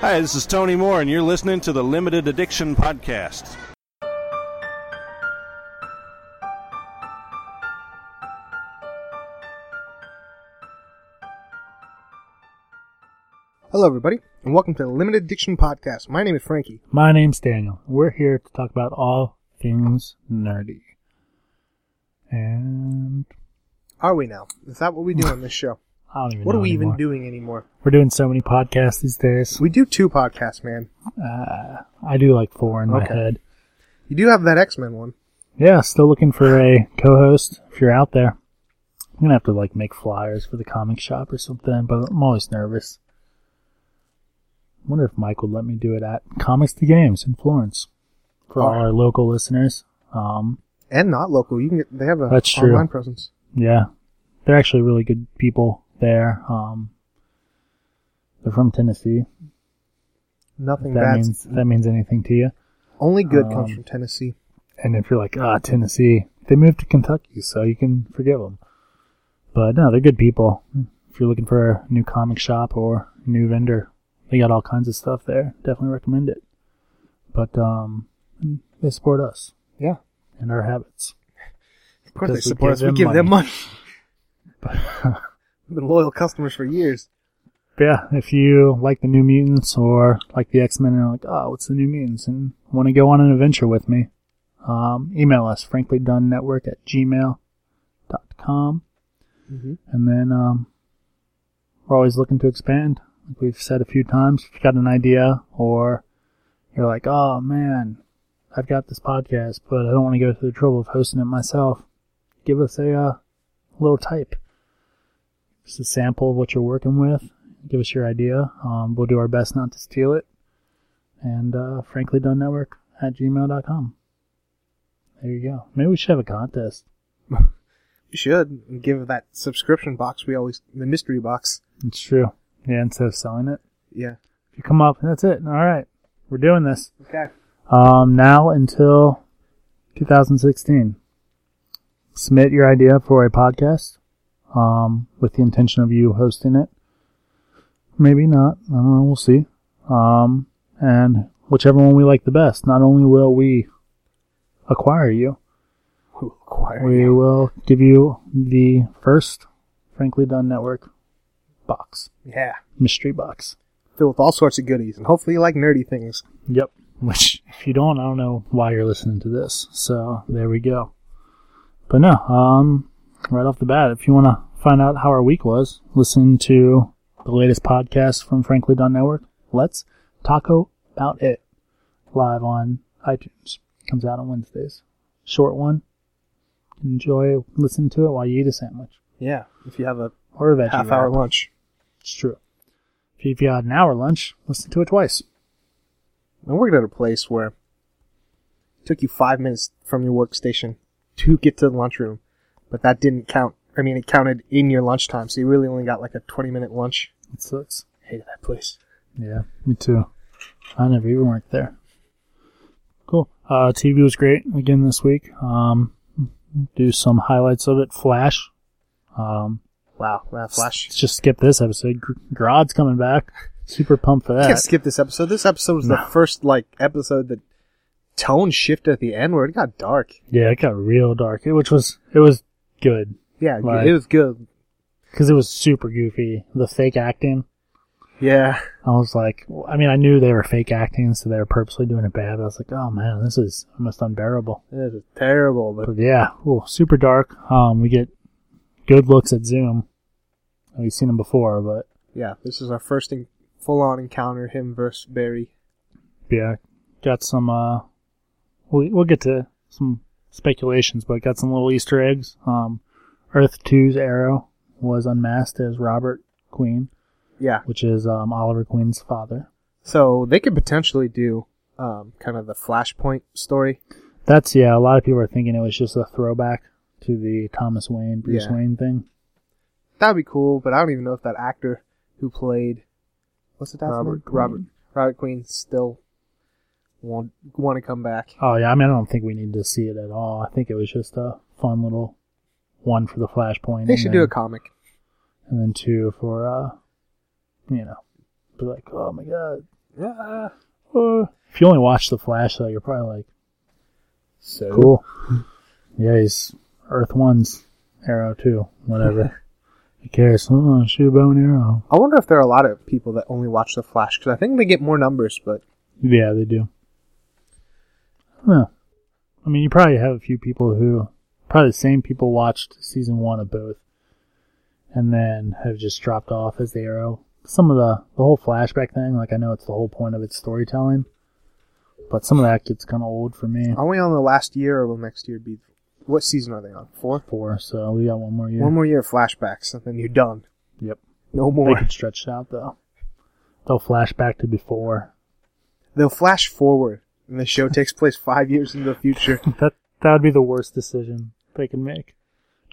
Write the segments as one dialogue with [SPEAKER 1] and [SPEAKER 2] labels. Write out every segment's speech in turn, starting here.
[SPEAKER 1] Hi, this is Tony Moore, and you're listening to the Limited Addiction Podcast.
[SPEAKER 2] Hello, everybody, and welcome to the Limited Addiction Podcast. My name is Frankie.
[SPEAKER 3] My name's Daniel. We're here to talk about all things nerdy. And
[SPEAKER 2] Are we now? Is that what we do on this show?
[SPEAKER 3] I don't even
[SPEAKER 2] What
[SPEAKER 3] know
[SPEAKER 2] are we even
[SPEAKER 3] anymore.
[SPEAKER 2] doing anymore?
[SPEAKER 3] We're doing so many podcasts these days.
[SPEAKER 2] We do two podcasts, man.
[SPEAKER 3] Uh, I do like four in my
[SPEAKER 2] Okay.
[SPEAKER 3] head.
[SPEAKER 2] You do have that X Men one.
[SPEAKER 3] Yeah, still looking for a co-host if you're out there. I'm gonna have to like make flyers for the comic shop or something, but I'm always nervous. Wonder if Mike would let me do it at Comics to Games in Florence for all our local listeners. Um,
[SPEAKER 2] And not local. You can get they have a
[SPEAKER 3] That's true.
[SPEAKER 2] online presence.
[SPEAKER 3] Yeah, they're actually really good people there. Um, they're from Tennessee. If
[SPEAKER 2] Nothing
[SPEAKER 3] that
[SPEAKER 2] bad.
[SPEAKER 3] means if that means anything to you.
[SPEAKER 2] Only good comes
[SPEAKER 3] um,
[SPEAKER 2] from Tennessee.
[SPEAKER 3] And if you're like, ah, Tennessee, they moved to Kentucky, so you can forgive them. But no, they're good people. If you're looking for a new comic shop or a new vendor, they got all kinds of stuff there. Definitely recommend it. But um, they support us
[SPEAKER 2] Yeah.
[SPEAKER 3] and our habits.
[SPEAKER 2] Of course they
[SPEAKER 3] because we
[SPEAKER 2] support
[SPEAKER 3] give
[SPEAKER 2] us. We
[SPEAKER 3] them
[SPEAKER 2] give them
[SPEAKER 3] money.
[SPEAKER 2] money. We've been loyal customers for years.
[SPEAKER 3] But yeah, if you like the New Mutants or like the X Men and are like, oh, what's the New Mutants and want to go on an adventure with me, um, email us, franklydunnetwork at gmail.com.
[SPEAKER 2] Mhm.
[SPEAKER 3] And then um, we're always looking to expand. Like we've said a few times, if you got an idea or you're like, oh man, I've got this podcast, but I don't want to go through the trouble of hosting it myself, give us a uh, little type. Just a sample of what you're working with. Give us your idea. Um, we'll do our best not to steal it. And uh, franklydunnetwork at gmail.com. There you go. Maybe we should have a contest.
[SPEAKER 2] You should give that subscription box we always the mystery box.
[SPEAKER 3] It's true. Yeah, instead of selling it.
[SPEAKER 2] Yeah.
[SPEAKER 3] If you come up, that's it. All right, we're doing this.
[SPEAKER 2] Okay.
[SPEAKER 3] Um, now until 2016. Submit your idea for a podcast, um, with the intention of you hosting it. Maybe not. I don't know. We'll see. Um, and whichever one we like the best, not only will we acquire you,
[SPEAKER 2] We will acquire
[SPEAKER 3] we
[SPEAKER 2] you.
[SPEAKER 3] will give you the first Frankly Done Network box,
[SPEAKER 2] Yeah.
[SPEAKER 3] mystery box.
[SPEAKER 2] Filled with all sorts of goodies, and hopefully you like nerdy things.
[SPEAKER 3] Yep. Which, if you don't, I don't know why you're listening to this. So there we go. But no, um, right off the bat, if you want to find out how our week was, listen to the latest podcast from Frankly Done Network. Let's Taco About It live on iTunes. Comes out on Wednesdays. Short one. Enjoy, listen to it while you eat a sandwich
[SPEAKER 2] Yeah. If you have a
[SPEAKER 3] or a veggie
[SPEAKER 2] half hour
[SPEAKER 3] wrap.
[SPEAKER 2] lunch.
[SPEAKER 3] It's true. If you've got an hour lunch, listen to it twice.
[SPEAKER 2] I worked at a place where it took you five minutes from your workstation to get to the lunchroom, but that didn't count. I mean, it counted in your lunchtime, so you really only got like a 20 minute lunch.
[SPEAKER 3] It sucks.
[SPEAKER 2] hated that place.
[SPEAKER 3] Yeah, me too. I never even worked there. Cool. Uh, TV was great again this week. Um, do some highlights of it. Flash. Um,
[SPEAKER 2] Wow, that flash.
[SPEAKER 3] let's just skip this episode. Gr- Grodd's coming back. Super pumped for
[SPEAKER 2] I can't
[SPEAKER 3] that.
[SPEAKER 2] skip this episode. This episode was the first like episode that tone shifted at the end where it got dark.
[SPEAKER 3] Yeah, it got real dark, it- which was it was good
[SPEAKER 2] Yeah, g-
[SPEAKER 3] Like-
[SPEAKER 2] it was good.
[SPEAKER 3] because it was super goofy. The fake acting.
[SPEAKER 2] Yeah,
[SPEAKER 3] I was like, I mean, I knew they were fake acting, so they were purposely doing it bad. But I was like, oh man, this is almost unbearable.
[SPEAKER 2] it was terrible, but
[SPEAKER 3] But yeah, ooh, super dark. Um, we get good looks at Zoom. We've seen him before, but
[SPEAKER 2] yeah, this is our first in- full on encounter him versus Barry.
[SPEAKER 3] yeah, got some. Uh, we we'll get to some speculations, but got some little Easter eggs. Um, Earth 2's arrow was unmasked as Robert Queen,
[SPEAKER 2] Yeah,
[SPEAKER 3] which is um, Oliver Queen's father.
[SPEAKER 2] So they could potentially do um, kind of the Flashpoint story.
[SPEAKER 3] That's yeah. A lot of people are thinking it was just a throwback to the Thomas Wayne Bruce
[SPEAKER 2] Yeah.
[SPEAKER 3] Wayne thing.
[SPEAKER 2] That'd be cool, but I don't even know if that actor who played
[SPEAKER 3] What's it
[SPEAKER 2] Robert Robert Robert Queen still want want to come back.
[SPEAKER 3] Oh yeah, I mean I don't think we need to see it at all. I think it was just a fun little one for the flashpoint.
[SPEAKER 2] They
[SPEAKER 3] and
[SPEAKER 2] should
[SPEAKER 3] then,
[SPEAKER 2] do a comic.
[SPEAKER 3] and then two for uh, you know, be like, oh my god,
[SPEAKER 2] Yeah.
[SPEAKER 3] Uh, if you only watch The Flash, though, you're probably like,
[SPEAKER 4] So
[SPEAKER 3] cool. yeah, he's Earth One's Arrow too. Whatever. Who cares? Oh, shoot a bow and arrow.
[SPEAKER 2] I wonder if there are a lot of people that only watch The Flash because I think they get more numbers, but
[SPEAKER 3] Yeah, they do. Huh. I mean, you probably have a few people who, probably the same people watched season one of both, and then have just dropped off as the Arrow. Some of the the whole flashback thing, like I know it's the whole point of its storytelling, but some of that gets kind of old for me.
[SPEAKER 2] are we on the last year or will next year be? What season are they on? Four.
[SPEAKER 3] Four, so we got one more year.
[SPEAKER 2] One more year of flashbacks, and then you're done.
[SPEAKER 3] Yep.
[SPEAKER 2] No
[SPEAKER 3] They
[SPEAKER 2] more.
[SPEAKER 3] could stretch it out though. They'll flash back to before.
[SPEAKER 2] They'll flash forward, and the show takes place five years into the future.
[SPEAKER 3] That that would be the worst decision they can make.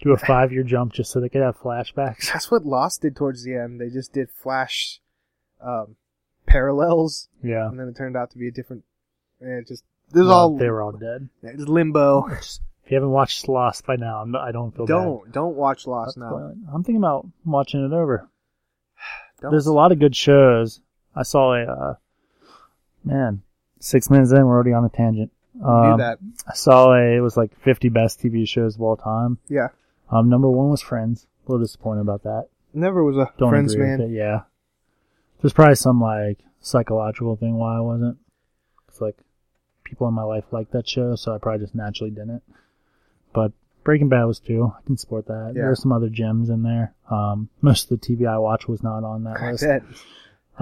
[SPEAKER 3] Do a five year jump just so they could have flashbacks.
[SPEAKER 2] That's what Lost did towards the end. They just did flash um, parallels,
[SPEAKER 3] Yeah.
[SPEAKER 2] and then it turned out to be a different. And it just this is all
[SPEAKER 3] they were all dead.
[SPEAKER 2] it's limbo.
[SPEAKER 3] If you haven't watched Lost by now, I'm, I don't feel bad.
[SPEAKER 2] don't don't watch Lost
[SPEAKER 3] That's
[SPEAKER 2] now.
[SPEAKER 3] fine. I'm thinking about watching it over.
[SPEAKER 2] Don't.
[SPEAKER 3] There's a lot of good shows. I saw a uh, man. Six minutes in, we're already on a tangent.
[SPEAKER 2] do
[SPEAKER 3] Um,
[SPEAKER 2] that.
[SPEAKER 3] I saw a. It was like 50 best TV shows of all time.
[SPEAKER 2] Yeah,
[SPEAKER 3] Um, number one was Friends. A little disappointed about that.
[SPEAKER 2] never was a
[SPEAKER 3] Don't
[SPEAKER 2] friends
[SPEAKER 3] agree
[SPEAKER 2] man.
[SPEAKER 3] with it. Yeah, there's probably some like psychological thing why I wasn't. It's like people in my life like that show, so I probably just naturally didn't. But Breaking Bad was too. I can support that.
[SPEAKER 2] Yeah.
[SPEAKER 3] There's some other gems in there. Um, most of the TV I watch was not on that
[SPEAKER 2] I
[SPEAKER 3] list.
[SPEAKER 2] bet.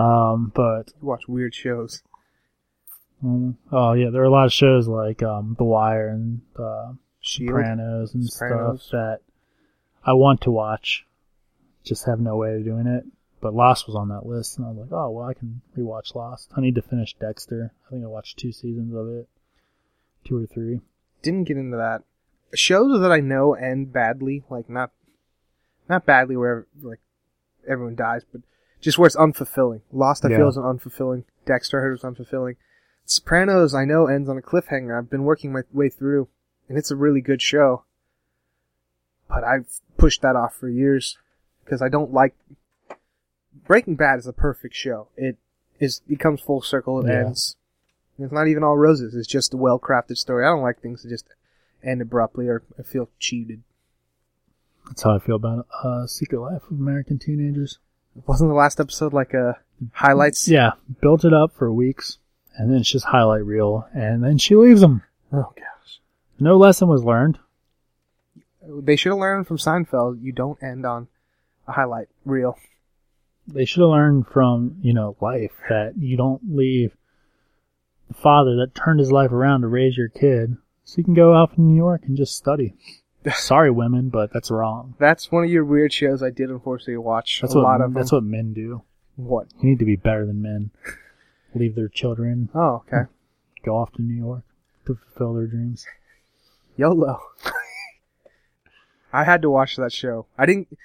[SPEAKER 3] Um, but
[SPEAKER 2] You watch weird shows.
[SPEAKER 3] mm, oh yeah, there are a lot of shows like um, The Wire and uh,
[SPEAKER 2] Shield.
[SPEAKER 3] Sopranos and
[SPEAKER 2] Sopranos.
[SPEAKER 3] stuff that I want to watch, just have no way of doing it. But Lost was on that list, and I was like, oh, well, I can rewatch Lost. I need to finish Dexter. I think I watched two seasons of it, two or three.
[SPEAKER 2] Didn't get into that. Shows that I know end badly, like not not badly where like everyone dies, but just where it's unfulfilling. Lost I
[SPEAKER 3] Yeah.
[SPEAKER 2] feel is an unfulfilling. Dexter I heard was unfulfilling. Sopranos I know ends on a cliffhanger. I've been working my way through, and it's a really good show. But I've pushed that off for years because I don't like Breaking Bad is a perfect show. It is it comes full circle. It
[SPEAKER 3] Yeah.
[SPEAKER 2] ends. And It's not even all roses. It's just a well crafted story. I don't like things that just end abruptly or I feel cheated.
[SPEAKER 3] That's how I feel about uh, Secret Life of American Teenagers.
[SPEAKER 2] Wasn't the last episode like a highlights?
[SPEAKER 3] Yeah, built it up for weeks, and then it's just highlight reel, and then she leaves him.
[SPEAKER 2] Oh gosh.
[SPEAKER 3] No lesson was learned.
[SPEAKER 2] They should have learned from Seinfeld. You don't end on a highlight reel.
[SPEAKER 3] they should have learned from you know life that you don't leave the father that turned his life around to raise your kid so you can go out in new york and just study sorry women but that's wrong
[SPEAKER 2] That's one of your weird shows. I did unfortunately watch
[SPEAKER 3] that's
[SPEAKER 2] a
[SPEAKER 3] what
[SPEAKER 2] lot of.
[SPEAKER 3] that's
[SPEAKER 2] them.
[SPEAKER 3] what men do
[SPEAKER 2] what.
[SPEAKER 3] you need to be better than men leave their children
[SPEAKER 2] Oh okay.
[SPEAKER 3] go off to new york to fulfill their dreams
[SPEAKER 2] YOLO. I had to watch that show. I didn't.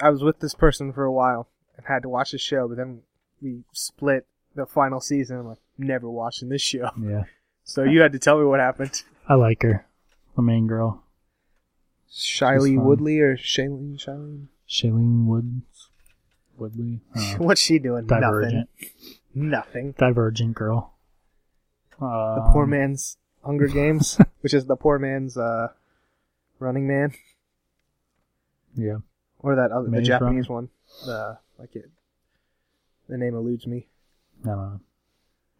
[SPEAKER 2] I was with this person for a while and had to watch the show, but then we split the final season. I'm like, never watching this show.
[SPEAKER 3] yeah
[SPEAKER 2] So you had to tell me what happened.
[SPEAKER 3] i like her the main girl
[SPEAKER 2] Shiley
[SPEAKER 3] fun.
[SPEAKER 2] Woodley or Shailene? Shailene?
[SPEAKER 3] shailene woods woodley uh,
[SPEAKER 2] What's she doing?
[SPEAKER 3] divergent
[SPEAKER 2] Nothing. Nothing.
[SPEAKER 3] divergent girl uh,
[SPEAKER 2] The poor man's Hunger Games, which is the poor man's uh, Running Man,
[SPEAKER 3] yeah
[SPEAKER 2] or that other, the
[SPEAKER 3] Maze
[SPEAKER 2] Japanese one. The like it. The name eludes me.
[SPEAKER 3] I don't know. Uh,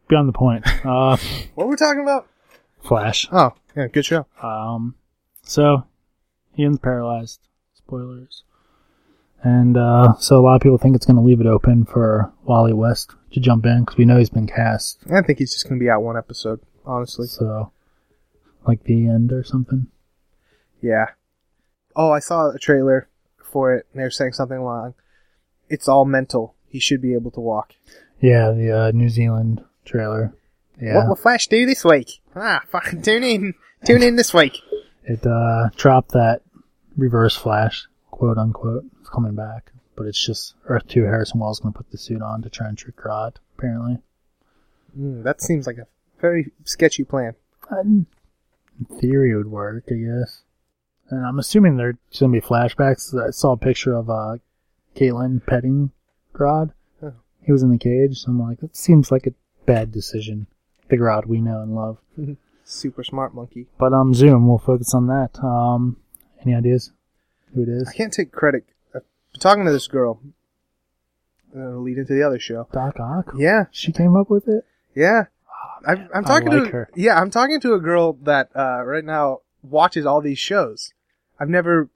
[SPEAKER 3] Beyond the point. Uh,
[SPEAKER 2] What were we talking about?
[SPEAKER 3] Flash.
[SPEAKER 2] Oh, yeah, good show.
[SPEAKER 3] Um, so he ends paralyzed. Spoilers. And uh, so a lot of people think it's going to leave it open for Wally West to jump in because we know he's been cast.
[SPEAKER 2] I think he's just gonna be out one episode, honestly.
[SPEAKER 3] So, like the end or something.
[SPEAKER 2] Yeah. Oh, I saw a trailer for it, and they were saying something along, "It's all mental. He should be able to walk."
[SPEAKER 3] Yeah, the uh, New Zealand trailer. Yeah,
[SPEAKER 2] What will Flash do this week? Ah, fucking tune in, tune in this week.
[SPEAKER 3] it uh, dropped that Reverse Flash, quote unquote. It's coming back, but it's just Earth Two. Harrison Wells going to put the suit on to try and trick Rod. Apparently.
[SPEAKER 2] Mm, that seems like a very sketchy plan.
[SPEAKER 3] In theory, it would work, I guess. And I'm assuming there's gonna be flashbacks. I saw a picture of uh, Caitlin petting Grodd.
[SPEAKER 2] Huh.
[SPEAKER 3] He was in the cage, so I'm like, that seems like it bad decision. The God we know and love.
[SPEAKER 2] Super smart monkey.
[SPEAKER 3] But um, Zoom. We'll focus on that. Um, any ideas? Who it is?
[SPEAKER 2] I can't take credit. Uh, talking to this girl, and it'll lead into the other show.
[SPEAKER 3] Doc Ock.
[SPEAKER 2] Yeah,
[SPEAKER 3] She came up with it.
[SPEAKER 2] yeah. I'm, I'm
[SPEAKER 3] Ah, I
[SPEAKER 2] talking
[SPEAKER 3] like
[SPEAKER 2] to
[SPEAKER 3] her.
[SPEAKER 2] yeah, I'm talking to a girl that uh, right now watches all these shows. I've never.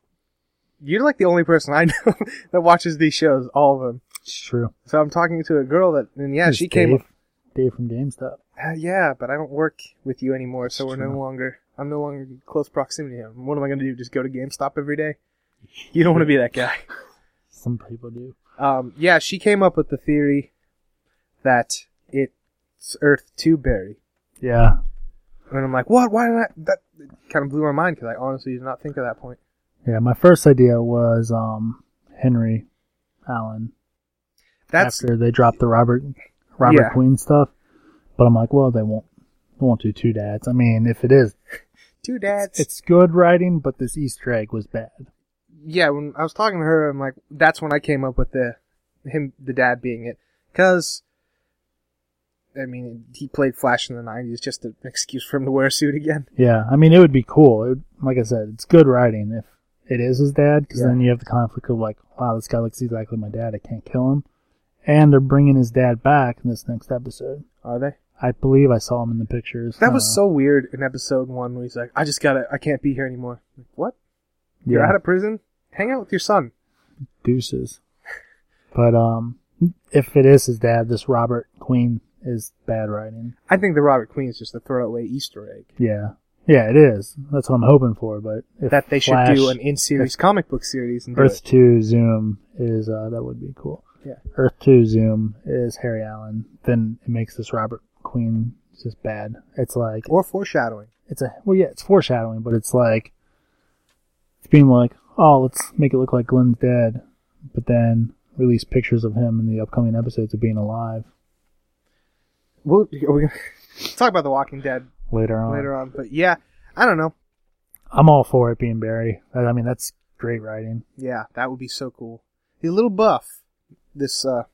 [SPEAKER 2] You're like the only person I know that watches these shows, all of them.
[SPEAKER 3] It's true.
[SPEAKER 2] So I'm talking to a girl that, and yeah,
[SPEAKER 3] It's
[SPEAKER 2] she came
[SPEAKER 3] Dave,
[SPEAKER 2] up.
[SPEAKER 3] Dave from GameStop.
[SPEAKER 2] Uh, yeah, but I don't work with you anymore, so we're no
[SPEAKER 3] true.
[SPEAKER 2] longer. I'm no longer in close proximity. to him. What am I going to do? Just go to GameStop every day? You don't want to be that guy.
[SPEAKER 3] Some people do.
[SPEAKER 2] Um, yeah, she came up with the theory that it's Earth Two Berry,
[SPEAKER 3] Yeah.
[SPEAKER 2] and I'm like, what? Why did I? That kind of blew my mind because I honestly did not think of that point.
[SPEAKER 3] Yeah. My first idea was um Henry Allen.
[SPEAKER 2] That's
[SPEAKER 3] after they dropped the Robert Robert
[SPEAKER 2] Yeah.
[SPEAKER 3] Queen stuff. But I'm like, well, they won't they won't do two dads. I mean, if it is,
[SPEAKER 2] two dads.
[SPEAKER 3] it's good writing, but this Easter egg was bad.
[SPEAKER 2] yeah, when I was talking to her, I'm like, that's when I came up with the him, the dad being it, because I mean, he played Flash in the '90s, just an excuse for him to wear a suit again.
[SPEAKER 3] Yeah, I mean, it would be cool. It would, like I said, it's good writing if it is his dad, because
[SPEAKER 2] Yeah.
[SPEAKER 3] then you have the conflict of like, wow, this guy looks exactly like my dad. I can't kill him, and they're bringing his dad back in this next episode.
[SPEAKER 2] Are they?
[SPEAKER 3] I believe I saw him in the pictures.
[SPEAKER 2] That was
[SPEAKER 3] Uh,
[SPEAKER 2] so weird in episode one, where he's like, "I just gotta, I can't be here anymore." Like, what? You're
[SPEAKER 3] yeah.
[SPEAKER 2] out of prison? Hang out with your son.
[SPEAKER 3] deuces. But um, if it is his dad, this Robert Queen is bad writing.
[SPEAKER 2] I think the Robert Queen is just a throwaway Easter egg
[SPEAKER 3] Yeah. Yeah, it is. That's what I'm hoping for, but if
[SPEAKER 2] that they should
[SPEAKER 3] Flash,
[SPEAKER 2] do an in-series comic book series and do
[SPEAKER 3] Earth
[SPEAKER 2] it.
[SPEAKER 3] 2 Zoom is uh that would be cool.
[SPEAKER 2] Yeah.
[SPEAKER 3] Earth 2 Zoom is Harry Allen, then it makes this Robert Queen just bad. It's like
[SPEAKER 2] or foreshadowing.
[SPEAKER 3] it's a well yeah, it's foreshadowing, but it's like it's being like, "Oh, let's make it look like Glenn's dead." But then release pictures of him in the upcoming episodes of being alive
[SPEAKER 2] We'll, are we gonna talk about The Walking Dead
[SPEAKER 3] later on.
[SPEAKER 2] later on, but yeah, I don't know.
[SPEAKER 3] I'm all for it being Barry. I I mean, that's great writing.
[SPEAKER 2] Yeah, that would be so cool. He's a little buff. This uh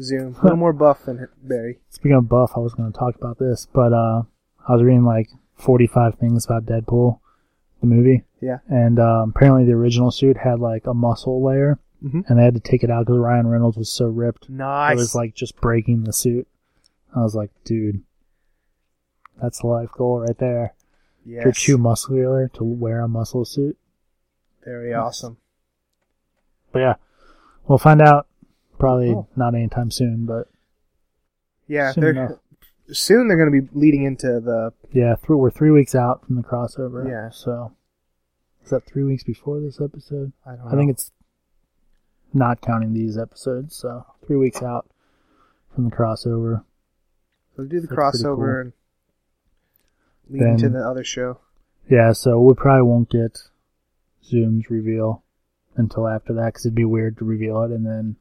[SPEAKER 2] Zoom, a little more buff than Barry.
[SPEAKER 3] Speaking of buff, I was going to talk about this, but uh, I was reading like 45 things about Deadpool, the movie,
[SPEAKER 2] Yeah.
[SPEAKER 3] and um, apparently the original suit had like a muscle layer,
[SPEAKER 2] Mhm.
[SPEAKER 3] and they had to take it out because Ryan Reynolds was so ripped.
[SPEAKER 2] Nice.
[SPEAKER 3] It was like just breaking the suit. I was like, dude, that's the life goal right there.
[SPEAKER 2] yes.
[SPEAKER 3] You're too muscular to wear a muscle suit.
[SPEAKER 2] very awesome.
[SPEAKER 3] But yeah, we'll find out. Probably
[SPEAKER 2] Cool.
[SPEAKER 3] not anytime soon, but
[SPEAKER 2] Yeah,
[SPEAKER 3] soon
[SPEAKER 2] they're
[SPEAKER 3] enough.
[SPEAKER 2] soon they're going to be leading into the
[SPEAKER 3] Yeah, th- we're three weeks out from the crossover.
[SPEAKER 2] Yeah.
[SPEAKER 3] So, is that three weeks before this episode?
[SPEAKER 2] I don't know.
[SPEAKER 3] I think it's not counting these episodes. So, three weeks out from the crossover.
[SPEAKER 2] they'll do the
[SPEAKER 3] that's pretty
[SPEAKER 2] crossover
[SPEAKER 3] cool.
[SPEAKER 2] and leading into
[SPEAKER 3] Then-
[SPEAKER 2] the other show.
[SPEAKER 3] Yeah, so we probably won't get Zoom's reveal until after that because it'd be weird to reveal it and then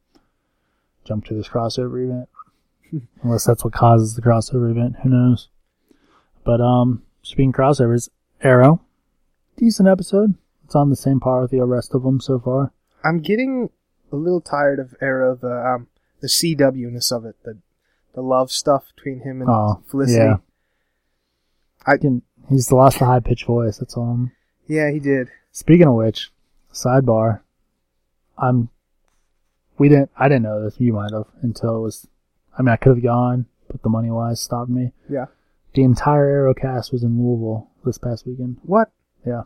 [SPEAKER 3] jump to this crossover event. Unless that's what causes the crossover event. Who knows? But, um, speaking of crossovers, Arrow. Decent episode. It's on the same par with the rest of them so far.
[SPEAKER 2] I'm getting a little tired of Arrow the um the CW-ness of it, the the love stuff between him and
[SPEAKER 3] Oh,
[SPEAKER 2] Felicity.
[SPEAKER 3] yeah.
[SPEAKER 2] I-
[SPEAKER 3] Didn't- he's lost the high pitched voice. That's all. I'm-
[SPEAKER 2] yeah, he did.
[SPEAKER 3] Speaking of which, sidebar. I'm. We didn't. I didn't know this. You might have until it was. I mean, I could have gone, but the money wise stopped me.
[SPEAKER 2] Yeah.
[SPEAKER 3] The entire Aerocast was in Louisville this past weekend.
[SPEAKER 2] What?
[SPEAKER 3] Yeah.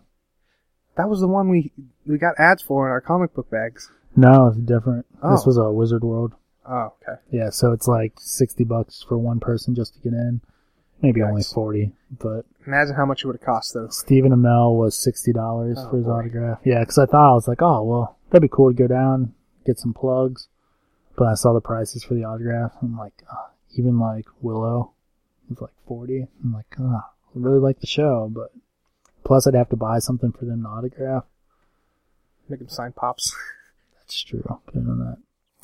[SPEAKER 2] That was the one we we got ads for in our comic book bags.
[SPEAKER 3] No, it's different. This
[SPEAKER 2] Oh.
[SPEAKER 3] was a Wizard World.
[SPEAKER 2] Oh, okay.
[SPEAKER 3] Yeah, so it's like sixty bucks for one person just to get in. Maybe only
[SPEAKER 2] Yikes.
[SPEAKER 3] forty, but
[SPEAKER 2] Imagine how much it would have cost though.
[SPEAKER 3] Stephen Amell was sixty dollars
[SPEAKER 2] Oh,
[SPEAKER 3] for his
[SPEAKER 2] boy.
[SPEAKER 3] autograph. Yeah, because I thought I was like, oh well, that'd be cool to go down get some plugs, but I saw the prices for the autograph. I'm like, uh, even like Willow was like forty. I'm like, ah, I really like the show, but plus I'd have to buy something for them to autograph.
[SPEAKER 2] Make him sign pops.
[SPEAKER 3] That's true. Good on that.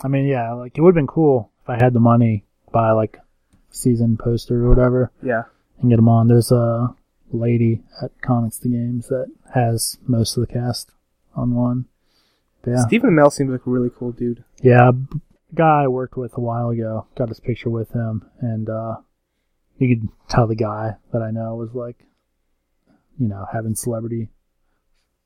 [SPEAKER 3] I mean, yeah, like it would have been cool if I had the money to buy like season poster or whatever.
[SPEAKER 2] yeah.
[SPEAKER 3] and get them on. There's a lady at Comics to Games that has most of the cast on one. But yeah,
[SPEAKER 2] Stephen Amell seems like a really cool dude.
[SPEAKER 3] yeah. b- the guy I worked with a while ago got his picture with him, and uh, you could tell the guy that I know was like, you know, having celebrity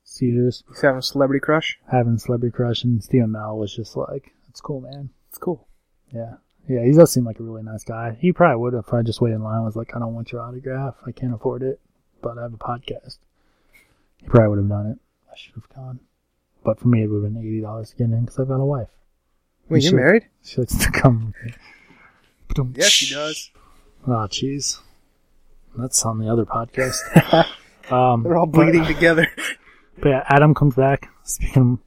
[SPEAKER 3] seizures,
[SPEAKER 2] He's having a celebrity crush.
[SPEAKER 3] having celebrity crush, and Stephen Mel was just like, "It's cool, man.
[SPEAKER 2] It's cool.
[SPEAKER 3] Yeah, yeah. He does seem like a really nice guy. He probably would if I just waited in line. and Was like, I don't want your autograph. I can't afford it, but I have a podcast. He probably would have done it. I should have gone, but for me, it would have been eighty dollars to get in because I've got a wife.
[SPEAKER 2] Wait, you're
[SPEAKER 3] You should-
[SPEAKER 2] married?
[SPEAKER 3] She likes to come with me. Ba-dum.
[SPEAKER 2] does.
[SPEAKER 3] Oh, jeez. That's on the other podcast. um,
[SPEAKER 2] They're all
[SPEAKER 3] but-
[SPEAKER 2] bleeding together.
[SPEAKER 3] But, yeah, Adam comes back. Speaking,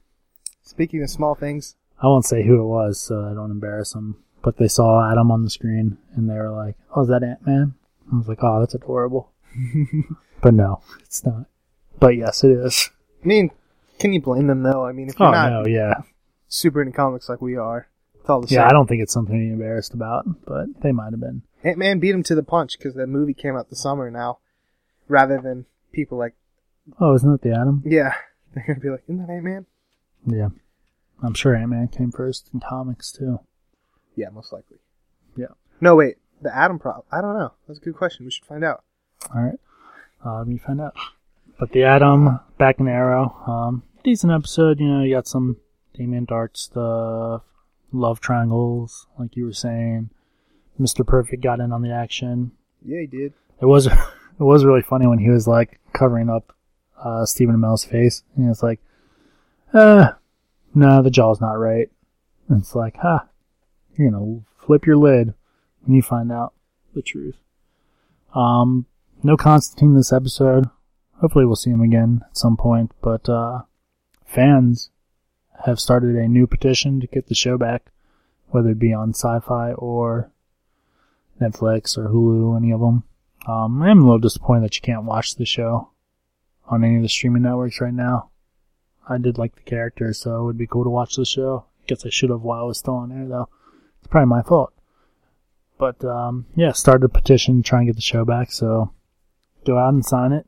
[SPEAKER 2] Speaking of small things,
[SPEAKER 3] I won't say who it was, so I don't embarrass him. But they saw Adam on the screen, and they were like, "Oh, is that Ant Man?" I was like, "Oh, that's adorable." but no, it's not. But yes, it is.
[SPEAKER 2] I mean, can you blame them though? I mean, if you're
[SPEAKER 3] Oh
[SPEAKER 2] not
[SPEAKER 3] no, yeah,
[SPEAKER 2] super into comics like we are, it's all the
[SPEAKER 3] yeah. I
[SPEAKER 2] same.
[SPEAKER 3] don't think it's something to be embarrassed about, but they might have been.
[SPEAKER 2] Ant Man beat him to the punch because that movie came out this summer now, rather than people like,
[SPEAKER 3] Oh, isn't it the Adam?
[SPEAKER 2] yeah, they're gonna be like, isn't that Ant Man?
[SPEAKER 3] Yeah, I'm sure Ant Man came first in comics too.
[SPEAKER 2] Yeah, most likely.
[SPEAKER 3] Yeah.
[SPEAKER 2] No, wait, the Adam problem. I don't know. That's a good question. We should find out.
[SPEAKER 3] All right. Uh, let me find out. But the Atom, back and arrow, um, decent episode. You know, you got some Damien Dark stuff, love triangles, like you were saying. Mr. Perfect got in on the action.
[SPEAKER 2] Yeah, he did.
[SPEAKER 3] It was it was really funny when he was like covering up uh, Stephen Amell's face, and it's like, uh, no, the jaw's not right. And it's like, huh, you're gonna flip your lid when you find out the truth. Um, no Constantine this episode. Hopefully, we'll see him again at some point. But uh, fans have started a new petition to get the show back, whether it be on Sci-Fi or Netflix or Hulu, any of them. Um, I am a little disappointed that you can't watch the show on any of the streaming networks right now. I did like the character, so it would be cool to watch the show. Guess I should have while I was still on air, though. It's probably my fault. But um, yeah, started a petition to try and get the show back, so go out and sign it.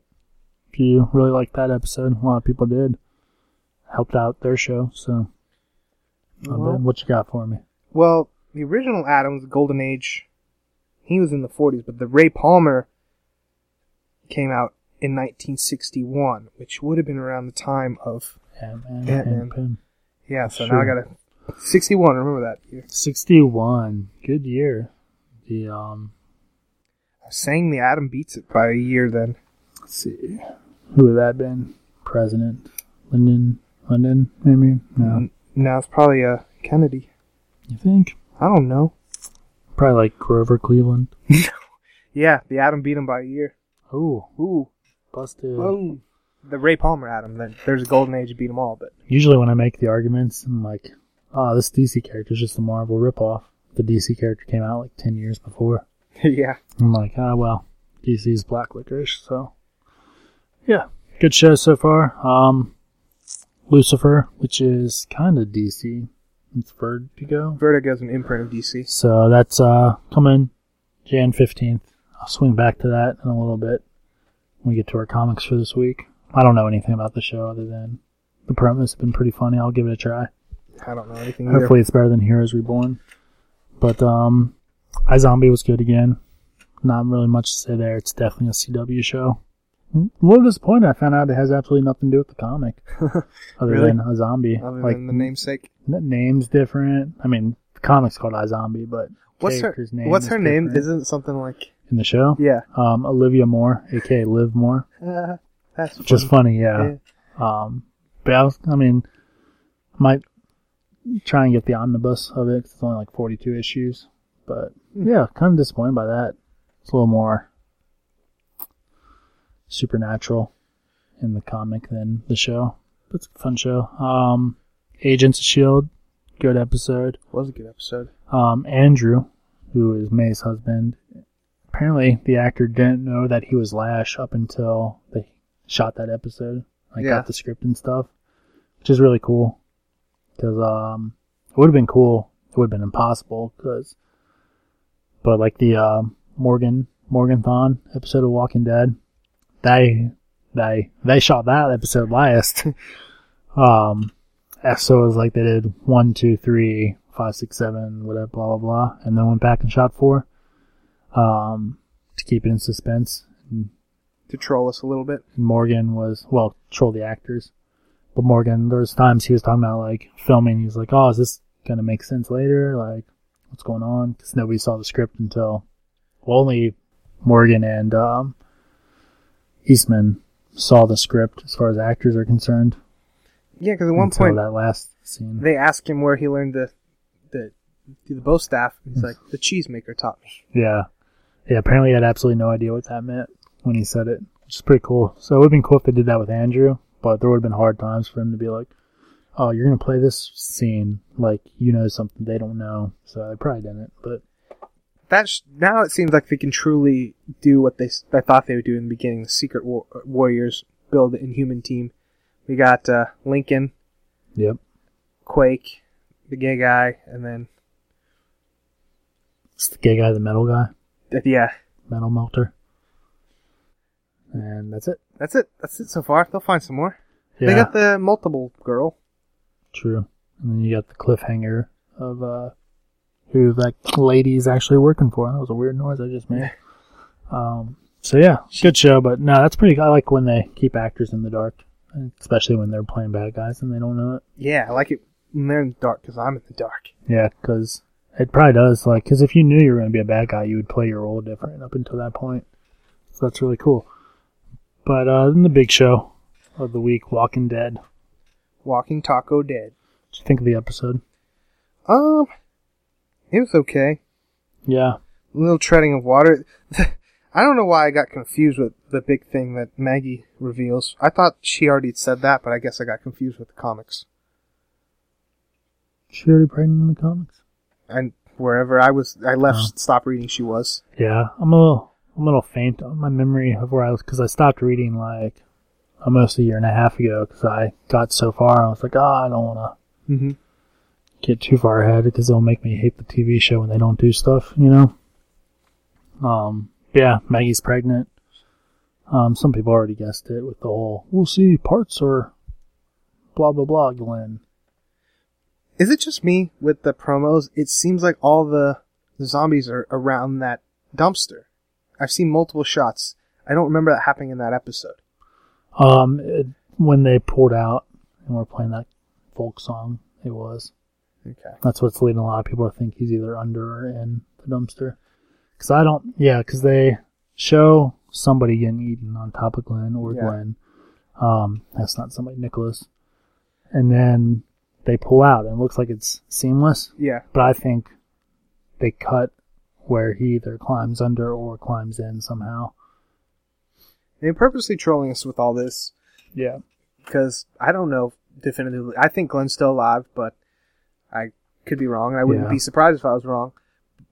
[SPEAKER 3] If you really liked that episode, a lot of people did. Helped out their show, so. Uh,
[SPEAKER 2] Well-
[SPEAKER 3] Ben, what you got for me?
[SPEAKER 2] Well, the original Adams, Golden Age, he was in the 40s, but the Ray Palmer came out in 1961, which would have been around the time of.
[SPEAKER 3] Yeah, man.
[SPEAKER 2] Yeah,
[SPEAKER 3] and
[SPEAKER 2] man.
[SPEAKER 3] Pim.
[SPEAKER 2] Yeah, so now I
[SPEAKER 3] Sure.
[SPEAKER 2] gotta. 61, remember that year.
[SPEAKER 3] 61. Good year. The, um,
[SPEAKER 2] I sang the Adam beats it by a year then.
[SPEAKER 3] let's see. Who would that have been? President. Lyndon. London, maybe? No.
[SPEAKER 2] N- No, it's probably uh, Kennedy.
[SPEAKER 3] You think?
[SPEAKER 2] I don't know.
[SPEAKER 3] Probably like Grover Cleveland.
[SPEAKER 2] Yeah, the Adam beat him by a year.
[SPEAKER 3] Oh,
[SPEAKER 2] Ooh,
[SPEAKER 3] busted.
[SPEAKER 2] boom. The Ray Palmer Adam, then. There's a Golden Age beat them all, but.
[SPEAKER 3] Usually when I make the arguments, I'm like, oh, this DC character's just a Marvel ripoff. The DC character came out like 10 years before.
[SPEAKER 2] yeah.
[SPEAKER 3] I'm like, ah, well, DC's black licorice, so. Yeah, good show so far. Um, Lucifer, which is kind of DC. It's Vertigo.
[SPEAKER 2] Vertigo's an imprint of DC.
[SPEAKER 3] So that's uh, coming Jan 15th. I'll swing back to that in a little bit when we get to our comics for this week. I don't know anything about the show other than the premise has been pretty funny. I'll give it a try.
[SPEAKER 2] I don't know anything either.
[SPEAKER 3] Hopefully, it's better than Heroes Reborn. But um, iZombie was good again. Not really much to say there. It's definitely a CW show. A little disappointed. I found out it has absolutely nothing to do with the comic, other
[SPEAKER 2] Really?
[SPEAKER 3] than a zombie.
[SPEAKER 2] Other
[SPEAKER 3] like
[SPEAKER 2] than the namesake.
[SPEAKER 3] the name's different. I mean, the comic's called iZombie, but
[SPEAKER 2] What's her
[SPEAKER 3] character's name?
[SPEAKER 2] What's
[SPEAKER 3] is
[SPEAKER 2] her name?
[SPEAKER 3] different
[SPEAKER 2] Isn't it something like
[SPEAKER 3] in the show?
[SPEAKER 2] yeah?
[SPEAKER 3] Um, Olivia Moore, aka Liv Moore.
[SPEAKER 2] Uh, that's
[SPEAKER 3] Which is
[SPEAKER 2] funny.
[SPEAKER 3] funny, yeah. Um, but I, was, I mean, might try and get the omnibus of it. 'cause it's only like 42 issues, but
[SPEAKER 2] Hmm.
[SPEAKER 3] yeah, kind of disappointed by that. It's a little more supernatural in the comic than the show. But it's a fun show. Um, Agents of Shield, E good episode.
[SPEAKER 2] was a good episode.
[SPEAKER 3] Um, Andrew, who is May's husband, apparently the actor didn't know that he was Lash up until they shot that episode. Like,
[SPEAKER 2] Yeah.
[SPEAKER 3] got the script and stuff, which is really cool. Because um, it would have been cool. It would have been impossible. Because, but like the um, Morgan Morganthon episode of Walking Dead, they they they shot that episode last. um, so it was like they did one, two, three, five, six, seven, whatever, blah, blah, blah, and then went back and shot four, um, to keep it in suspense. And
[SPEAKER 2] to troll us a little bit.
[SPEAKER 3] Morgan was, well, troll the actors, but Morgan, there was times he was talking about like filming, he was like, oh, is this gonna make sense later? Like, what's going on? Cause nobody saw the script until well, only Morgan and, um, Eastman saw the script as far as actors are concerned.
[SPEAKER 2] Yeah, because at one
[SPEAKER 3] until
[SPEAKER 2] point
[SPEAKER 3] that last scene.
[SPEAKER 2] they ask him where he learned the the the bow staff. He's like, the cheesemaker taught me.
[SPEAKER 3] Yeah. Yeah, apparently he had absolutely no idea what that meant when he said it, which is pretty cool. So it would have been cool if they did that with Andrew, but there would have been hard times for him to be like, oh, you're going to play this scene like you know something they don't know. So they probably didn't, but
[SPEAKER 2] That's now it seems like they can truly do what they s- I thought they would do in the beginning. The Secret war, Warriors build the Inhuman team. We got uh, Lincoln,
[SPEAKER 3] yep.
[SPEAKER 2] Quake, the gay guy, and then
[SPEAKER 3] It's the gay guy, the metal guy,
[SPEAKER 2] yeah,
[SPEAKER 3] metal melter. And that's it.
[SPEAKER 2] that's it. That's it so far. They'll find some more.
[SPEAKER 3] Yeah,
[SPEAKER 2] They got the multiple girl.
[SPEAKER 3] true. And then you got the cliffhanger of uh, who that lady is actually working for. That was a weird noise I just made. Um, so yeah, good show, but no, that's pretty. I like when they keep actors in the dark, especially when they're playing bad guys and they don't know it.
[SPEAKER 2] Yeah, I like it when they're in the dark because I'm in the dark.
[SPEAKER 3] Yeah, because it probably does. Like, because if you knew you were going to be a bad guy, you would play your role different up until that point. So that's really cool. But uh, then the big show of the week, Walking Dead. What
[SPEAKER 2] Walking Taco Dead.
[SPEAKER 3] do you think of the episode?
[SPEAKER 2] Um, it was okay.
[SPEAKER 3] Yeah,
[SPEAKER 2] A little treading of water. I don't know why I got confused with the big thing that Maggie reveals. I thought she already had said that, but I guess I got confused with the comics.
[SPEAKER 3] she already pregnant in the comics.
[SPEAKER 2] And wherever I was, I left,
[SPEAKER 3] Oh.
[SPEAKER 2] stop reading, she was.
[SPEAKER 3] Yeah, I'm a little, I'm a little faint on my memory of where I was because I stopped reading like almost a year and a half ago because I got so far. I was like, ah, I don't want
[SPEAKER 2] Mm-hmm.
[SPEAKER 3] to get too far ahead because it'll make me hate the TV show when they don't do stuff, you know. Um, yeah, Maggie's pregnant. Um, some people already guessed it with the whole "we'll see parts or blah blah blah" Glenn.
[SPEAKER 2] Is it just me with the promos? It seems like all the, the zombies are around that dumpster. I've seen multiple shots. I don't remember that happening in that episode.
[SPEAKER 3] Um, it, when they pulled out and were playing that folk song, it was.
[SPEAKER 2] Okay.
[SPEAKER 3] That's what's leading a lot of people to think he's either under or in the dumpster. Because I don't, yeah, because they show somebody getting eaten on top of Glenn or
[SPEAKER 2] Yeah.
[SPEAKER 3] Glenn. Um, that's not somebody, Nicholas. And then they pull out, and it looks like it's seamless.
[SPEAKER 2] Yeah.
[SPEAKER 3] But I think they cut where he either climbs under or climbs in somehow.
[SPEAKER 2] They're purposely trolling us with all this
[SPEAKER 3] Yeah.
[SPEAKER 2] because I don't know definitively. I think Glenn's still alive, but I could be wrong, and I wouldn't
[SPEAKER 3] Yeah.
[SPEAKER 2] be surprised if I was wrong.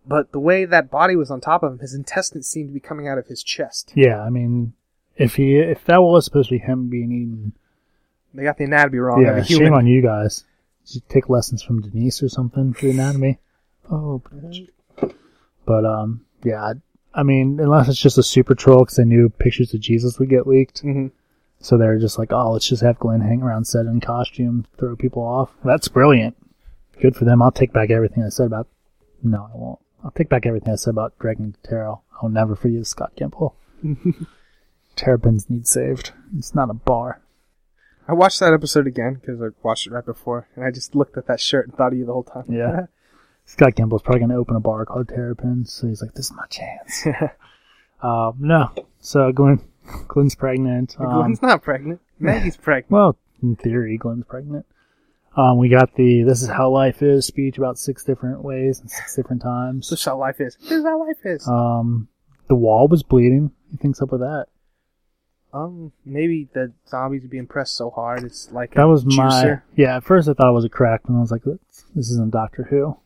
[SPEAKER 2] But the way that body was on top of him, his intestines seemed to be coming out of his chest.
[SPEAKER 3] Yeah, I mean, if he if that was supposed to be him being eaten,
[SPEAKER 2] They got the anatomy wrong. of
[SPEAKER 3] yeah,
[SPEAKER 2] Oh, a
[SPEAKER 3] shame
[SPEAKER 2] human.
[SPEAKER 3] on you guys. Did you take lessons from Denise or something for anatomy? Oh, bitch. but um, yeah, I, I mean, unless it's just a super troll because they knew pictures of Jesus would get leaked,
[SPEAKER 2] Mhm.
[SPEAKER 3] so they're just like, oh, let's just have Glenn hang around set in costume, throw people off. That's brilliant. Good for them. I'll take back everything I said about. No, I won't. I'll take back everything I said about Dragon Tarot. I'll never forgive Scott Gimple. Terrapins need saved. It's not a bar.
[SPEAKER 2] I watched that episode again because I watched it right before, and I just looked at that shirt and thought of you the whole time.
[SPEAKER 3] Yeah. Scott Gimbal's probably going to open a bar called Terrapin, so he's like, "This is my chance." um, no, so Glenn, Glenn's pregnant. Um,
[SPEAKER 2] Glenn's not pregnant. Maggie's pregnant.
[SPEAKER 3] well, in theory, Glenn's pregnant. Um, we got the "This is how life is" speech about six different ways and six different times.
[SPEAKER 2] This is how life is. This is how life is.
[SPEAKER 3] Um, the wall was bleeding. He thinks up with that.
[SPEAKER 2] Um, maybe the zombies are being pressed so hard, it's like
[SPEAKER 3] That
[SPEAKER 2] a
[SPEAKER 3] was my
[SPEAKER 2] juicer.
[SPEAKER 3] yeah. At first, I thought it was a crack, and I was like, "This, this isn't Doctor Who."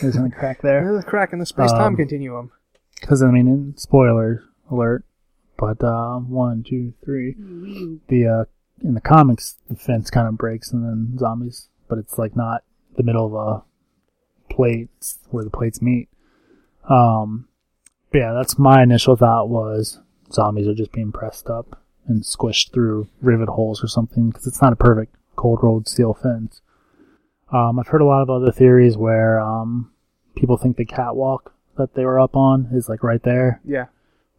[SPEAKER 3] There's a crack there.
[SPEAKER 2] There's a crack in the space-time
[SPEAKER 3] Um,
[SPEAKER 2] continuum.
[SPEAKER 3] Because I mean, in, spoiler alert, but uh, one, two, three. The uh, in the comics, the fence kind of breaks and then zombies, but it's like not the middle of a plates where the plates meet. Um, but yeah, that's my initial thought was zombies are just being pressed up and squished through rivet holes or something because it's not a perfect cold rolled steel fence. Um, I've heard a lot of other theories where um, people think the catwalk that they were up on is like right there,
[SPEAKER 2] Yeah.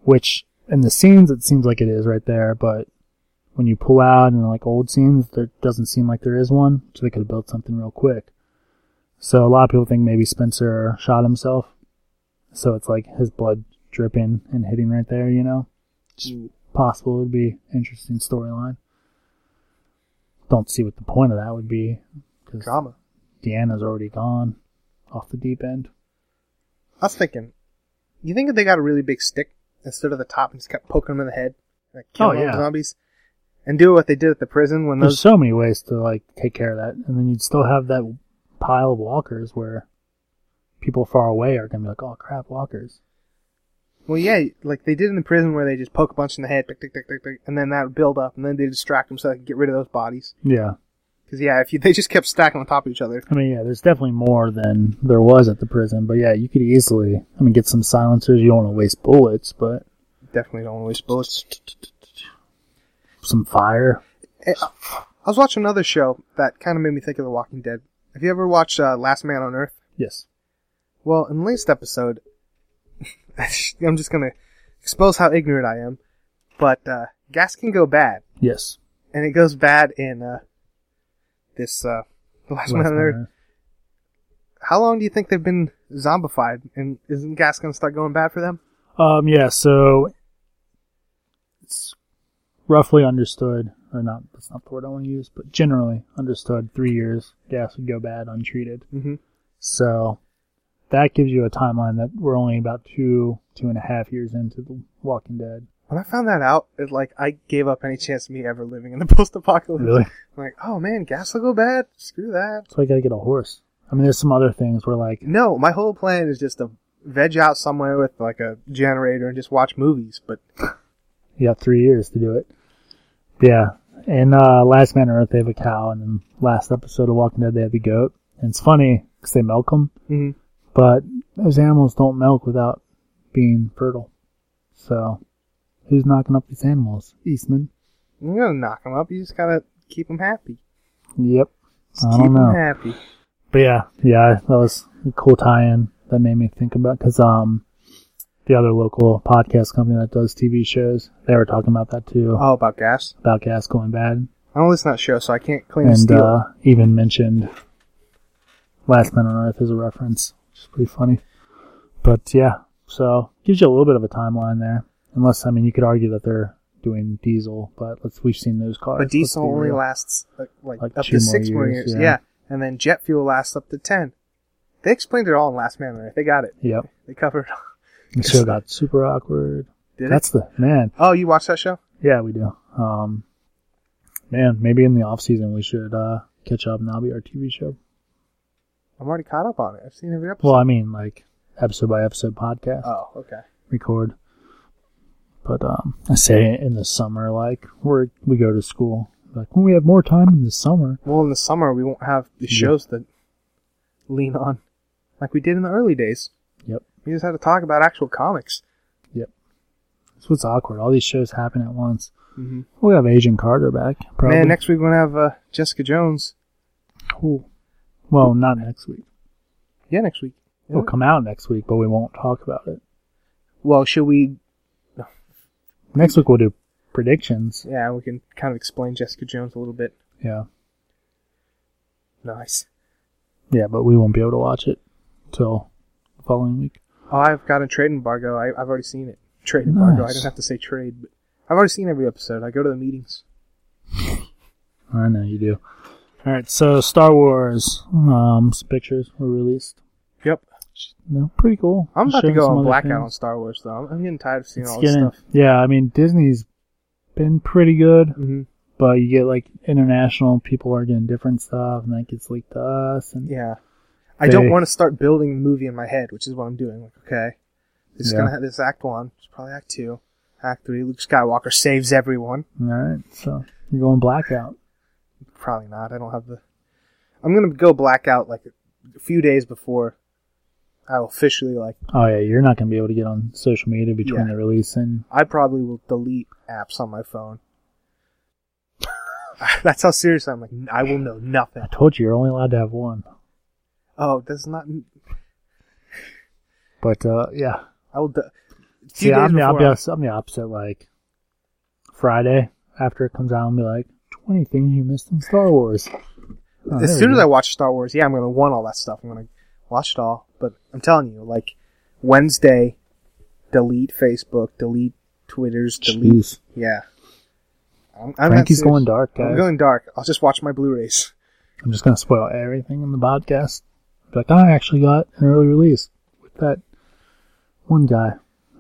[SPEAKER 3] which in the scenes it seems like it is right there, but when you pull out in like old scenes, there doesn't seem like there is one, so they could have built something real quick. So a lot of people think maybe Spencer shot himself, so it's like his blood dripping and hitting right there, you know. Just possible. It would be interesting storyline. Don't see what the point of that would be because
[SPEAKER 2] Drama.
[SPEAKER 3] Deanna's already gone off the deep end.
[SPEAKER 2] I was thinking, you think if they got a really big stick and stood at the top and just kept poking them in the head, like
[SPEAKER 3] Oh,
[SPEAKER 2] killing all the
[SPEAKER 3] yeah.
[SPEAKER 2] zombies, and do what they did at the prison when
[SPEAKER 3] There's
[SPEAKER 2] those
[SPEAKER 3] so many ways to like take care of that, and then you'd still have that pile of walkers where people far away are gonna be like, "Oh crap, walkers!"
[SPEAKER 2] Well, yeah, like they did in the prison where they just poke a bunch in the head, tick, tick, tick, tick, tick, and then that would build up, and then they distract them so they could get rid of those bodies.
[SPEAKER 3] Yeah,
[SPEAKER 2] Because yeah, if you, they just kept stacking on top of each other,
[SPEAKER 3] I mean, yeah, there's definitely more than there was at the prison, but yeah, you could easily, I mean, get some silencers. You don't want to waste bullets, but
[SPEAKER 2] definitely don't want to waste bullets.
[SPEAKER 3] some fire.
[SPEAKER 2] Eh, I I was watching another show that kind of made me think of The Walking Dead. Have you ever watched uh, Last Man on Earth?
[SPEAKER 3] Yes.
[SPEAKER 2] Well, in the latest episode, I'm just gonna expose how ignorant I am, but uh, gas can go bad,
[SPEAKER 3] Yes.
[SPEAKER 2] and it goes bad in uh, this uh, The Last, Man on Earth. how long do you think they've been zombified? And isn't gas going to start going bad for them?
[SPEAKER 3] Um, yeah, so it's roughly understood, or not, that's not the word I want to use, but generally understood three years gas would go bad untreated.
[SPEAKER 2] Mm-hmm.
[SPEAKER 3] So that gives you a timeline that we're only about two, two and a half years into The Walking Dead.
[SPEAKER 2] When I found that out, it like I gave up any chance of me ever living in the post-apocalypse. I'm like, oh man, gas will go bad. Screw that.
[SPEAKER 3] So I gotta get a horse. I mean, there's some other things where, like,
[SPEAKER 2] No, my whole plan is just to veg out somewhere with like a generator and just watch movies. But
[SPEAKER 3] You got three years to do it. Yeah. In uh, Last Man on Earth, they have a cow, and then last episode of Walking Dead, they had the goat. And it's funny because they milk them,
[SPEAKER 2] Mhm.
[SPEAKER 3] but those animals don't milk without being fertile. So, who's knocking up these animals? Eastman.
[SPEAKER 2] you're gonna knock them up. You just gotta keep them happy.
[SPEAKER 3] Yep.
[SPEAKER 2] Just
[SPEAKER 3] I
[SPEAKER 2] keep
[SPEAKER 3] don't
[SPEAKER 2] 'em
[SPEAKER 3] know.
[SPEAKER 2] happy.
[SPEAKER 3] But yeah, yeah, that was a cool tie-in that made me think about because um, the other local podcast company that does TV shows, they were talking about that too
[SPEAKER 2] Oh, about gas.
[SPEAKER 3] about gas going bad.
[SPEAKER 2] I don't listen to that show, so I can't claim to
[SPEAKER 3] and
[SPEAKER 2] steal.
[SPEAKER 3] uh, even mentioned Last Man on Earth as a reference, which is pretty funny. But yeah, so gives you a little bit of a timeline there. Unless I mean, you could argue that they're doing diesel, but let's we've seen those cars.
[SPEAKER 2] But
[SPEAKER 3] let's
[SPEAKER 2] diesel
[SPEAKER 3] be
[SPEAKER 2] only
[SPEAKER 3] real.
[SPEAKER 2] lasts uh, like,
[SPEAKER 3] Like
[SPEAKER 2] up
[SPEAKER 3] two
[SPEAKER 2] to
[SPEAKER 3] more
[SPEAKER 2] six more
[SPEAKER 3] years,
[SPEAKER 2] years.
[SPEAKER 3] yeah.
[SPEAKER 2] Yeah. and then jet fuel lasts up to ten. They explained it all in Last Man on Earth. They got it.
[SPEAKER 3] Yep,
[SPEAKER 2] They covered it. all.
[SPEAKER 3] the show got super awkward.
[SPEAKER 2] Did
[SPEAKER 3] That's the man.
[SPEAKER 2] it? Oh, you watched that show?
[SPEAKER 3] Yeah, we do. Um, man, maybe in the off season we should uh, catch up and that'll be our TV show.
[SPEAKER 2] I'm already caught up on it. I've seen every episode.
[SPEAKER 3] Well, I mean, like episode by episode podcast.
[SPEAKER 2] oh, okay.
[SPEAKER 3] record. But um, I say in the summer, like we we go to school, like when we have more time in the summer.
[SPEAKER 2] Well, in the summer we won't have the
[SPEAKER 3] Yeah.
[SPEAKER 2] shows that lean on, like we did in the early days.
[SPEAKER 3] Yep,
[SPEAKER 2] We just had to talk about actual comics.
[SPEAKER 3] that's what's awkward. All these shows happen at once.
[SPEAKER 2] Mm-hmm.
[SPEAKER 3] We have Agent Carter back. Probably.
[SPEAKER 2] Man, next week we're gonna have uh, Jessica Jones.
[SPEAKER 3] Ooh. Well, not next week.
[SPEAKER 2] Yeah, next week.
[SPEAKER 3] It'll Oh, come out next week, but we won't talk about it.
[SPEAKER 2] Well, should we?
[SPEAKER 3] Next week we'll do predictions.
[SPEAKER 2] Yeah, we can kind of explain Jessica Jones a little bit.
[SPEAKER 3] Yeah,
[SPEAKER 2] Nice.
[SPEAKER 3] yeah, but we won't be able to watch it till the following week.
[SPEAKER 2] Oh, I've got a trade embargo. I, I've already seen it. Trade embargo. I
[SPEAKER 3] Nice.
[SPEAKER 2] didn't have to say trade, but I've already seen every episode. I go to the meetings.
[SPEAKER 3] I know you do. All right, so Star Wars um, some pictures were released.
[SPEAKER 2] Yep.
[SPEAKER 3] No, pretty cool.
[SPEAKER 2] I'm about to
[SPEAKER 3] Showing
[SPEAKER 2] go
[SPEAKER 3] some
[SPEAKER 2] on
[SPEAKER 3] other
[SPEAKER 2] blackout
[SPEAKER 3] things.
[SPEAKER 2] on Star Wars, though. I'm, I'm getting tired of seeing
[SPEAKER 3] It's
[SPEAKER 2] all this
[SPEAKER 3] getting-
[SPEAKER 2] stuff.
[SPEAKER 3] Yeah, I mean Disney's been pretty good,
[SPEAKER 2] hmm
[SPEAKER 3] but you get like international people are getting different stuff, and that gets leaked to us. And
[SPEAKER 2] Yeah. I don't
[SPEAKER 3] They-
[SPEAKER 2] want to start building the movie in my head, which is what I'm doing. Like, okay, this is
[SPEAKER 3] Yeah.
[SPEAKER 2] gonna have this Act One. It's probably Act Two. Act Three. Luke Skywalker saves everyone.
[SPEAKER 3] all right, so you're going blackout.
[SPEAKER 2] Probably not. I don't have the. I'm gonna go blackout like a few days before I officially like.
[SPEAKER 3] Oh yeah, you're not gonna be able to get on social media between
[SPEAKER 2] Yeah.
[SPEAKER 3] the release and
[SPEAKER 2] I probably will delete apps on my phone. That's how serious I'm like, "N- I will know nothing.
[SPEAKER 3] I told you you're only allowed to have one.
[SPEAKER 2] Oh, that's not.
[SPEAKER 3] But uh, yeah,
[SPEAKER 2] I will. D- Two
[SPEAKER 3] See,
[SPEAKER 2] days
[SPEAKER 3] I'm the,
[SPEAKER 2] before I-
[SPEAKER 3] opposite, I'm the opposite. Like Friday after it comes out, I'll be like, 20 things you missed in Star Wars. Oh,
[SPEAKER 2] as
[SPEAKER 3] there
[SPEAKER 2] soon
[SPEAKER 3] we
[SPEAKER 2] as I
[SPEAKER 3] go.
[SPEAKER 2] watch Star Wars, yeah, I'm gonna want all that stuff. I'm gonna watch it all. But I'm telling you, like Wednesday, delete Facebook, delete Twitters, delete.
[SPEAKER 3] Jeez.
[SPEAKER 2] Yeah, I'm, I'm not
[SPEAKER 3] Frankie's
[SPEAKER 2] serious.
[SPEAKER 3] going dark, guys.
[SPEAKER 2] I'm
[SPEAKER 3] I'm,
[SPEAKER 2] going dark. I'll just watch my Blu-rays.
[SPEAKER 3] just going to spoil everything in the podcast. Be like, I actually got an early release with that one guy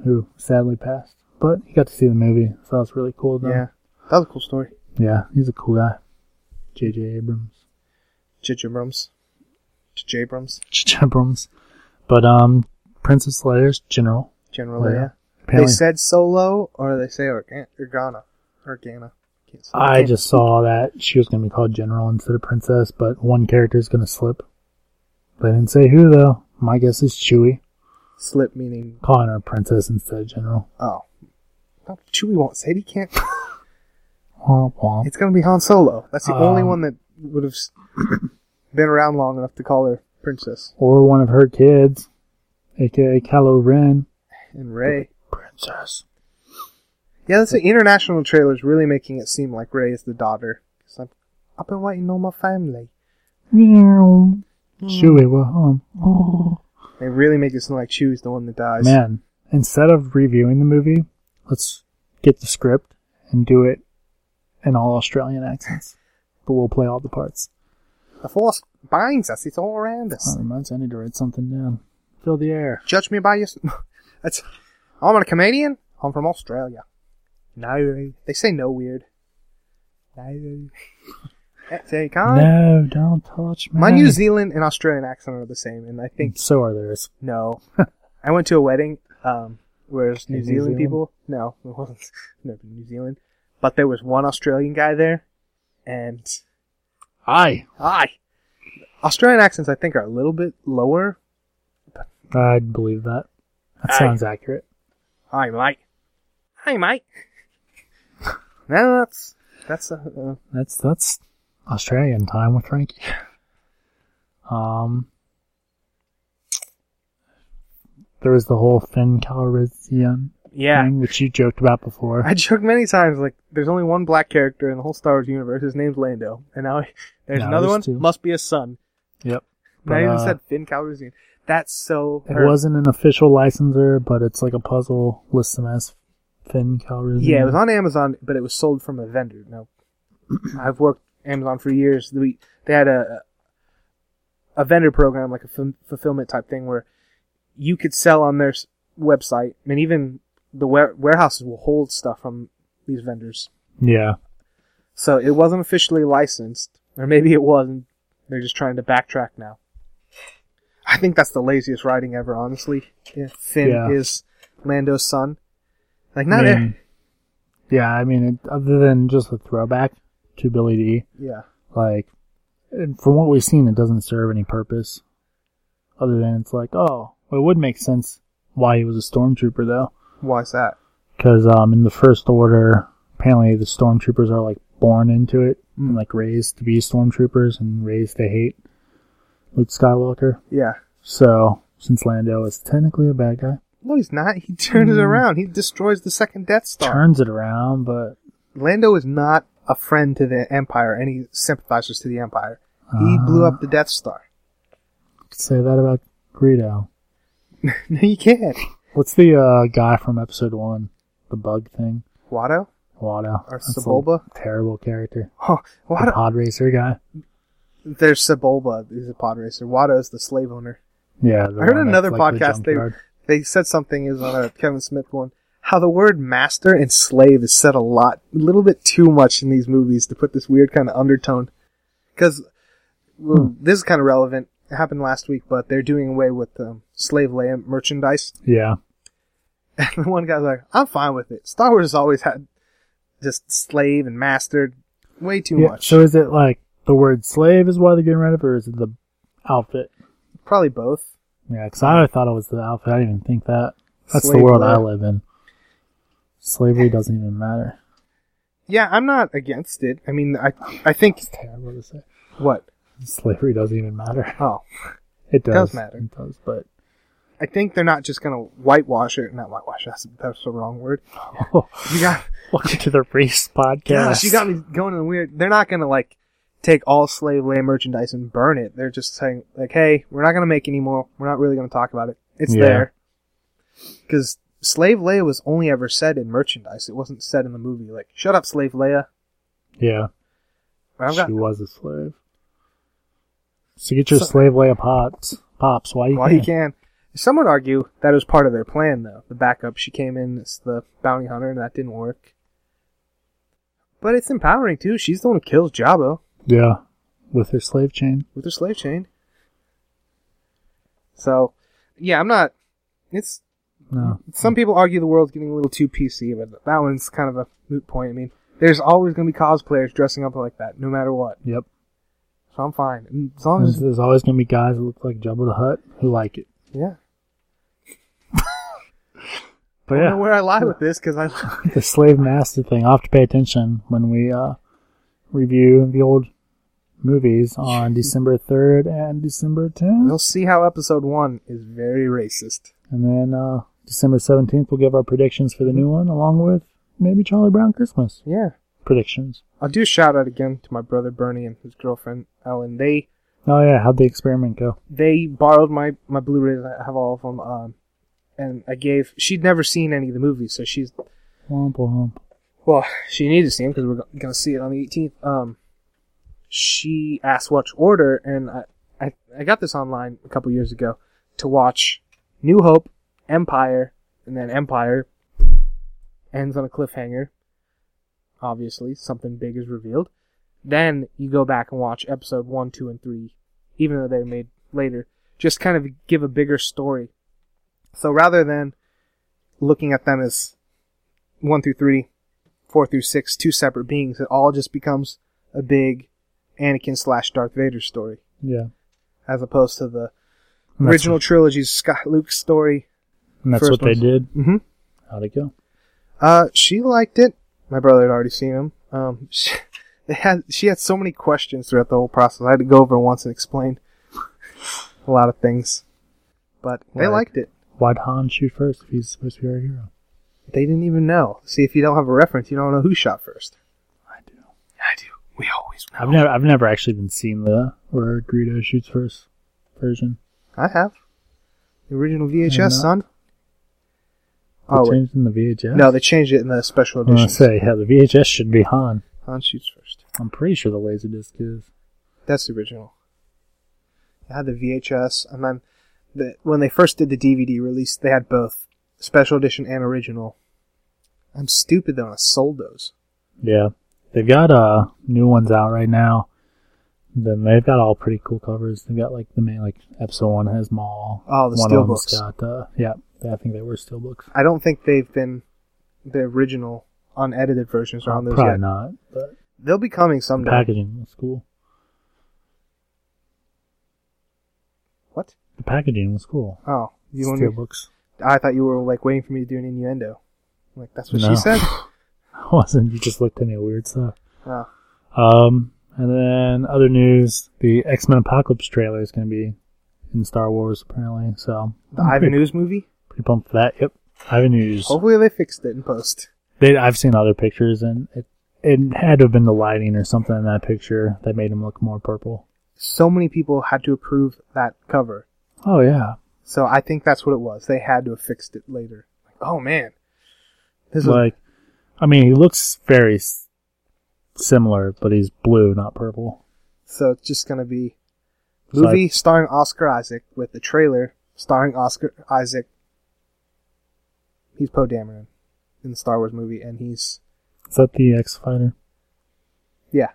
[SPEAKER 3] who sadly passed. But he got to see the movie, so that was really cool. Though.
[SPEAKER 2] Yeah, that was a cool story.
[SPEAKER 3] Yeah, he's a cool guy. J.J. Abrams.
[SPEAKER 2] J.J. Abrams, J.J. Abrams,
[SPEAKER 3] J.J. Abrams. But, um, Princess Leia's general.
[SPEAKER 2] General
[SPEAKER 3] Oh, yeah.
[SPEAKER 2] Leia. They
[SPEAKER 3] Apparently,
[SPEAKER 2] said Solo, or they say Organ- Organa, Organa. Can't say-
[SPEAKER 3] I
[SPEAKER 2] can't-
[SPEAKER 3] just saw that she was going to be called General instead of Princess, but one character is going to slip. They didn't say who, though. My guess is Chewie,
[SPEAKER 2] slip meaning
[SPEAKER 3] calling her Princess instead of General.
[SPEAKER 2] oh. No, Chewie won't say it. He can't.
[SPEAKER 3] Womp womp.
[SPEAKER 2] It's gonna be Han Solo. That's the only
[SPEAKER 3] Um,
[SPEAKER 2] one that would have been around long enough to call her princess.
[SPEAKER 3] Or one of her kids, aka Kylo Ren.
[SPEAKER 2] And Ray.
[SPEAKER 3] Princess.
[SPEAKER 2] Yeah, that's the international trailers really making it seem like Ray is the daughter. Cause I've, I've been waiting on my family.
[SPEAKER 3] Meow. Chewie, we're home. Oh.
[SPEAKER 2] They really make it seem like Chewie's the one that dies.
[SPEAKER 3] Man, instead of reviewing the movie, let's get the script and do it in all Australian accents. But we'll play all the parts.
[SPEAKER 2] The Force binds us. It's all around us.
[SPEAKER 3] That reminds I need to write something down. Fill the air.
[SPEAKER 2] Judge me by your. s- that's. I'm a comedian. I'm from Australia. No, they say no weird. No. That's a kind.
[SPEAKER 3] No, don't touch me.
[SPEAKER 2] My New Zealand and Australian accent are the same, and I think
[SPEAKER 3] So are theirs.
[SPEAKER 2] no. I went to a wedding um, where it was New,
[SPEAKER 3] New
[SPEAKER 2] Zealand,
[SPEAKER 3] Zealand?
[SPEAKER 2] people. No, it wasn't. No, New Zealand. But there was one Australian guy there, and
[SPEAKER 3] Aye.
[SPEAKER 2] I Australian accents I think are a little bit lower.
[SPEAKER 3] I'd believe that. That
[SPEAKER 2] Aye.
[SPEAKER 3] sounds accurate.
[SPEAKER 2] Hi, mate. Hi, mate. no, that's that's uh, uh,
[SPEAKER 3] That's that's Australian time with Frankie. Um, there was the whole Finn Calrissian
[SPEAKER 2] yeah.
[SPEAKER 3] thing, which you joked about before.
[SPEAKER 2] I joked many times like there's only one black character in the whole Star Wars universe. His name's Lando, and now there's
[SPEAKER 3] No,
[SPEAKER 2] another one.
[SPEAKER 3] there's two.
[SPEAKER 2] Must be a son.
[SPEAKER 3] yep.
[SPEAKER 2] Not
[SPEAKER 3] But,
[SPEAKER 2] even
[SPEAKER 3] uh,
[SPEAKER 2] said Finn Calrissian. That's so.
[SPEAKER 3] It
[SPEAKER 2] or-
[SPEAKER 3] wasn't an official licensor, but it's like a puzzle. Lists them as Finn Calrissian.
[SPEAKER 2] Yeah, it was on Amazon, but it was sold from a vendor. Now, I've worked Amazon for years. We they had a a vendor program, like a ful- fulfillment type thing, where you could sell on their s- website, and even the ware- warehouses will hold stuff from these vendors.
[SPEAKER 3] Yeah.
[SPEAKER 2] So it wasn't officially licensed, or maybe it was, and they're just trying to backtrack now. I think that's the laziest writing ever, honestly. Yeah, Finn
[SPEAKER 3] Yeah.
[SPEAKER 2] is Lando's son. Like, not.
[SPEAKER 3] I
[SPEAKER 2] e-
[SPEAKER 3] mean, yeah, I mean, it, other than just a throwback to Billy D,
[SPEAKER 2] yeah.
[SPEAKER 3] like, and from what we've seen, it doesn't serve any purpose. Other than it's like, oh, well, it would make sense why he was a stormtrooper though,
[SPEAKER 2] Why's that?
[SPEAKER 3] because um, in the First Order, apparently the stormtroopers are like born into it, and, like raised to be stormtroopers and raised to hate Luke Skywalker.
[SPEAKER 2] Yeah.
[SPEAKER 3] So since Lando is technically a bad guy,
[SPEAKER 2] No, he's not. He turns it
[SPEAKER 3] Hmm.
[SPEAKER 2] around. He destroys the second Death Star.
[SPEAKER 3] turns it around, but
[SPEAKER 2] Lando is not a friend to the Empire, and he sympathizes to the Empire. He
[SPEAKER 3] Uh.
[SPEAKER 2] blew up the Death Star.
[SPEAKER 3] say that about Greedo.
[SPEAKER 2] no, you can't.
[SPEAKER 3] What's the uh, guy from episode one? The bug thing?
[SPEAKER 2] Watto?
[SPEAKER 3] Watto.
[SPEAKER 2] Or
[SPEAKER 3] That's a
[SPEAKER 2] Sebulba?
[SPEAKER 3] Terrible character.
[SPEAKER 2] Oh,
[SPEAKER 3] The
[SPEAKER 2] Watto.
[SPEAKER 3] pod racer guy.
[SPEAKER 2] There's Sebulba, who's a pod racer. Watto is the slave owner.
[SPEAKER 3] Yeah. the
[SPEAKER 2] I heard
[SPEAKER 3] one
[SPEAKER 2] another
[SPEAKER 3] that's like the
[SPEAKER 2] podcast they,
[SPEAKER 3] junkyard.
[SPEAKER 2] they said something is on a Kevin Smith one. How the word master and slave is said a lot, a little bit too much in these movies to put this weird kind of undertone. Because well,
[SPEAKER 3] Hmm.
[SPEAKER 2] this is kind of relevant. It happened last week, but they're doing away with um, slave land merchandise.
[SPEAKER 3] Yeah.
[SPEAKER 2] And the one guy's like, "I'm fine with it." Star Wars has always had just slave and master way too
[SPEAKER 3] yeah.
[SPEAKER 2] much.
[SPEAKER 3] So is it like the word slave is why they're getting rid of it, or is it the outfit?
[SPEAKER 2] Probably both.
[SPEAKER 3] Yeah, because I thought it was the outfit. I didn't even think that. That's
[SPEAKER 2] Slave
[SPEAKER 3] the world I
[SPEAKER 2] labor.
[SPEAKER 3] live in. Slavery doesn't even matter.
[SPEAKER 2] Yeah, I'm not against it. I mean, I I think
[SPEAKER 3] It's terrible to say.
[SPEAKER 2] what?
[SPEAKER 3] Slavery doesn't even matter.
[SPEAKER 2] Oh,
[SPEAKER 3] It does,
[SPEAKER 2] does matter.
[SPEAKER 3] It does, but
[SPEAKER 2] I think they're not just gonna whitewash it. Not whitewash. That's that's the wrong word. You got
[SPEAKER 3] welcome to the Reefs podcast.
[SPEAKER 2] Gosh, you got me going in weird. They're not gonna like take all slave land merchandise and burn it. They're just saying like, hey, we're not gonna make any more. We're not really gonna talk about it. It's
[SPEAKER 3] Yeah.
[SPEAKER 2] there. Because slave Leia was only ever said in merchandise. It wasn't said in the movie. Like, shut up, slave Leia.
[SPEAKER 3] Yeah,
[SPEAKER 2] I've got,
[SPEAKER 3] she was a slave. So get your
[SPEAKER 2] So-
[SPEAKER 3] slave way of pops, pops. Why you?
[SPEAKER 2] well,
[SPEAKER 3] can't?
[SPEAKER 2] he can. Some would argue that was part of their plan, though. The backup, she came in as the bounty hunter, and that didn't work. But it's empowering too. She's the one who kills Jabba
[SPEAKER 3] Yeah, with her slave chain.
[SPEAKER 2] with her slave chain. So, yeah, I'm not. It's
[SPEAKER 3] No,
[SPEAKER 2] some people argue the world's getting a little too PC, but that one's kind of a moot point. I mean, there's always going to be cosplayers dressing up like that, no matter what.
[SPEAKER 3] Yep.
[SPEAKER 2] So I'm fine, And as long
[SPEAKER 3] There's,
[SPEAKER 2] as
[SPEAKER 3] there's always gonna be guys that look like Jabba the Hutt who like it.
[SPEAKER 2] yeah.
[SPEAKER 3] But
[SPEAKER 2] I don't know
[SPEAKER 3] yeah,
[SPEAKER 2] where I lie with this because I
[SPEAKER 3] the slave master thing. I'll have to pay attention when we uh, review the old movies on December third and December tenth,
[SPEAKER 2] we'll see how episode one is very racist.
[SPEAKER 3] and then uh, December seventeenth we'll give our predictions for the new one, along with maybe Charlie Brown Christmas
[SPEAKER 2] Yeah.
[SPEAKER 3] predictions.
[SPEAKER 2] I'll do a shout out again to my brother Bernie and his girlfriend Ellen. They
[SPEAKER 3] Oh yeah, how'd the experiment go?
[SPEAKER 2] they borrowed my my Blu-rays. I have all of them. Um, and I gave. She'd never seen any of the movies, so she's
[SPEAKER 3] Womp womp.
[SPEAKER 2] well, she needed to see them because we're go- gonna see it on the 18th. Um, she asked what to order, and I, I I got this online a couple years ago to watch New Hope, Empire, and then Empire ends on a cliffhanger. Obviously, something big is revealed. Then you go back and watch episode one, two, and three, even though they were made later. Just kind of give a bigger story. So rather than looking at them as one through three, four through six, two separate beings, it all just becomes a big Anakin slash Darth Vader story,
[SPEAKER 3] Yeah.
[SPEAKER 2] as opposed to the
[SPEAKER 3] And that's-
[SPEAKER 2] original trilogy's Scott Luke story.
[SPEAKER 3] And that's
[SPEAKER 2] first
[SPEAKER 3] what
[SPEAKER 2] ones.
[SPEAKER 3] they did.
[SPEAKER 2] Mm-hmm.
[SPEAKER 3] How'd it go?
[SPEAKER 2] Uh, she liked it. My brother had already seen him. Um, she, they had she had so many questions throughout the whole process. I had to go over once and explain a lot of things, but they
[SPEAKER 3] Right.
[SPEAKER 2] liked it.
[SPEAKER 3] Why'd Han shoot first if he's supposed to be our hero?
[SPEAKER 2] They didn't even know. See, if you don't have a reference, you don't know who shot first.
[SPEAKER 3] I do.
[SPEAKER 2] I do. We always
[SPEAKER 3] I've never, I've never actually even seen the where Greedo shoots first version.
[SPEAKER 2] I have. The original VHS,
[SPEAKER 3] not.
[SPEAKER 2] son.
[SPEAKER 3] They
[SPEAKER 2] Oh, wait.
[SPEAKER 3] changed in the VHS.
[SPEAKER 2] No, they changed it in the special
[SPEAKER 3] I'm gonna
[SPEAKER 2] edition.
[SPEAKER 3] say yeah, the VHS should be Han.
[SPEAKER 2] Han shoots first.
[SPEAKER 3] I'm pretty sure the laserdisc is.
[SPEAKER 2] That's the original. They had the VHS, and then the, when they first did the DVD release, they had both special edition and original. I'm stupid though, and I sold those.
[SPEAKER 3] Yeah, they've got uh new ones out right now. Then they've got all pretty cool covers. They've got like the main like episode one has Maul.
[SPEAKER 2] Oh, the
[SPEAKER 3] one
[SPEAKER 2] steel
[SPEAKER 3] of them's
[SPEAKER 2] books.
[SPEAKER 3] Got, uh, yeah, I think they were steel books.
[SPEAKER 2] I don't think they've been the original unedited versions are on those
[SPEAKER 3] Probably
[SPEAKER 2] yet.
[SPEAKER 3] not. But
[SPEAKER 2] They'll be coming
[SPEAKER 3] the
[SPEAKER 2] someday.
[SPEAKER 3] packaging was cool.
[SPEAKER 2] What?
[SPEAKER 3] The packaging was cool.
[SPEAKER 2] Oh, you want
[SPEAKER 3] steel
[SPEAKER 2] me?
[SPEAKER 3] books.
[SPEAKER 2] I thought you were like waiting for me to do an innuendo. I'm like that's what
[SPEAKER 3] No.
[SPEAKER 2] she said.
[SPEAKER 3] wasn't. You just looked at me weird stuff.
[SPEAKER 2] Oh,
[SPEAKER 3] Um, and then other news: the X Men Apocalypse trailer is going to be in Star Wars apparently. So
[SPEAKER 2] the
[SPEAKER 3] I'm
[SPEAKER 2] Ivan
[SPEAKER 3] pretty,
[SPEAKER 2] News Oh. movie.
[SPEAKER 3] pretty pumped for that. Yep, Ivan News.
[SPEAKER 2] Hopefully they fixed it in post.
[SPEAKER 3] They, I've seen other pictures, and it it had to have been the lighting or something in that picture that made him look more purple.
[SPEAKER 2] So many people had to approve that cover.
[SPEAKER 3] Oh yeah,
[SPEAKER 2] So I think that's what it was. They had to have fixed it later. Like, oh man, this is
[SPEAKER 3] like I mean, he looks very s- similar, but he's blue, not purple.
[SPEAKER 2] so it's just gonna be
[SPEAKER 3] So I-
[SPEAKER 2] movie starring Oscar Isaac with the trailer starring Oscar Isaac. He's Poe Dameron in the Star Wars movie, and he's
[SPEAKER 3] Is that the X Fighter?
[SPEAKER 2] yeah,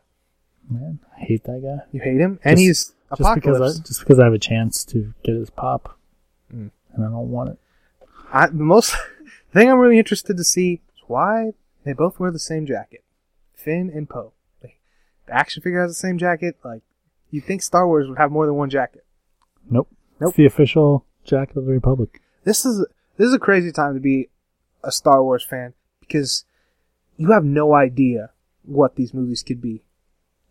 [SPEAKER 3] Man, I hate that guy.
[SPEAKER 2] you hate him, and
[SPEAKER 3] Just-
[SPEAKER 2] he's
[SPEAKER 3] Just because,
[SPEAKER 2] Apocalypse.
[SPEAKER 3] I, just because I have a chance to get his pop,
[SPEAKER 2] Mm.
[SPEAKER 3] and I don't want it.
[SPEAKER 2] I, the most thing I'm really interested to see is why they both wear the same jacket, Finn and Poe. Like, the action figure has the same jacket. Like you'd think Star Wars would have more than one jacket.
[SPEAKER 3] Nope.
[SPEAKER 2] Nope.
[SPEAKER 3] It's the official Jack of the Republic.
[SPEAKER 2] this is this is a crazy time to be a Star Wars fan because you have no idea what these movies could be.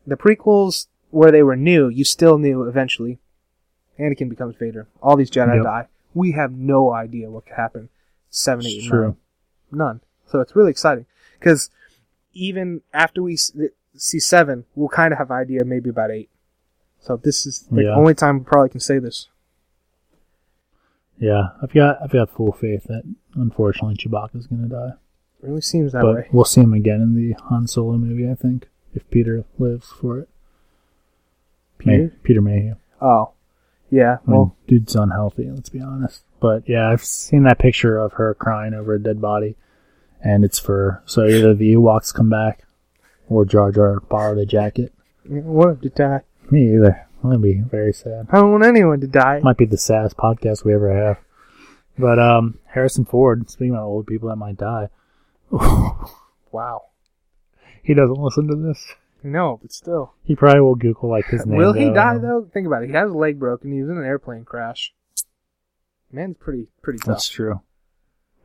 [SPEAKER 2] The prequels, where they were new, you still knew eventually. Anakin becomes Vader. All these Jedi
[SPEAKER 3] Yep.
[SPEAKER 2] die. We have no idea what could happen. Seven, eight,
[SPEAKER 3] It's
[SPEAKER 2] and
[SPEAKER 3] true.
[SPEAKER 2] nine. None. So it's really exciting because even after we s- see seven, we'll kind of have an idea maybe about eight. So this is the
[SPEAKER 3] Yeah.
[SPEAKER 2] only time we probably can say this.
[SPEAKER 3] Yeah, I've got I've got full faith that unfortunately Chewbacca's gonna die,
[SPEAKER 2] It really seems that
[SPEAKER 3] but
[SPEAKER 2] way.
[SPEAKER 3] we'll see him again in the Han Solo movie. I think if Peter lives for it, May-
[SPEAKER 2] Peter?
[SPEAKER 3] Peter Mayhew.
[SPEAKER 2] Oh, yeah.
[SPEAKER 3] I mean,
[SPEAKER 2] Well,
[SPEAKER 3] dude's unhealthy. Let's be honest. But yeah, I've seen that picture of her crying over a dead body, and it's for so either the Ewoks come back, or Jar Jar borrowed a jacket.
[SPEAKER 2] what if to die?
[SPEAKER 3] Me either. I'm gonna be very sad.
[SPEAKER 2] I don't want anyone to die.
[SPEAKER 3] Might be the saddest podcast we ever have. But um, Harrison Ford. Speaking about old people that might die,
[SPEAKER 2] Wow.
[SPEAKER 3] he doesn't listen to this.
[SPEAKER 2] No, but still.
[SPEAKER 3] He probably will Google like his name.
[SPEAKER 2] Will he
[SPEAKER 3] though,
[SPEAKER 2] die
[SPEAKER 3] and-
[SPEAKER 2] though? Think about it. He has a leg broken. He was in an airplane crash. Man's pretty pretty tough.
[SPEAKER 3] That's true.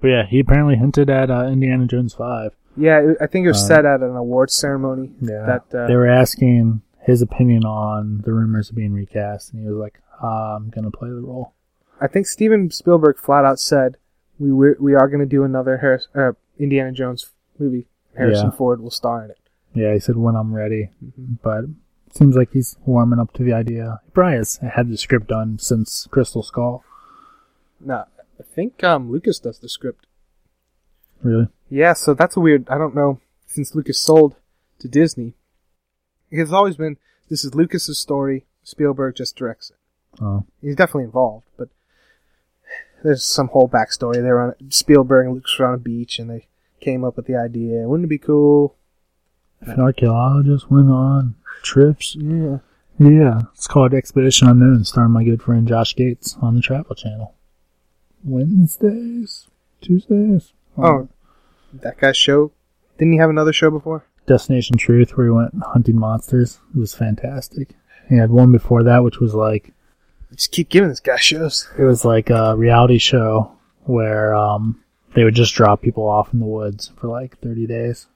[SPEAKER 3] But yeah, he apparently hinted at uh, Indiana Jones Five.
[SPEAKER 2] yeah, it- I think it was
[SPEAKER 3] Um,
[SPEAKER 2] said at an awards ceremony
[SPEAKER 3] Yeah,
[SPEAKER 2] that uh,
[SPEAKER 3] they were asking his opinion on the rumors of being recast, and he was like, "Ah, "I'm gonna play the role."
[SPEAKER 2] I think Steven Spielberg flat out said we were, we are going to do another Harris, uh, Indiana Jones movie. Harrison
[SPEAKER 3] Yeah.
[SPEAKER 2] Ford will star in it.
[SPEAKER 3] Yeah, he said when I'm ready,
[SPEAKER 2] Mm-hmm.
[SPEAKER 3] but it seems like he's warming up to the idea. He probably has had the script done since Crystal Skull.
[SPEAKER 2] No, I think um, Lucas does the script.
[SPEAKER 3] Really?
[SPEAKER 2] Yeah, so that's a weird. I don't know since Lucas sold to Disney. It has always been this is Lucas's story. Spielberg just directs it.
[SPEAKER 3] Oh,
[SPEAKER 2] he's definitely involved, but there's some whole backstory. They were on Spielberg and Lucas were on a beach, and they came up with the idea. Wouldn't it be cool?
[SPEAKER 3] if an archaeologist went on trips.
[SPEAKER 2] Yeah.
[SPEAKER 3] Yeah, it's called Expedition Unknown, starring my good friend Josh Gates on the Travel Channel. Wednesdays, Tuesdays.
[SPEAKER 2] Oh, that guy's show. Didn't he have another show before?
[SPEAKER 3] Destination Truth, where he went hunting monsters. It was fantastic. He had one before that, which was like
[SPEAKER 2] Just keep giving this guy shows.
[SPEAKER 3] it was like a reality show where um, they would just drop people off in the woods for like 30 days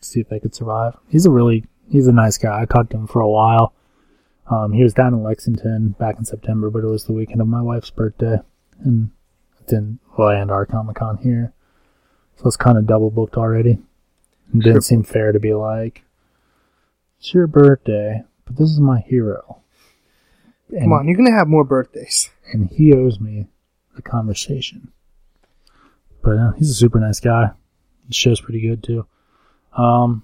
[SPEAKER 3] to see if they could survive. He's a really he's a nice guy. I talked to him for a while. Um, he was down in Lexington back in September, but it was the weekend of my wife's birthday, and it didn't land our Comic Con here, so it's kind of double booked already. It didn't seem fair to be like, it's your birthday, but this is my hero.
[SPEAKER 2] Come on, you're gonna have more birthdays.
[SPEAKER 3] and he owes me a conversation. But uh, he's a super nice guy. The show's pretty good too. Um,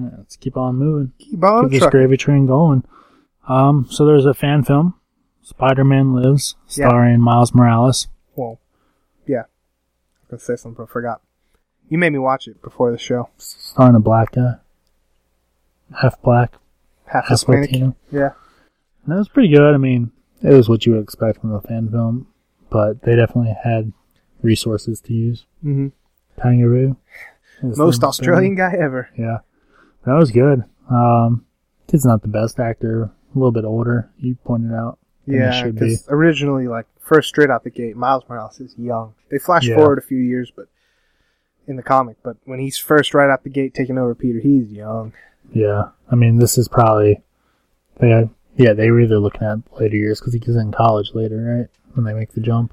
[SPEAKER 3] yeah, let's keep on moving.
[SPEAKER 2] Keep on
[SPEAKER 3] keep this
[SPEAKER 2] trucking.
[SPEAKER 3] gravy train going. Um, so there's a fan film, Spider-Man Lives,
[SPEAKER 2] Yeah.
[SPEAKER 3] starring Miles Morales.
[SPEAKER 2] Well, yeah. I was gonna say something, but I forgot. You made me watch it before the show.
[SPEAKER 3] starring a black guy, half black,
[SPEAKER 2] Half
[SPEAKER 3] half
[SPEAKER 2] Hispanic.
[SPEAKER 3] Latino.
[SPEAKER 2] Yeah.
[SPEAKER 3] And that was pretty good. I mean, it was what you would expect from a fan film, but they definitely had resources to use.
[SPEAKER 2] hmm
[SPEAKER 3] Kangaroo. His
[SPEAKER 2] Most
[SPEAKER 3] name's
[SPEAKER 2] Australian guy ever.
[SPEAKER 3] Ben. Yeah. That was good. Um, kid's not the best actor. A little bit older, you pointed out. than he
[SPEAKER 2] Yeah,
[SPEAKER 3] should be.
[SPEAKER 2] because originally, like first straight out the gate, Miles Morales is young. They flash
[SPEAKER 3] Yeah.
[SPEAKER 2] forward a few years, but in the comic, but when he's first right out the gate taking over Peter, he's young.
[SPEAKER 3] Yeah. I mean, this is probably. They, yeah, they were either looking at later years because he gets in college later, right? When they make the jump.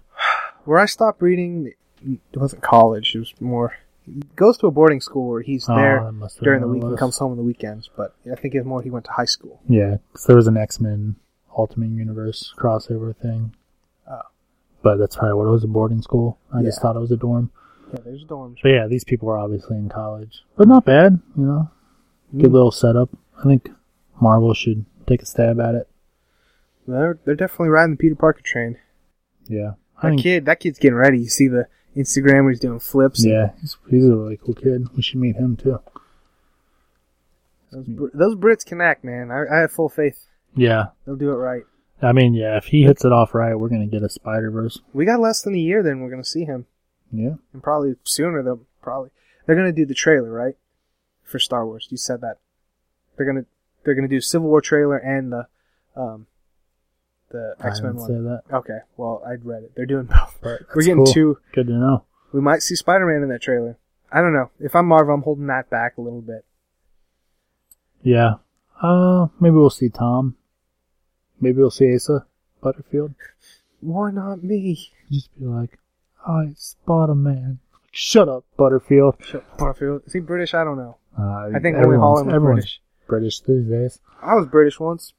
[SPEAKER 2] Where I stopped reading, it wasn't college. It was more he goes to a boarding school where he's
[SPEAKER 3] Oh,
[SPEAKER 2] there
[SPEAKER 3] that must have
[SPEAKER 2] during the
[SPEAKER 3] been what
[SPEAKER 2] week
[SPEAKER 3] it
[SPEAKER 2] and
[SPEAKER 3] was.
[SPEAKER 2] comes home on the weekends. But I think it's more he went to high school.
[SPEAKER 3] Yeah, because there was an X Men Ultimate Universe crossover thing.
[SPEAKER 2] Oh.
[SPEAKER 3] But that's probably what it was a boarding school. I just
[SPEAKER 2] Yeah.
[SPEAKER 3] thought it was a dorm.
[SPEAKER 2] Yeah, there's dorms.
[SPEAKER 3] But yeah, these people were obviously in college. But not bad, you know. Good little setup. I think Marvel should take a stab at it.
[SPEAKER 2] They're they're definitely riding the Peter Parker train.
[SPEAKER 3] Yeah. I
[SPEAKER 2] That
[SPEAKER 3] think,
[SPEAKER 2] kid, that kid's getting ready. You see the Instagram where he's doing flips.
[SPEAKER 3] yeah, he's, he's a really cool kid. We should meet him too.
[SPEAKER 2] Those, Br- those Brits can act, man. I, I have full faith.
[SPEAKER 3] Yeah.
[SPEAKER 2] They'll do it right.
[SPEAKER 3] I mean, yeah, if he hits it off right, we're going to get a Spider Verse.
[SPEAKER 2] We got less than a year, then we're gonna see him,
[SPEAKER 3] Yeah.
[SPEAKER 2] and probably sooner. Than probably they're gonna do the trailer, right? For Star Wars, you said that they're gonna they're gonna do Civil War trailer and the um the
[SPEAKER 3] I
[SPEAKER 2] X Men
[SPEAKER 3] didn't say
[SPEAKER 2] one.
[SPEAKER 3] that.
[SPEAKER 2] Okay, well I'd read it. They're doing both.
[SPEAKER 3] But
[SPEAKER 2] We're
[SPEAKER 3] that's
[SPEAKER 2] getting
[SPEAKER 3] cool.
[SPEAKER 2] two.
[SPEAKER 3] Good to know.
[SPEAKER 2] We might see Spider Man in that trailer. I don't know. If I'm Marvel, I'm holding that back a little bit.
[SPEAKER 3] Yeah. Uh, maybe we'll see Tom. Maybe we'll see Asa Butterfield.
[SPEAKER 2] Why not me?
[SPEAKER 3] Just be like, I spot a man. Shut up, Butterfield.
[SPEAKER 2] Butterfield. Is he British? I don't know.
[SPEAKER 3] Uh,
[SPEAKER 2] I think only
[SPEAKER 3] everyone's-
[SPEAKER 2] Holland was
[SPEAKER 3] everyone's
[SPEAKER 2] British.
[SPEAKER 3] British these days.
[SPEAKER 2] I was British once.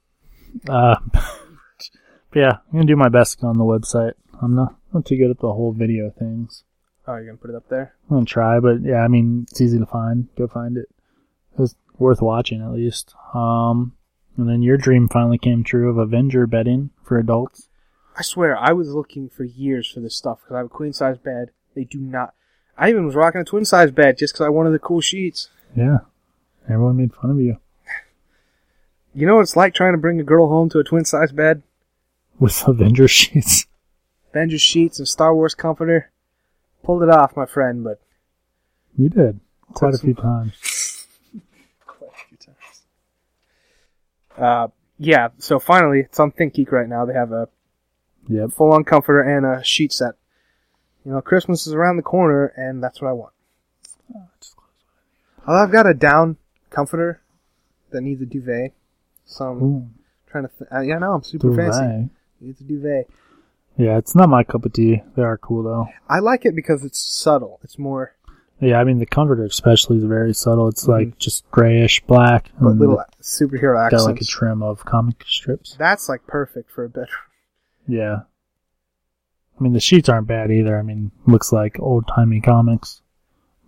[SPEAKER 3] Uh, but yeah, I'm gonna do my best on the website. I'm not not too good at the whole video things.
[SPEAKER 2] Oh, you're gonna put it up there?
[SPEAKER 3] I'm gonna try, but yeah, I mean, it's easy to find. Go find it. It was worth watching at least. Um, and then your dream finally came true of Avenger bedding for adults.
[SPEAKER 2] I swear, I was looking for years for this stuff because I have a queen size bed. They do not. I even was rocking a twin size bed just because I wanted the cool sheets.
[SPEAKER 3] Yeah, everyone made fun of you
[SPEAKER 2] You know what it's like trying to bring a girl home to a twin size bed?
[SPEAKER 3] with Avenger sheets.
[SPEAKER 2] Avengers sheets and Star Wars comforter. Pulled it off, my friend, but
[SPEAKER 3] You did quite a
[SPEAKER 2] That's-
[SPEAKER 3] few times.
[SPEAKER 2] uh, yeah. So finally, it's on ThinkGeek right now. They have a
[SPEAKER 3] Yep.
[SPEAKER 2] full on comforter and a sheet set. You know, Christmas is around the corner, and that's what I want. Although I've got a down comforter that needs a duvet, so I'm
[SPEAKER 3] Ooh,
[SPEAKER 2] trying to. Th- uh, yeah, no, I'm super fancy.
[SPEAKER 3] duvet.
[SPEAKER 2] It's a duvet.
[SPEAKER 3] Yeah, it's not my cup of tea. They are cool though.
[SPEAKER 2] I like it because it's subtle. It's more
[SPEAKER 3] Yeah, I mean the comforter especially is very subtle. It's like just grayish black
[SPEAKER 2] Mm-hmm. but
[SPEAKER 3] and
[SPEAKER 2] little superhero
[SPEAKER 3] Oh, got like a
[SPEAKER 2] accents.
[SPEAKER 3] trim of comic strips.
[SPEAKER 2] That's like perfect for a bedroom.
[SPEAKER 3] Yeah, I mean the sheets aren't bad either. I mean looks like old timey comics,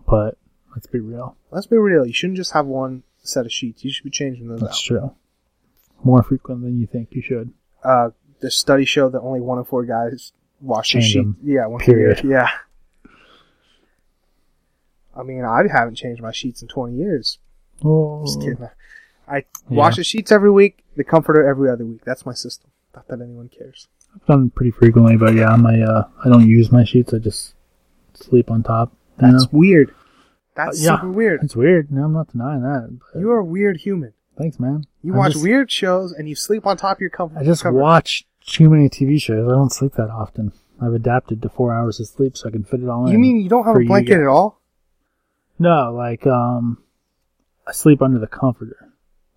[SPEAKER 3] but let's be real,
[SPEAKER 2] Let's be real. You shouldn't just have one set of sheets. You should be changing those
[SPEAKER 3] that's true. More frequent than you think you should.
[SPEAKER 2] out. Uh, the studies show that only one in four guys wash their
[SPEAKER 3] Change
[SPEAKER 2] sheets.
[SPEAKER 3] them.
[SPEAKER 2] Yeah, one period.
[SPEAKER 3] Period.
[SPEAKER 2] Yeah. I mean, I haven't changed my sheets in 20 years.
[SPEAKER 3] Oh,
[SPEAKER 2] Just kidding. I wash the sheets every week, the comforter every other week. That's my system. Not that anyone cares.
[SPEAKER 3] I've done pretty frequently, but yeah, my uh, I don't use my sheets. I just sleep on top. you
[SPEAKER 2] That's
[SPEAKER 3] know?
[SPEAKER 2] weird. That's
[SPEAKER 3] Uh, yeah.
[SPEAKER 2] super weird.
[SPEAKER 3] It's weird. No, I'm not denying that. but
[SPEAKER 2] You're a weird human.
[SPEAKER 3] thanks, man.
[SPEAKER 2] You
[SPEAKER 3] I
[SPEAKER 2] watch
[SPEAKER 3] just-
[SPEAKER 2] weird shows and you sleep on top of your comfort.
[SPEAKER 3] I just
[SPEAKER 2] cover.
[SPEAKER 3] watch too many TV shows. I don't sleep that often. I've adapted to four hours of sleep so I can fit it all in.
[SPEAKER 2] You mean you don't have
[SPEAKER 3] for
[SPEAKER 2] a
[SPEAKER 3] you
[SPEAKER 2] blanket
[SPEAKER 3] guys.
[SPEAKER 2] at all?
[SPEAKER 3] No, like um, I sleep under the comforter,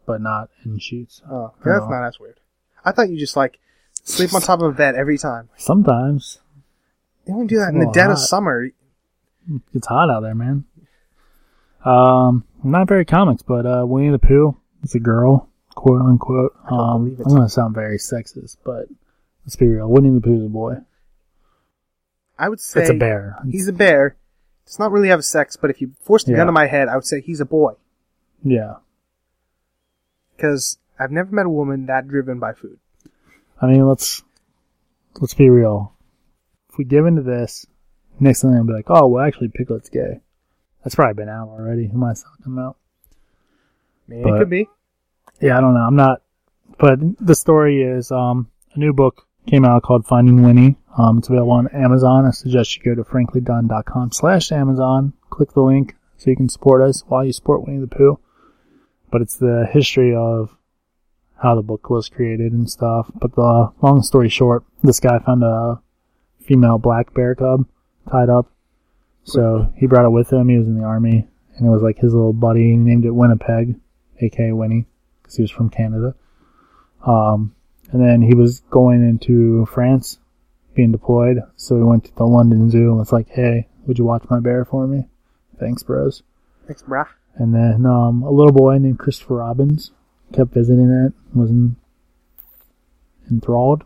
[SPEAKER 3] but not in sheets.
[SPEAKER 2] Oh, yeah, that's
[SPEAKER 3] No.
[SPEAKER 2] not as weird. I thought you just like sleep on top of a bed every time.
[SPEAKER 3] Sometimes
[SPEAKER 2] They only do that in
[SPEAKER 3] Well,
[SPEAKER 2] the dead
[SPEAKER 3] hot.
[SPEAKER 2] of summer.
[SPEAKER 3] it's hot out there, man. Um, not very comics, but uh, Winnie the Pooh is a girl, quote unquote.
[SPEAKER 2] don't
[SPEAKER 3] Um,
[SPEAKER 2] believe it.
[SPEAKER 3] I'm gonna sound very sexist, but let's be real. Winnie the Pooh is a boy.
[SPEAKER 2] I would say
[SPEAKER 3] it's a bear.
[SPEAKER 2] He's a bear. Does not really have a sex, but if you forced a
[SPEAKER 3] Yeah.
[SPEAKER 2] gun to my head, I would say he's a boy
[SPEAKER 3] Yeah.
[SPEAKER 2] because I've never met a woman that driven by food.
[SPEAKER 3] I mean, let's let's be real. If we give into this, next thing I'll be like, oh, well, actually, Piglet's gay. That's probably been out already. Who am I talking about?
[SPEAKER 2] Maybe
[SPEAKER 3] But-
[SPEAKER 2] it could be.
[SPEAKER 3] Yeah, I don't know. I'm not. But the story is, um, a new book came out called Finding Winnie. Um, it's available on Amazon. I suggest you go to franklydone.com slash Amazon. Click the link so you can support us while you support Winnie the Pooh. But it's the history of how the book was created and stuff. But the long story short, this guy found a female black bear cub tied up. So he brought it with him. He was in the army and it was like his little buddy. He named it Winnipeg, aka Winnie because he was from Canada. Um, and then he was going into France, being deployed. So he went to the London Zoo and was like, "Hey, would you watch my bear for me?" Thanks, bros.
[SPEAKER 2] Thanks, brah.
[SPEAKER 3] And then um, a little boy named Christopher Robbins kept visiting it, was en- enthralled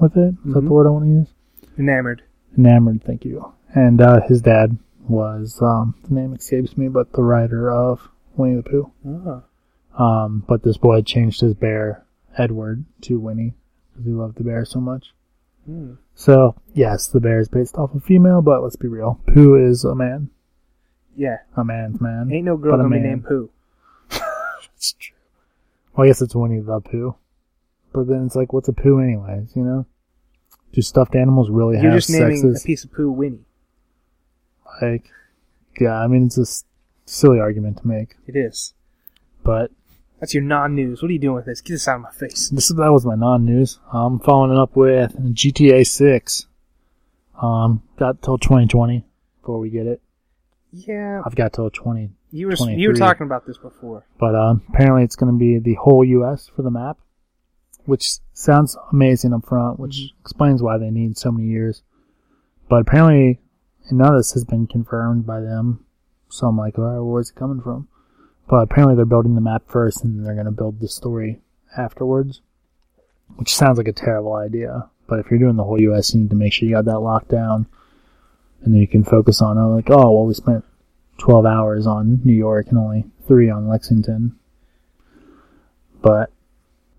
[SPEAKER 3] with it. Is that
[SPEAKER 2] Mhm.
[SPEAKER 3] the word I want to use?
[SPEAKER 2] Enamored.
[SPEAKER 3] Enamored. Thank you. And uh, his dad was um, the name escapes me, but the writer of Winnie the Pooh.
[SPEAKER 2] Oh.
[SPEAKER 3] Um, but this boy changed his bear, Edward, to Winnie because he loved the bear so much.
[SPEAKER 2] Hmm.
[SPEAKER 3] So, yes, the bear is based off a female, but let's be real. Pooh is a man.
[SPEAKER 2] Yeah.
[SPEAKER 3] A man's man.
[SPEAKER 2] Ain't no girl
[SPEAKER 3] but a
[SPEAKER 2] gonna be
[SPEAKER 3] man.
[SPEAKER 2] named Pooh.
[SPEAKER 3] That's true. Well, I guess it's Winnie the Pooh. But then it's like, what's a Pooh, anyways, you know? Do stuffed animals really
[SPEAKER 2] You're
[SPEAKER 3] have
[SPEAKER 2] just naming
[SPEAKER 3] sexes?
[SPEAKER 2] a piece of Pooh Winnie.
[SPEAKER 3] Like, yeah, I mean, it's a s- silly argument to make,
[SPEAKER 2] It is.
[SPEAKER 3] but
[SPEAKER 2] That's your non-news. What are you doing with this? Get this out of my face.
[SPEAKER 3] this is that was my non-news. I'm following it up with GTA 6. Um, got till 2020 before we get it.
[SPEAKER 2] Yeah,
[SPEAKER 3] I've got till 20.
[SPEAKER 2] you were you were
[SPEAKER 3] 23.
[SPEAKER 2] talking about this before.
[SPEAKER 3] But um, apparently, it's going to be the whole U.S. for the map, which sounds amazing up front, which explains why they need so many years. But apparently, none of this has been confirmed by them. So I'm like, all right, well, where's it coming from? But apparently, they're building the map first, and they're going to build the story afterwards, which sounds like a terrible idea. But if you're doing the whole U.S., you need to make sure you got that locked down, and then you can focus on, oh, like, oh, well, we spent 12 hours on New York and only three on Lexington. But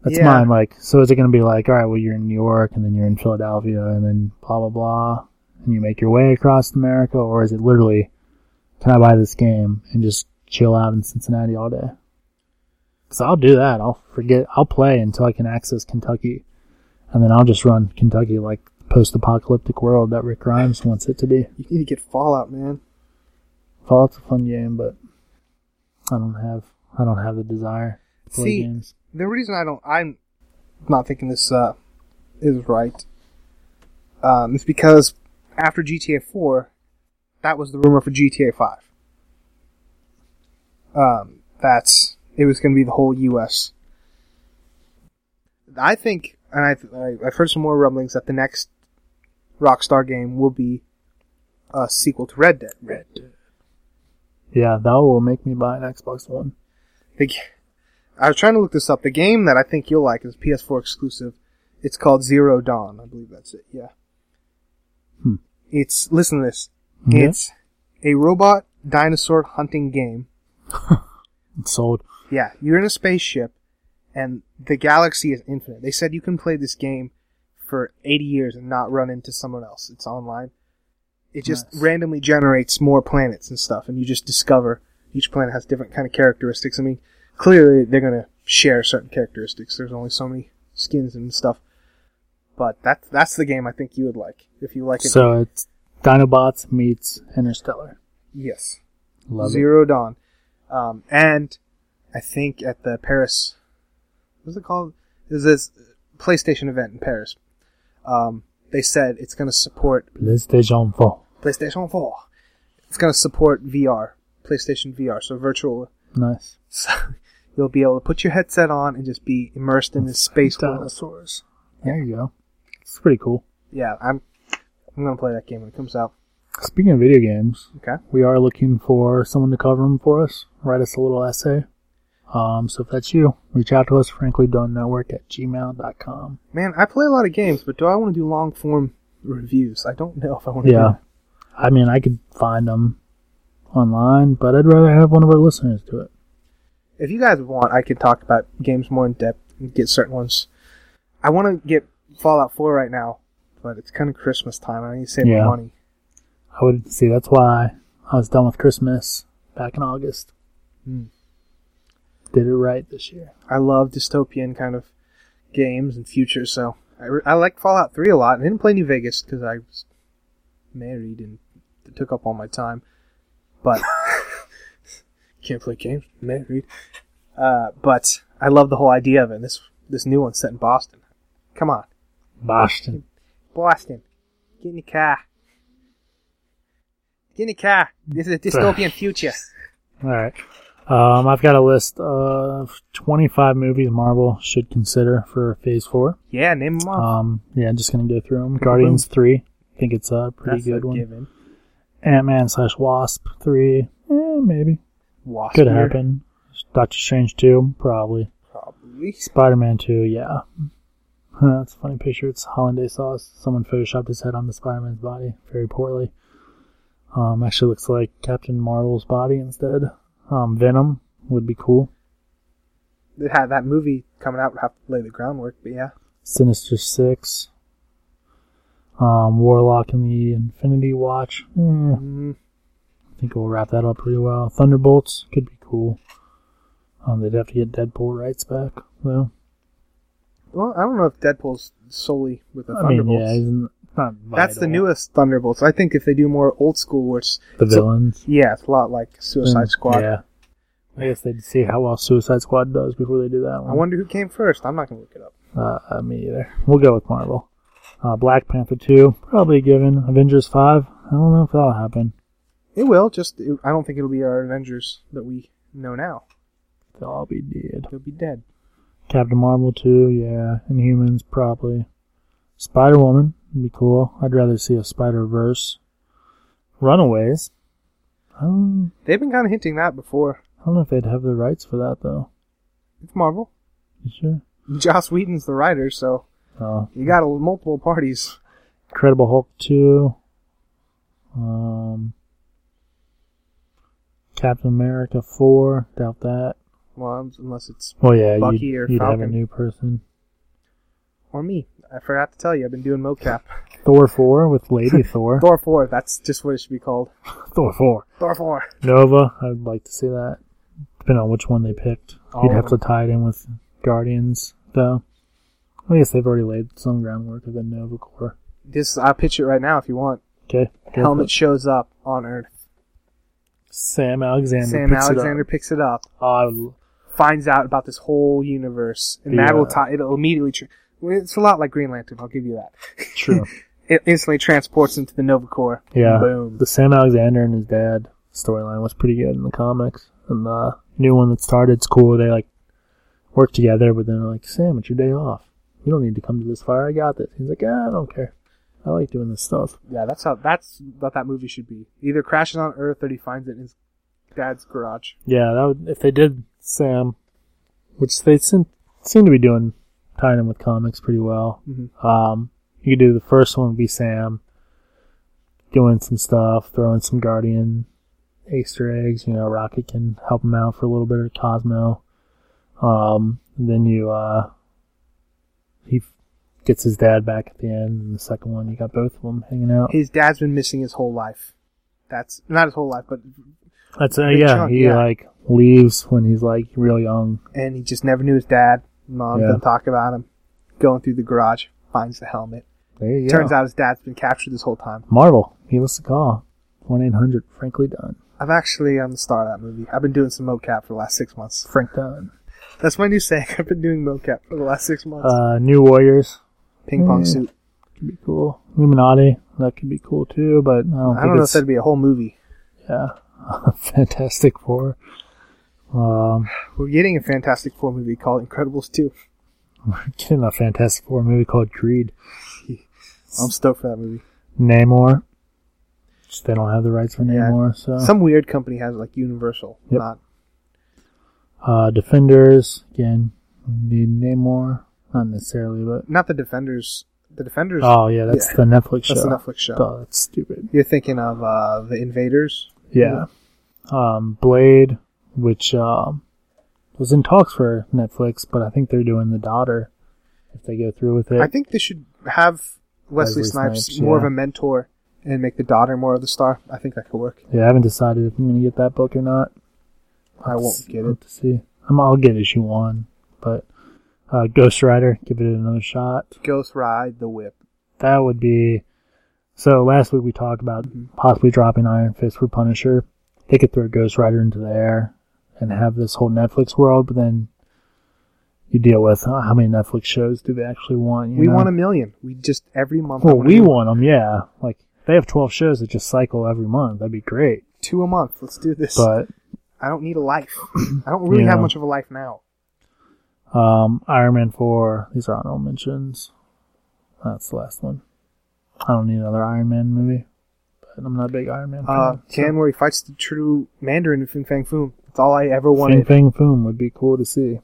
[SPEAKER 3] that's
[SPEAKER 2] Yeah.
[SPEAKER 3] mine. Like, so is it going to be like, all right, well, you're in New York and then you're in Philadelphia and then blah, blah, blah, and you make your way across America? Or is it literally, can I buy this game and just chill out in Cincinnati all day? Because I'll do that. I'll forget, I'll play until I can access Kentucky. And then I'll just run Kentucky like post apocalyptic world that Rick Grimes wants it to be.
[SPEAKER 2] You need to get Fallout, man.
[SPEAKER 3] Fallout's a fun game, but I don't have I don't have the desire to play
[SPEAKER 2] See,
[SPEAKER 3] games.
[SPEAKER 2] The reason I don't, I'm not thinking this uh, is right, um, is because after GTA 4, that was the rumor for GTA 5. Um, that's it was going to be the whole U.S. I think, and I, I, I've heard some more rumblings that the next Rockstar game will be a sequel to Red Dead. Red Dead.
[SPEAKER 3] Yeah, that will make me buy an Xbox One.
[SPEAKER 2] The, g- I was trying to look this up. The game that I think you'll like is PS4 exclusive. It's called Zero Dawn. I believe that's it. Yeah.
[SPEAKER 3] Hmm.
[SPEAKER 2] It's listen to this.
[SPEAKER 3] Yeah.
[SPEAKER 2] It's a robot dinosaur hunting game.
[SPEAKER 3] It's sold.
[SPEAKER 2] Yeah, you're in a spaceship, and the galaxy is infinite. They said you can play this game for 80 years and not run into someone else. It's online. It just
[SPEAKER 3] Nice.
[SPEAKER 2] randomly generates more planets and stuff, and you just discover each planet has different kind of characteristics. I mean, clearly they're gonna share certain characteristics. There's only so many skins and stuff. But that's that's the game I think you would like if you like it.
[SPEAKER 3] So it's Dinobots meets Interstellar.
[SPEAKER 2] yes.
[SPEAKER 3] Love
[SPEAKER 2] Zero Dawn. Um, and I think at the Paris, what's it called? Is this PlayStation event in Paris? Um, they said it's going to support
[SPEAKER 3] it. PlayStation 4.
[SPEAKER 2] PlayStation 4. It's going to support VR, PlayStation VR, so virtual.
[SPEAKER 3] Nice.
[SPEAKER 2] So you'll be able to put your headset on and just be immersed in this space world.
[SPEAKER 3] Dinosaurs. There you go. It's pretty cool.
[SPEAKER 2] Yeah, I'm I'm going to play that game when it comes out.
[SPEAKER 3] Speaking of video games,
[SPEAKER 2] Okay.
[SPEAKER 3] we are looking for someone to cover them for us. Write us a little essay. Um, so if that's you, reach out to us, franklydunnetwork at gmail.com.
[SPEAKER 2] Man, I play a lot of games, but do I want to do long form reviews? I don't know if I want to do
[SPEAKER 3] Yeah.
[SPEAKER 2] that.
[SPEAKER 3] I mean, I could find them online, but I'd rather have one of our listeners do it.
[SPEAKER 2] if you guys want, I could talk about games more in depth and get certain ones. I want to get Fallout 4 right now, but it's kind of Christmas time. and I need to save
[SPEAKER 3] Yeah.
[SPEAKER 2] my money.
[SPEAKER 3] I would see that's why I was done with Christmas back in August.
[SPEAKER 2] Hmm.
[SPEAKER 3] Did it right this year.
[SPEAKER 2] I love dystopian kind of games and future, so I, re- I like Fallout 3 a lot. I didn't play New Vegas because I was married and it took up all my time, but can't play games married. Uh, but I love the whole idea of it. And this this new one's set in Boston. Come on,
[SPEAKER 3] Boston.
[SPEAKER 2] Boston. Get in the car. Get in the car. This is a dystopian future.
[SPEAKER 3] All right. Um, I've got a list of 25 movies Marvel should consider for Phase 4.
[SPEAKER 2] Yeah, name them off.
[SPEAKER 3] Um, yeah, I'm just going to go through them. Guardians 3. I think it's a pretty
[SPEAKER 2] That's
[SPEAKER 3] good
[SPEAKER 2] a
[SPEAKER 3] one.
[SPEAKER 2] Given.
[SPEAKER 3] Ant-Man slash Wasp 3. Eh, maybe.
[SPEAKER 2] Wasp
[SPEAKER 3] Could
[SPEAKER 2] here,
[SPEAKER 3] happen. Doctor Strange 2, probably.
[SPEAKER 2] Probably.
[SPEAKER 3] Spider Man 2, yeah. Huh, That's a funny picture. It's hollandaise sauce. Someone photoshopped his head on the Spider Man's body very poorly. Um, actually looks like Captain Marvel's body instead. Um, Venom would be cool.
[SPEAKER 2] They had that movie coming out. Would have to lay the groundwork, but yeah.
[SPEAKER 3] Sinister Six. Um, Warlock and the Infinity Watch. Eh,
[SPEAKER 2] Mm,
[SPEAKER 3] I think we'll wrap that up pretty well. Thunderbolts could be cool. Um, they'd have to get Deadpool rights back though.
[SPEAKER 2] well, I don't know if Deadpool's solely with the
[SPEAKER 3] I mean,
[SPEAKER 2] Thunderbolts.
[SPEAKER 3] yeah, he's n- not.
[SPEAKER 2] That's the
[SPEAKER 3] vital.
[SPEAKER 2] newest Thunderbolts. I think if they do more old school, where it's
[SPEAKER 3] The
[SPEAKER 2] so-
[SPEAKER 3] villains.
[SPEAKER 2] yeah, it's a lot like Suicide
[SPEAKER 3] Mm,
[SPEAKER 2] Squad.
[SPEAKER 3] Yeah. I guess they'd see how well Suicide Squad does before they do that one.
[SPEAKER 2] I wonder who came first. I'm not gonna look it up.
[SPEAKER 3] uh, me either. We'll go with Marvel. Uh, Black Panther 2, probably a given. Avengers 5, I don't know if that'll happen.
[SPEAKER 2] It will. Just it, I don't think it'll be our Avengers that we know now.
[SPEAKER 3] They'll all be dead.
[SPEAKER 2] They'll be dead.
[SPEAKER 3] Captain Marvel too, yeah. Inhumans probably. Spider Woman would be cool. I'd rather see a Spider Verse. Runaways. I don't,
[SPEAKER 2] They've been kind of hinting that before.
[SPEAKER 3] I don't know if they'd have the rights for that though.
[SPEAKER 2] It's Marvel.
[SPEAKER 3] You sure?
[SPEAKER 2] Joss Whedon's the writer, so
[SPEAKER 3] Oh,
[SPEAKER 2] you got a, multiple parties.
[SPEAKER 3] Incredible Hulk two. Um, Captain America four. Doubt that.
[SPEAKER 2] Well, unless it's
[SPEAKER 3] Well, yeah,
[SPEAKER 2] Bucky or
[SPEAKER 3] you'd, you'd have a
[SPEAKER 2] Falcon.
[SPEAKER 3] new person.
[SPEAKER 2] or me. I forgot to tell you, I've been doing mocap.
[SPEAKER 3] Thor four with Lady Thor.
[SPEAKER 2] Thor four. That's just what it should be called.
[SPEAKER 3] Thor four.
[SPEAKER 2] Thor four.
[SPEAKER 3] Nova. I'd like to see that. Depending on which one they picked,
[SPEAKER 2] All
[SPEAKER 3] you'd
[SPEAKER 2] of
[SPEAKER 3] have to tie it in with Guardians, though. I guess they've already laid some groundwork of the Nova Corps.
[SPEAKER 2] This I'll pitch it right now if you want.
[SPEAKER 3] Okay. go for
[SPEAKER 2] Helmet
[SPEAKER 3] it.
[SPEAKER 2] shows up on Earth.
[SPEAKER 3] Sam Alexander.
[SPEAKER 2] Sam
[SPEAKER 3] picks
[SPEAKER 2] Alexander
[SPEAKER 3] It
[SPEAKER 2] picks it up.
[SPEAKER 3] up. Oh, I would-
[SPEAKER 2] finds out about this whole universe, and
[SPEAKER 3] Yeah.
[SPEAKER 2] that'll tie. It'll immediately. Tra- it's a lot like Green Lantern. I'll give you that.
[SPEAKER 3] true.
[SPEAKER 2] It instantly transports into the Nova Corps.
[SPEAKER 3] Yeah.
[SPEAKER 2] Boom.
[SPEAKER 3] The Sam Alexander and his dad storyline was pretty good in the comics. And the new one that started's cool. They like work together, but then they're like, Sam, it's your day off. You don't need to come to this fire. I got this. He's like, yeah, I don't care. I like doing this stuff.
[SPEAKER 2] yeah, that's how. That's what that movie should be. Either crashes on Earth or he finds it in his dad's garage.
[SPEAKER 3] Yeah, that would, if they did Sam, which they seem, seem to be doing, tying in with comics pretty well.
[SPEAKER 2] Mhm.
[SPEAKER 3] Um, you could do the first one would be Sam doing some stuff, throwing some Guardian Easter eggs. You know, Rocket can help him out for a little bit, or Cosmo. Um, and then you uh, he f- gets his dad back at the end. And the second one, you got both of them hanging out.
[SPEAKER 2] His dad's been missing his whole life. That's not his whole life, but
[SPEAKER 3] That's uh,
[SPEAKER 2] big
[SPEAKER 3] yeah.
[SPEAKER 2] chunk,
[SPEAKER 3] he
[SPEAKER 2] yeah.
[SPEAKER 3] like leaves when he's like real young.
[SPEAKER 2] and he just never knew his dad. Mom
[SPEAKER 3] Yeah.
[SPEAKER 2] didn't talk about him. Going through the garage, finds the helmet.
[SPEAKER 3] There you go.
[SPEAKER 2] Turns out his dad's been captured this whole time.
[SPEAKER 3] Marvel, give us a call. 1 800 Frankly Dunn.
[SPEAKER 2] I've actually on the star of that movie. I've been doing some mocap for the last six months.
[SPEAKER 3] Frank Dunn.
[SPEAKER 2] That's my new saying. I've been doing mocap for the last six months.
[SPEAKER 3] Uh, New Warriors.
[SPEAKER 2] Ping pong
[SPEAKER 3] yeah.
[SPEAKER 2] suit.
[SPEAKER 3] Could be cool. Illuminati. That could be cool too, but I don't
[SPEAKER 2] I
[SPEAKER 3] think
[SPEAKER 2] don't know if
[SPEAKER 3] it's.
[SPEAKER 2] that'd be a whole movie.
[SPEAKER 3] yeah. Fantastic Four. Um,
[SPEAKER 2] We're getting a Fantastic Four movie called Incredibles 2.
[SPEAKER 3] we're getting a Fantastic Four movie called Creed.
[SPEAKER 2] I'm stoked for that movie.
[SPEAKER 3] Namor. Just they don't have the rights for
[SPEAKER 2] Yeah.
[SPEAKER 3] Namor, so.
[SPEAKER 2] Some weird company has like Universal.
[SPEAKER 3] Uh-huh. Yep.
[SPEAKER 2] Not
[SPEAKER 3] uh, Defenders. Again, need Namor. Not necessarily, but.
[SPEAKER 2] not the Defenders. The Defenders.
[SPEAKER 3] Oh, yeah, that's
[SPEAKER 2] Yeah.
[SPEAKER 3] the Netflix show.
[SPEAKER 2] that's the Netflix show.
[SPEAKER 3] Oh, that's stupid.
[SPEAKER 2] You're thinking of uh, the Invaders.
[SPEAKER 3] Yeah. Um, Blade, which um, was in talks for Netflix, but I think they're doing The Daughter if they go through with it.
[SPEAKER 2] I think they should have Wesley,
[SPEAKER 3] Wesley
[SPEAKER 2] Snipes,
[SPEAKER 3] Snipes,
[SPEAKER 2] more
[SPEAKER 3] yeah.
[SPEAKER 2] of a mentor and make the daughter more of the star. I think that could work.
[SPEAKER 3] yeah, I haven't decided if I'm going to get that book or not.
[SPEAKER 2] I won't get it.
[SPEAKER 3] To see. I'm, I'll get issue one, but uh, Ghost Rider, give it another shot.
[SPEAKER 2] Ghost Ride the Whip.
[SPEAKER 3] That would be. So last week we talked about
[SPEAKER 2] Mm-hmm.
[SPEAKER 3] possibly dropping Iron Fist for Punisher. They could throw Ghost Rider into there and have this whole Netflix world, but then you deal with uh, how many Netflix shows do they actually want? You
[SPEAKER 2] we
[SPEAKER 3] know?
[SPEAKER 2] want a million. We just every month. I
[SPEAKER 3] Well,
[SPEAKER 2] wanna
[SPEAKER 3] we
[SPEAKER 2] do
[SPEAKER 3] want them, yeah. Like they have twelve shows that just cycle every month. That'd be great,
[SPEAKER 2] two a month. Let's do this.
[SPEAKER 3] but
[SPEAKER 2] I don't need a life. I don't really have
[SPEAKER 3] Yeah.
[SPEAKER 2] much of a life now.
[SPEAKER 3] Um, Iron Man 4. These are honorable mentions. That's the last one. I don't need another Iron Man movie. But I'm not a big Iron Man fan.
[SPEAKER 2] Uh,
[SPEAKER 3] so-
[SPEAKER 2] Jan, where he fights the true Mandarin in Fing Fang Foom. That's all I ever
[SPEAKER 3] Fing
[SPEAKER 2] wanted.
[SPEAKER 3] Fang Foom would be cool to see.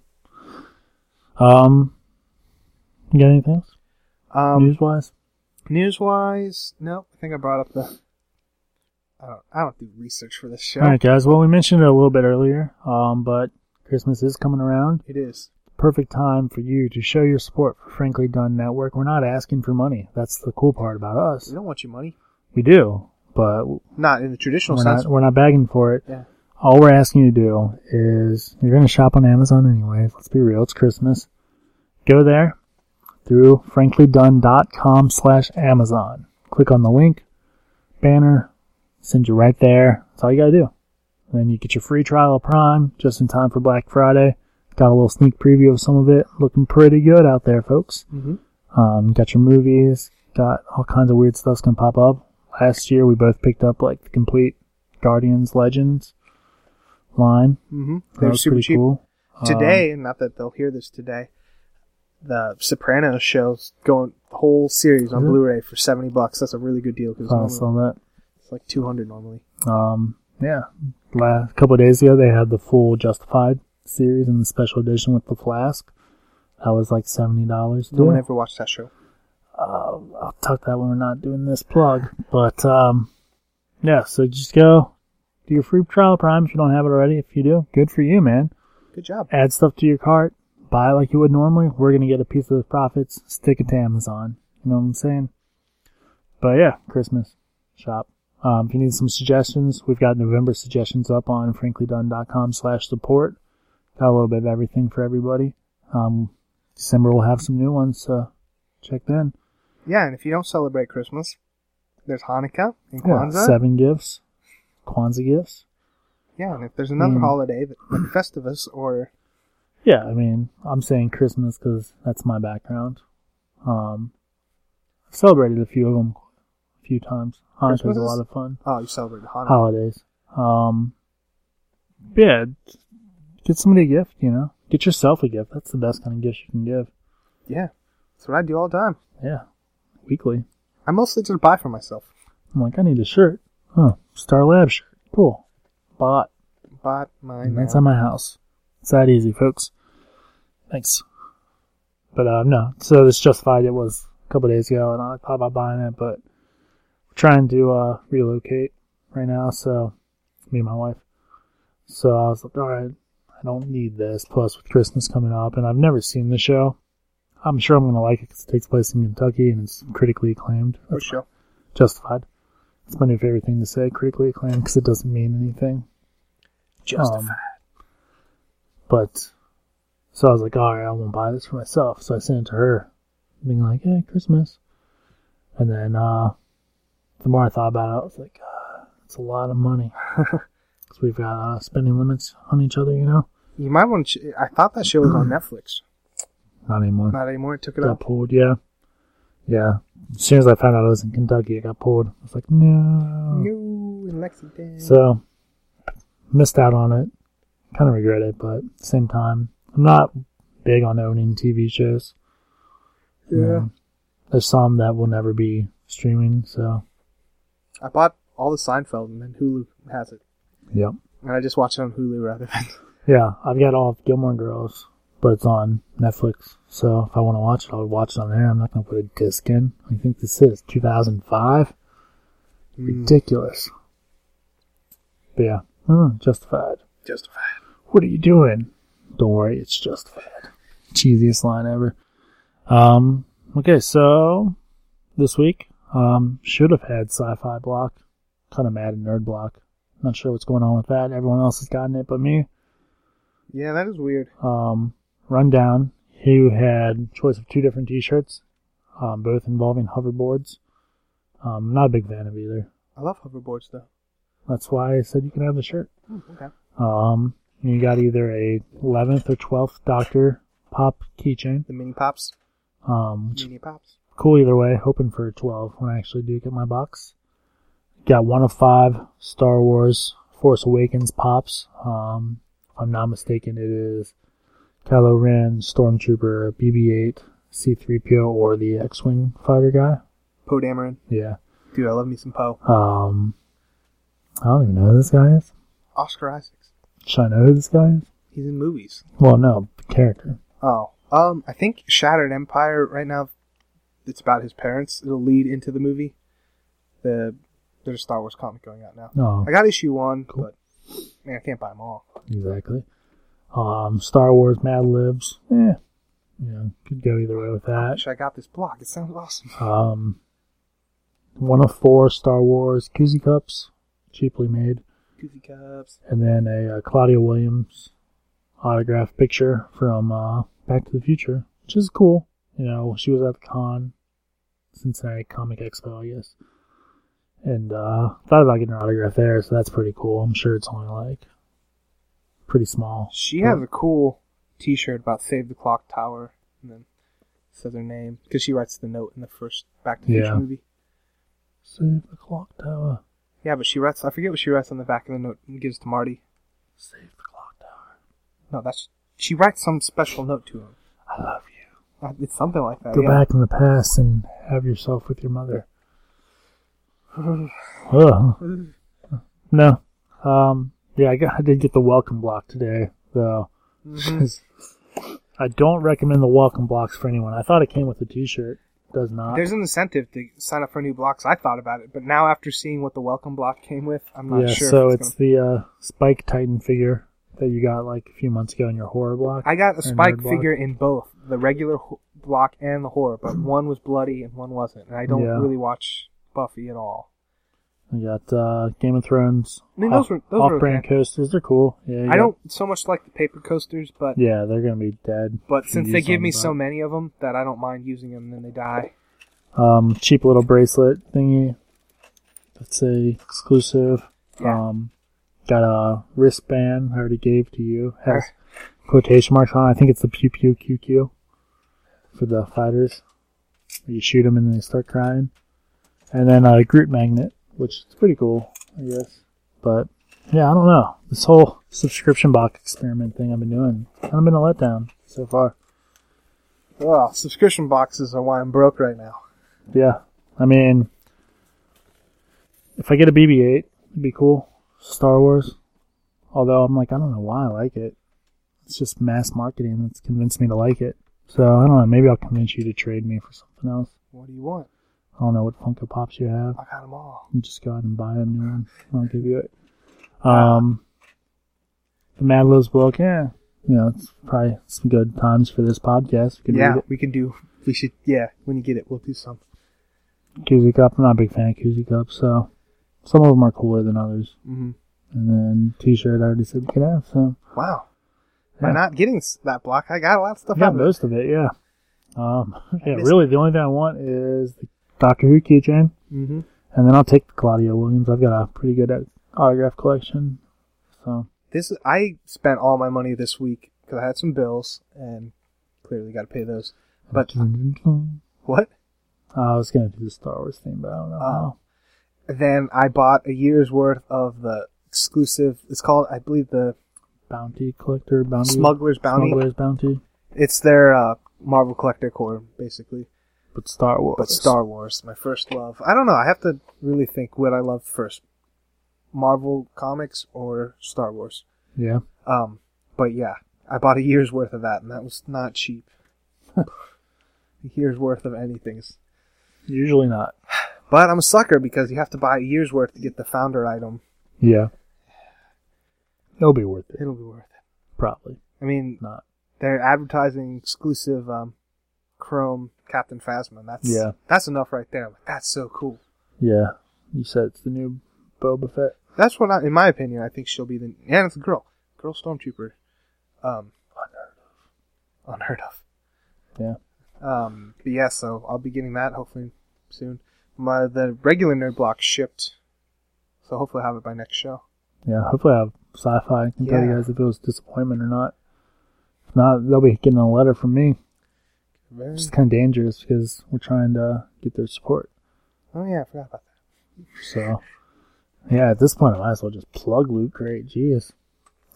[SPEAKER 3] Um, you got anything else?
[SPEAKER 2] Um,
[SPEAKER 3] News wise?
[SPEAKER 2] news wise, no, I think I brought up the. I don't, I don't do research for this show.
[SPEAKER 3] Alright, guys. Well, we mentioned it a little bit earlier, um, but Christmas is coming around.
[SPEAKER 2] It is.
[SPEAKER 3] Perfect time for you to show your support for Frankly Done Network. We're not asking for money. That's the cool part about
[SPEAKER 2] We
[SPEAKER 3] us.
[SPEAKER 2] don't want your money.
[SPEAKER 3] We do, but
[SPEAKER 2] Not in the traditional
[SPEAKER 3] we're
[SPEAKER 2] sense.
[SPEAKER 3] not, we're not begging for it.
[SPEAKER 2] Yeah.
[SPEAKER 3] All we're asking you to do is you're going to shop on Amazon anyways. Let's be real. It's Christmas. Go there through franklydunn.com slash Amazon. Click on the link, banner, send you right there. That's all you got to do. And then you get your free trial of Prime just in time for Black Friday. Got a little sneak preview of some of it. Looking pretty good out there, folks.
[SPEAKER 2] Mhm.
[SPEAKER 3] Um, got your movies, got all kinds of weird stuff's going to pop up. Last year, we both picked up like the complete Guardians Legends line.
[SPEAKER 2] Mm-hmm.
[SPEAKER 3] That
[SPEAKER 2] They're
[SPEAKER 3] was
[SPEAKER 2] super
[SPEAKER 3] pretty
[SPEAKER 2] cheap.
[SPEAKER 3] cool. Um,
[SPEAKER 2] Today, not that they'll hear this today, the Sopranos show's going the whole series on
[SPEAKER 3] Is it?
[SPEAKER 2] Blu-ray for seventy bucks. That's a really good deal because
[SPEAKER 3] so I Um, saw that.
[SPEAKER 2] it's like two hundred normally.
[SPEAKER 3] Um, yeah, last couple of days ago they had the full Justified series and the special edition with the flask. That was like seventy dollars. uh,
[SPEAKER 2] No one ever watched that show.
[SPEAKER 3] I'll talk that when we're not doing this plug, but um, yeah. So just go do your free trial Prime if you don't have it already. If you do, good for you, man.
[SPEAKER 2] Good job.
[SPEAKER 3] Add stuff to your cart, buy it like you would normally. We're gonna get a piece of the profits, stick it to Amazon. You know what I'm saying? But yeah, Christmas shop. Um, if you need some suggestions, we've got November suggestions up on franklydone.com slash support. Got a little bit of everything for everybody. Um, December will have some new ones, so check then.
[SPEAKER 2] Yeah, and if you don't celebrate Christmas, there's Hanukkah and
[SPEAKER 3] Yeah,
[SPEAKER 2] Kwanzaa.
[SPEAKER 3] seven gifts, Kwanzaa gifts.
[SPEAKER 2] Yeah, and if there's another
[SPEAKER 3] Mm.
[SPEAKER 2] holiday that like Festivus or
[SPEAKER 3] Yeah, I mean, I'm saying Christmas because that's my background. Um, I've celebrated a few of them a few times. Hanukkah's a
[SPEAKER 2] Christmases?
[SPEAKER 3] lot of fun.
[SPEAKER 2] oh, you celebrate Hanukkah.
[SPEAKER 3] Holidays. Um, yeah, get somebody a gift, you know? Get yourself a gift. That's the best kind of gift you can give.
[SPEAKER 2] Yeah, that's what I do all the time.
[SPEAKER 3] Yeah, weekly.
[SPEAKER 2] I mostly just buy for myself,
[SPEAKER 3] I'm like, I need a shirt. Huh, Star Lab shirt. Cool. Bought.
[SPEAKER 2] bought mine. uh,
[SPEAKER 3] And that's at my house. It's that easy, folks. Thanks. But um, no, so this justified it was a couple days ago, and I thought about buying it, but we're trying to uh, relocate right now. So me and my wife. So I was like, all right, I don't need this. Plus, with Christmas coming up, and I've never seen the show. I'm sure I'm gonna like it because it takes place in Kentucky and it's critically acclaimed.
[SPEAKER 2] For sure.
[SPEAKER 3] Justified. It's my new favorite thing to say, critically acclaimed, because it doesn't mean anything.
[SPEAKER 2] Justified.
[SPEAKER 3] Um, but so I was like, all right, I won't buy this for myself. So I sent it to her, being like, hey, Christmas. And then uh, the more I thought about it, I was like, uh, it's a lot of money because we've got uh, spending limits on each other, you know.
[SPEAKER 2] you might want. to... I thought that show was on Netflix.
[SPEAKER 3] Not anymore.
[SPEAKER 2] Not anymore. It took it
[SPEAKER 3] got
[SPEAKER 2] up.
[SPEAKER 3] pulled, yeah, yeah. As soon as I found out I was in Kentucky, I got pulled. I was like, no.
[SPEAKER 2] No, in Lexington.
[SPEAKER 3] So missed out on it. Kind of regret it, but at the same time, I'm not big on owning TV shows.
[SPEAKER 2] yeah.
[SPEAKER 3] There's some that will never be streaming, so
[SPEAKER 2] I bought all the Seinfeld, and then Hulu has it,
[SPEAKER 3] yep.
[SPEAKER 2] and I just watch it on Hulu rather than.
[SPEAKER 3] Yeah, I've got all of Gilmore Girls, but it's on Netflix. So if I want to watch it, I'll watch it on there. I'm not going to put a disc in. I think this is 2005. Ridiculous. But yeah, oh, justified.
[SPEAKER 2] Justified.
[SPEAKER 3] What are you doing? Don't worry, it's justified. Cheesiest line ever. Um, okay, so this week, um, should have had sci-fi block. Kind of mad at nerd block. Not sure what's going on with that. Everyone else has gotten it but me
[SPEAKER 2] Yeah, that is weird.
[SPEAKER 3] um, rundown who had choice of two different t-shirts um, both involving hoverboards um, not a big fan of either
[SPEAKER 2] I love hoverboards though.
[SPEAKER 3] that's why i said you can have the shirt
[SPEAKER 2] Hmm, Okay.
[SPEAKER 3] um, you got either a 11th or 12th doctor pop keychain
[SPEAKER 2] The mini pops,
[SPEAKER 3] um, which is
[SPEAKER 2] mini pops.
[SPEAKER 3] cool either way hoping for a 12 when i actually do get my box got one of five star wars force awakens pops um, if i'm not mistaken it is Kylo Ren, Stormtrooper, BB-8, C-3PO, or the X-wing fighter guy.
[SPEAKER 2] Poe Dameron,
[SPEAKER 3] Yeah.
[SPEAKER 2] dude, I love me some Poe.
[SPEAKER 3] Um, I don't even know who this guy is.
[SPEAKER 2] Oscar Isaacs.
[SPEAKER 3] Should I know who this guy is?
[SPEAKER 2] He's in movies.
[SPEAKER 3] Well, no, the character.
[SPEAKER 2] Oh, um, I think Shattered Empire right now. It's about his parents. It'll lead into the movie. The there's a Star Wars comic going out now.
[SPEAKER 3] No,
[SPEAKER 2] I got issue one,
[SPEAKER 3] Oh. Cool.
[SPEAKER 2] but man, I can't buy them all.
[SPEAKER 3] exactly. Um, Star Wars Mad Libs. Yeah. Yeah, could go either way with
[SPEAKER 2] I
[SPEAKER 3] that.
[SPEAKER 2] wish I got this block. It sounds awesome.
[SPEAKER 3] Um, one of four Star Wars koozie cups, cheaply made.
[SPEAKER 2] Goofy cups.
[SPEAKER 3] and then a uh, Claudia Williams autograph picture from uh, Back to the Future, which is cool. You know, she was at the con, Cincinnati Comic Expo, I guess, and uh, thought about getting her autograph there, so that's pretty cool. I'm sure it's only like pretty small.
[SPEAKER 2] She has a cool T-shirt about Save the Clock Tower, and then says her name because she writes the note in the first Back to the
[SPEAKER 3] Yeah.
[SPEAKER 2] Future movie.
[SPEAKER 3] Save the clock tower.
[SPEAKER 2] Yeah, but she writes. I forget what she writes on the back of the note and gives to Marty.
[SPEAKER 3] Save the clock tower.
[SPEAKER 2] No, that's she writes some special note to him.
[SPEAKER 3] I love you.
[SPEAKER 2] Uh, It's something like that.
[SPEAKER 3] Go
[SPEAKER 2] yeah.
[SPEAKER 3] back in the past and have yourself with your mother. Ugh. No. Um. Yeah, I, got, I did get the welcome block today, though.
[SPEAKER 2] Mm-hmm.
[SPEAKER 3] I don't recommend the welcome blocks for anyone. I thought it came with a T-shirt. Does not.
[SPEAKER 2] There's an incentive to sign up for new blocks. I thought about it, but now after seeing what the welcome block came with, I'm not
[SPEAKER 3] yeah,
[SPEAKER 2] sure.
[SPEAKER 3] so
[SPEAKER 2] if
[SPEAKER 3] it's, the uh, Spike Titan figure that you got like a few months ago in your horror block.
[SPEAKER 2] I got
[SPEAKER 3] or
[SPEAKER 2] a spike
[SPEAKER 3] nerd block.
[SPEAKER 2] figure in both the regular ho- block and the horror, but one was bloody and one wasn't. And I don't
[SPEAKER 3] Yeah.
[SPEAKER 2] really watch Buffy at all.
[SPEAKER 3] I got uh, Game of Thrones.
[SPEAKER 2] I mean,
[SPEAKER 3] off-
[SPEAKER 2] those were- those were
[SPEAKER 3] off-brand coasters. They're cool. Yeah, you
[SPEAKER 2] I
[SPEAKER 3] got-
[SPEAKER 2] don't so much like the paper coasters, but
[SPEAKER 3] Yeah, they're gonna be dead.
[SPEAKER 2] but
[SPEAKER 3] if you
[SPEAKER 2] since they
[SPEAKER 3] use
[SPEAKER 2] give
[SPEAKER 3] them,
[SPEAKER 2] me
[SPEAKER 3] but-
[SPEAKER 2] so many of them that I don't mind using them, and then they die.
[SPEAKER 3] um, cheap little bracelet thingy. That's a exclusive.
[SPEAKER 2] Yeah.
[SPEAKER 3] Um, got a wristband I already gave to you. Has quotation marks on. it. I think it's the pew pew QQ for the fighters. You shoot them and they start crying. And then a Groot magnet, which is pretty cool, I guess. But yeah, I don't know. This whole subscription box experiment thing I've been doing, kind of been a letdown so far.
[SPEAKER 2] Well, subscription boxes are why I'm broke right now.
[SPEAKER 3] Yeah. I mean, if I get a BB 8, it'd be cool. Star Wars. Although I'm like, I don't know why I like it. It's just mass marketing that's convinced me to like it. So I don't know. Maybe I'll convince you to trade me for something else.
[SPEAKER 2] What do you want?
[SPEAKER 3] I don't know what Funko Pops you have.
[SPEAKER 2] I got them all.
[SPEAKER 3] You just go out and buy a new one. I'll give you it. Um, the Mad Libs book, yeah. You know, it's probably some good times for this podcast. You can
[SPEAKER 2] yeah,
[SPEAKER 3] read it.
[SPEAKER 2] we can do. We should. Yeah, when you get it, we'll do some.
[SPEAKER 3] Koozie Cup. I'm not a big fan of Koozie Cup, so some of them are cooler than others.
[SPEAKER 2] Mhm.
[SPEAKER 3] And then T-shirt, I already said you could have. So
[SPEAKER 2] Wow.
[SPEAKER 3] Yeah.
[SPEAKER 2] By not getting s- that block, I got a lot of
[SPEAKER 3] I
[SPEAKER 2] stuff out
[SPEAKER 3] got
[SPEAKER 2] of it.
[SPEAKER 3] most of it, yeah. Um, yeah,
[SPEAKER 2] missed
[SPEAKER 3] really, the only thing I want is the Doctor Who keychain,
[SPEAKER 2] Mm-hmm.
[SPEAKER 3] and then I'll take the Claudia Williams. I've got a pretty good autograph collection, so
[SPEAKER 2] This I spent all my money this week because I had some bills and clearly got to pay those. But what?
[SPEAKER 3] I was gonna do the Star Wars thing, but I
[SPEAKER 2] Oh.
[SPEAKER 3] don't know. how.
[SPEAKER 2] Then I bought a year's worth of the exclusive. It's called, I believe, the
[SPEAKER 3] Bounty collector, bounty
[SPEAKER 2] Smuggler's Bounty.
[SPEAKER 3] Smuggler's bounty,
[SPEAKER 2] It's their uh, Marvel Collector Core, basically.
[SPEAKER 3] but Star Wars.
[SPEAKER 2] But Star Wars, my first love. I don't know. I have to really think what I loved first: Marvel comics or Star Wars.
[SPEAKER 3] Yeah,
[SPEAKER 2] Um, but yeah, I bought a year's worth of that, and that was not cheap. a year's worth of anything's.
[SPEAKER 3] usually not.
[SPEAKER 2] But I'm a sucker because you have to buy a year's worth to get the founder item.
[SPEAKER 3] Yeah, it'll be worth it,
[SPEAKER 2] It'll be worth it.
[SPEAKER 3] probably
[SPEAKER 2] I mean,
[SPEAKER 3] not.
[SPEAKER 2] they're advertising exclusive um, Chrome Captain Phasma. And that's
[SPEAKER 3] Yeah.
[SPEAKER 2] that's enough right there. I'm Like, that's so cool.
[SPEAKER 3] Yeah, you said it's the new Boba Fett.
[SPEAKER 2] That's what, I, in my opinion, I think she'll be the. And it's a girl, girl stormtrooper. Um, unheard of.
[SPEAKER 3] Yeah.
[SPEAKER 2] Um, but yeah, so I'll be getting that hopefully soon. My the regular nerd block shipped, so hopefully I'll have it by next show.
[SPEAKER 3] Yeah, hopefully I have sci-fi. I can tell you
[SPEAKER 2] Yeah.
[SPEAKER 3] guys if it was disappointment or not. If not, they'll be getting a letter from me,
[SPEAKER 2] Very-
[SPEAKER 3] which is kind of dangerous because we're trying to get their support.
[SPEAKER 2] Oh yeah, I forgot about that.
[SPEAKER 3] So, yeah, at this point, I might as well just plug Loot Crate. Jeez.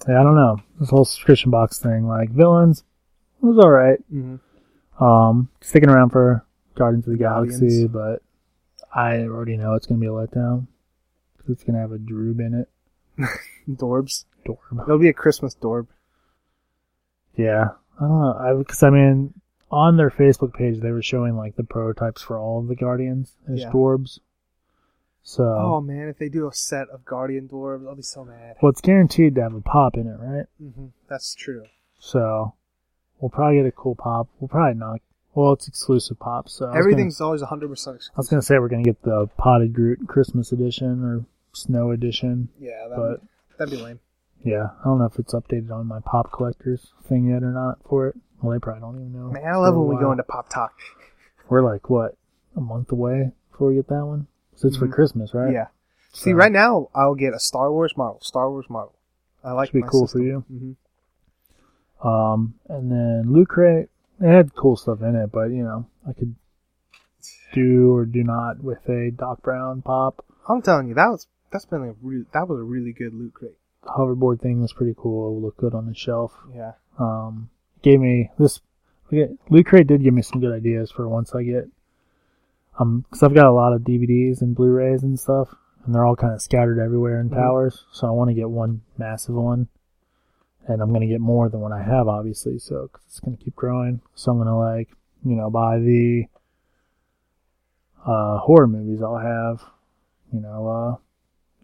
[SPEAKER 3] Yeah, I don't know. This whole subscription box thing, like, villains, it was alright.
[SPEAKER 2] Mm-hmm.
[SPEAKER 3] Um, sticking around for Guardians of the Galaxy,
[SPEAKER 2] Guardians.
[SPEAKER 3] but I already know it's going to be a letdown. 'Cause It's going to have a Droob in it.
[SPEAKER 2] Dorbs.
[SPEAKER 3] Dorb.
[SPEAKER 2] It'll be a Christmas dorb.
[SPEAKER 3] Yeah, I don't know. Because I, mean, on their Facebook page, they were showing like the prototypes for all of the Guardians as
[SPEAKER 2] Yeah.
[SPEAKER 3] dwarves. So,
[SPEAKER 2] Oh. man, if they do a set of Guardian dwarves, I'll be so mad.
[SPEAKER 3] well, it's guaranteed to have a pop in it, right?
[SPEAKER 2] hmm That's true.
[SPEAKER 3] So, we'll probably get a cool pop. We'll probably not. Well, it's exclusive pop, so I was gonna-
[SPEAKER 2] Everything's always hundred percent
[SPEAKER 3] I was
[SPEAKER 2] exclusive.
[SPEAKER 3] gonna say we're gonna get the potted Groot Christmas edition or snow edition.
[SPEAKER 2] Yeah,
[SPEAKER 3] but-
[SPEAKER 2] that'd, be, that'd be lame.
[SPEAKER 3] Yeah, I don't know if it's updated on my pop collectors thing yet or not for it. Well, they probably don't even know.
[SPEAKER 2] Man,
[SPEAKER 3] It's
[SPEAKER 2] I love
[SPEAKER 3] been a
[SPEAKER 2] when we go
[SPEAKER 3] while.
[SPEAKER 2] into pop talk.
[SPEAKER 3] We're like what a month away before we get that one. So it's
[SPEAKER 2] Mhm.
[SPEAKER 3] for Christmas, right?
[SPEAKER 2] Yeah. See,
[SPEAKER 3] So-
[SPEAKER 2] right now I'll get a Star Wars Marvel. Star Wars Marvel. I like.
[SPEAKER 3] Should be
[SPEAKER 2] my
[SPEAKER 3] cool
[SPEAKER 2] system.
[SPEAKER 3] for you.
[SPEAKER 2] Mhm.
[SPEAKER 3] Um, and then Loot Crate, it had cool stuff in it, but you know, I could do or do not with a Doc Brown pop.
[SPEAKER 2] I'm telling you, that was That's been a re- that was a really good loot crate.
[SPEAKER 3] The hoverboard thing was pretty cool. It looked good on the shelf.
[SPEAKER 2] Yeah.
[SPEAKER 3] Um, gave me this. okay, Loot Crate did give me some good ideas for once I get. Um, because I've got a lot of DVDs and Blu-rays and stuff, and they're all kind of scattered everywhere in
[SPEAKER 2] Mhm.
[SPEAKER 3] towers. So I want to get one massive one, and I'm gonna get more than what I have, obviously. So 'cause it's gonna keep growing. So I'm gonna like, you know, buy the uh, horror movies. I'll have, you know, uh,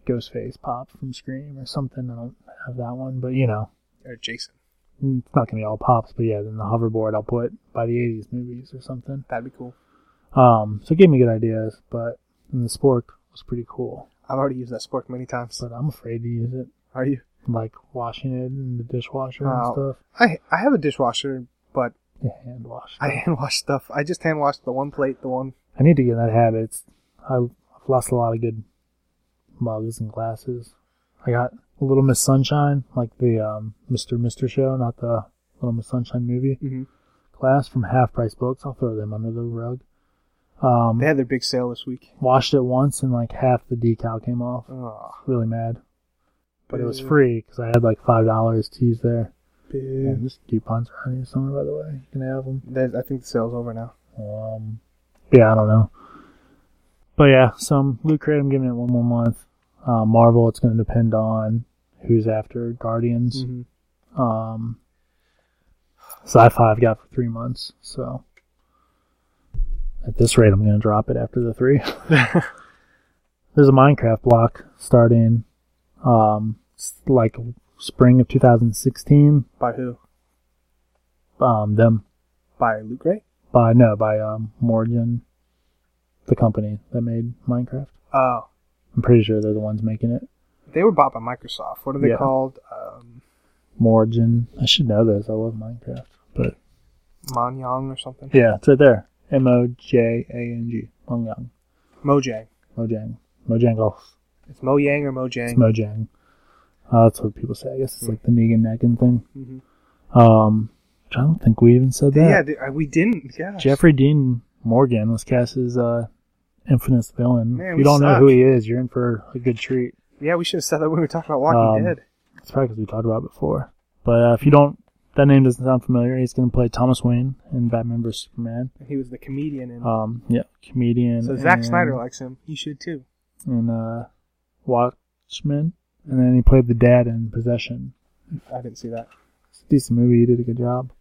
[SPEAKER 3] Ghostface Pop from Scream or something. I don't have that one, but you know,
[SPEAKER 2] Or Jason.
[SPEAKER 3] Mm, it's not gonna be all pops, but yeah, then the hoverboard I'll put by the '80s movies or something.
[SPEAKER 2] That'd be cool.
[SPEAKER 3] Um, so it gave me good ideas, but and the spork was pretty cool.
[SPEAKER 2] I've already used that spork many times.
[SPEAKER 3] But I'm afraid to use it,
[SPEAKER 2] Are you?
[SPEAKER 3] like washing it in the dishwasher
[SPEAKER 2] Oh.
[SPEAKER 3] and stuff.
[SPEAKER 2] I I have a dishwasher, but
[SPEAKER 3] Yeah, hand wash.
[SPEAKER 2] I hand wash stuff. I just hand wash the one plate, the one.
[SPEAKER 3] I need to get in that habit. It's, I- I've lost a lot of good mugs and glasses. I got Little Miss Sunshine, like the um, Mr. Mister show, not the Little Miss Sunshine movie
[SPEAKER 2] Mm-hmm.
[SPEAKER 3] class from Half Price Books. I'll throw them under the rug. Um,
[SPEAKER 2] They had their big sale this week.
[SPEAKER 3] washed it once and like half the decal came off.
[SPEAKER 2] Oh,
[SPEAKER 3] Really mad. But it was free because I had like five dollars to use there. Yeah. Just coupons around here somewhere, by the way. You can have them.
[SPEAKER 2] There's, I think the sale's over now.
[SPEAKER 3] Um, yeah, I don't know. But yeah, some loot crate. I'm giving it one more month. Uh, Marvel. It's going to depend on who's after Guardians.
[SPEAKER 2] Mm-hmm.
[SPEAKER 3] Um, Sci-fi I've got for three months. So at this rate, I'm going to drop it after the three. there's a Minecraft block starting um s- like spring of 2016
[SPEAKER 2] By who?
[SPEAKER 3] um them
[SPEAKER 2] By Luke Gray?
[SPEAKER 3] by no by um Morgan the company that made Minecraft.
[SPEAKER 2] Oh,
[SPEAKER 3] I'm pretty sure they're the ones making it.
[SPEAKER 2] they were bought by Microsoft. What are they
[SPEAKER 3] Yeah.
[SPEAKER 2] called? Um,
[SPEAKER 3] Morgan. I should know this. I love Minecraft. But
[SPEAKER 2] Manyang or something?
[SPEAKER 3] yeah, it's right there. M O J A N G. Mojang.
[SPEAKER 2] Mojang.
[SPEAKER 3] Mojang. Mojang.
[SPEAKER 2] It's Mojang or
[SPEAKER 3] It's
[SPEAKER 2] Mojang.
[SPEAKER 3] Mojang. Uh, that's what people say. I guess it's like the Negan Negan thing.
[SPEAKER 2] Mhm.
[SPEAKER 3] Um, I don't think we even said that.
[SPEAKER 2] yeah, th- uh, we didn't. Yeah.
[SPEAKER 3] Jeffrey Dean Morgan was cast as uh, infamous villain.
[SPEAKER 2] Man,
[SPEAKER 3] if
[SPEAKER 2] we
[SPEAKER 3] you don't know
[SPEAKER 2] suck.
[SPEAKER 3] who he is, you're in for a good treat.
[SPEAKER 2] Yeah, we should have said that when we were talking about Walking
[SPEAKER 3] Um,
[SPEAKER 2] Dead.
[SPEAKER 3] It's probably because we talked about it before. But uh, if you don't, that name doesn't sound familiar. He's going to play Thomas Wayne in Batman vs Superman.
[SPEAKER 2] And he was the comedian. And,
[SPEAKER 3] Um, yeah, comedian.
[SPEAKER 2] so Zack
[SPEAKER 3] and-
[SPEAKER 2] Snyder likes him. He should too.
[SPEAKER 3] in uh, Watchmen, and then he played the dad in Possession.
[SPEAKER 2] I didn't see that.
[SPEAKER 3] It's a decent movie. He did a good job.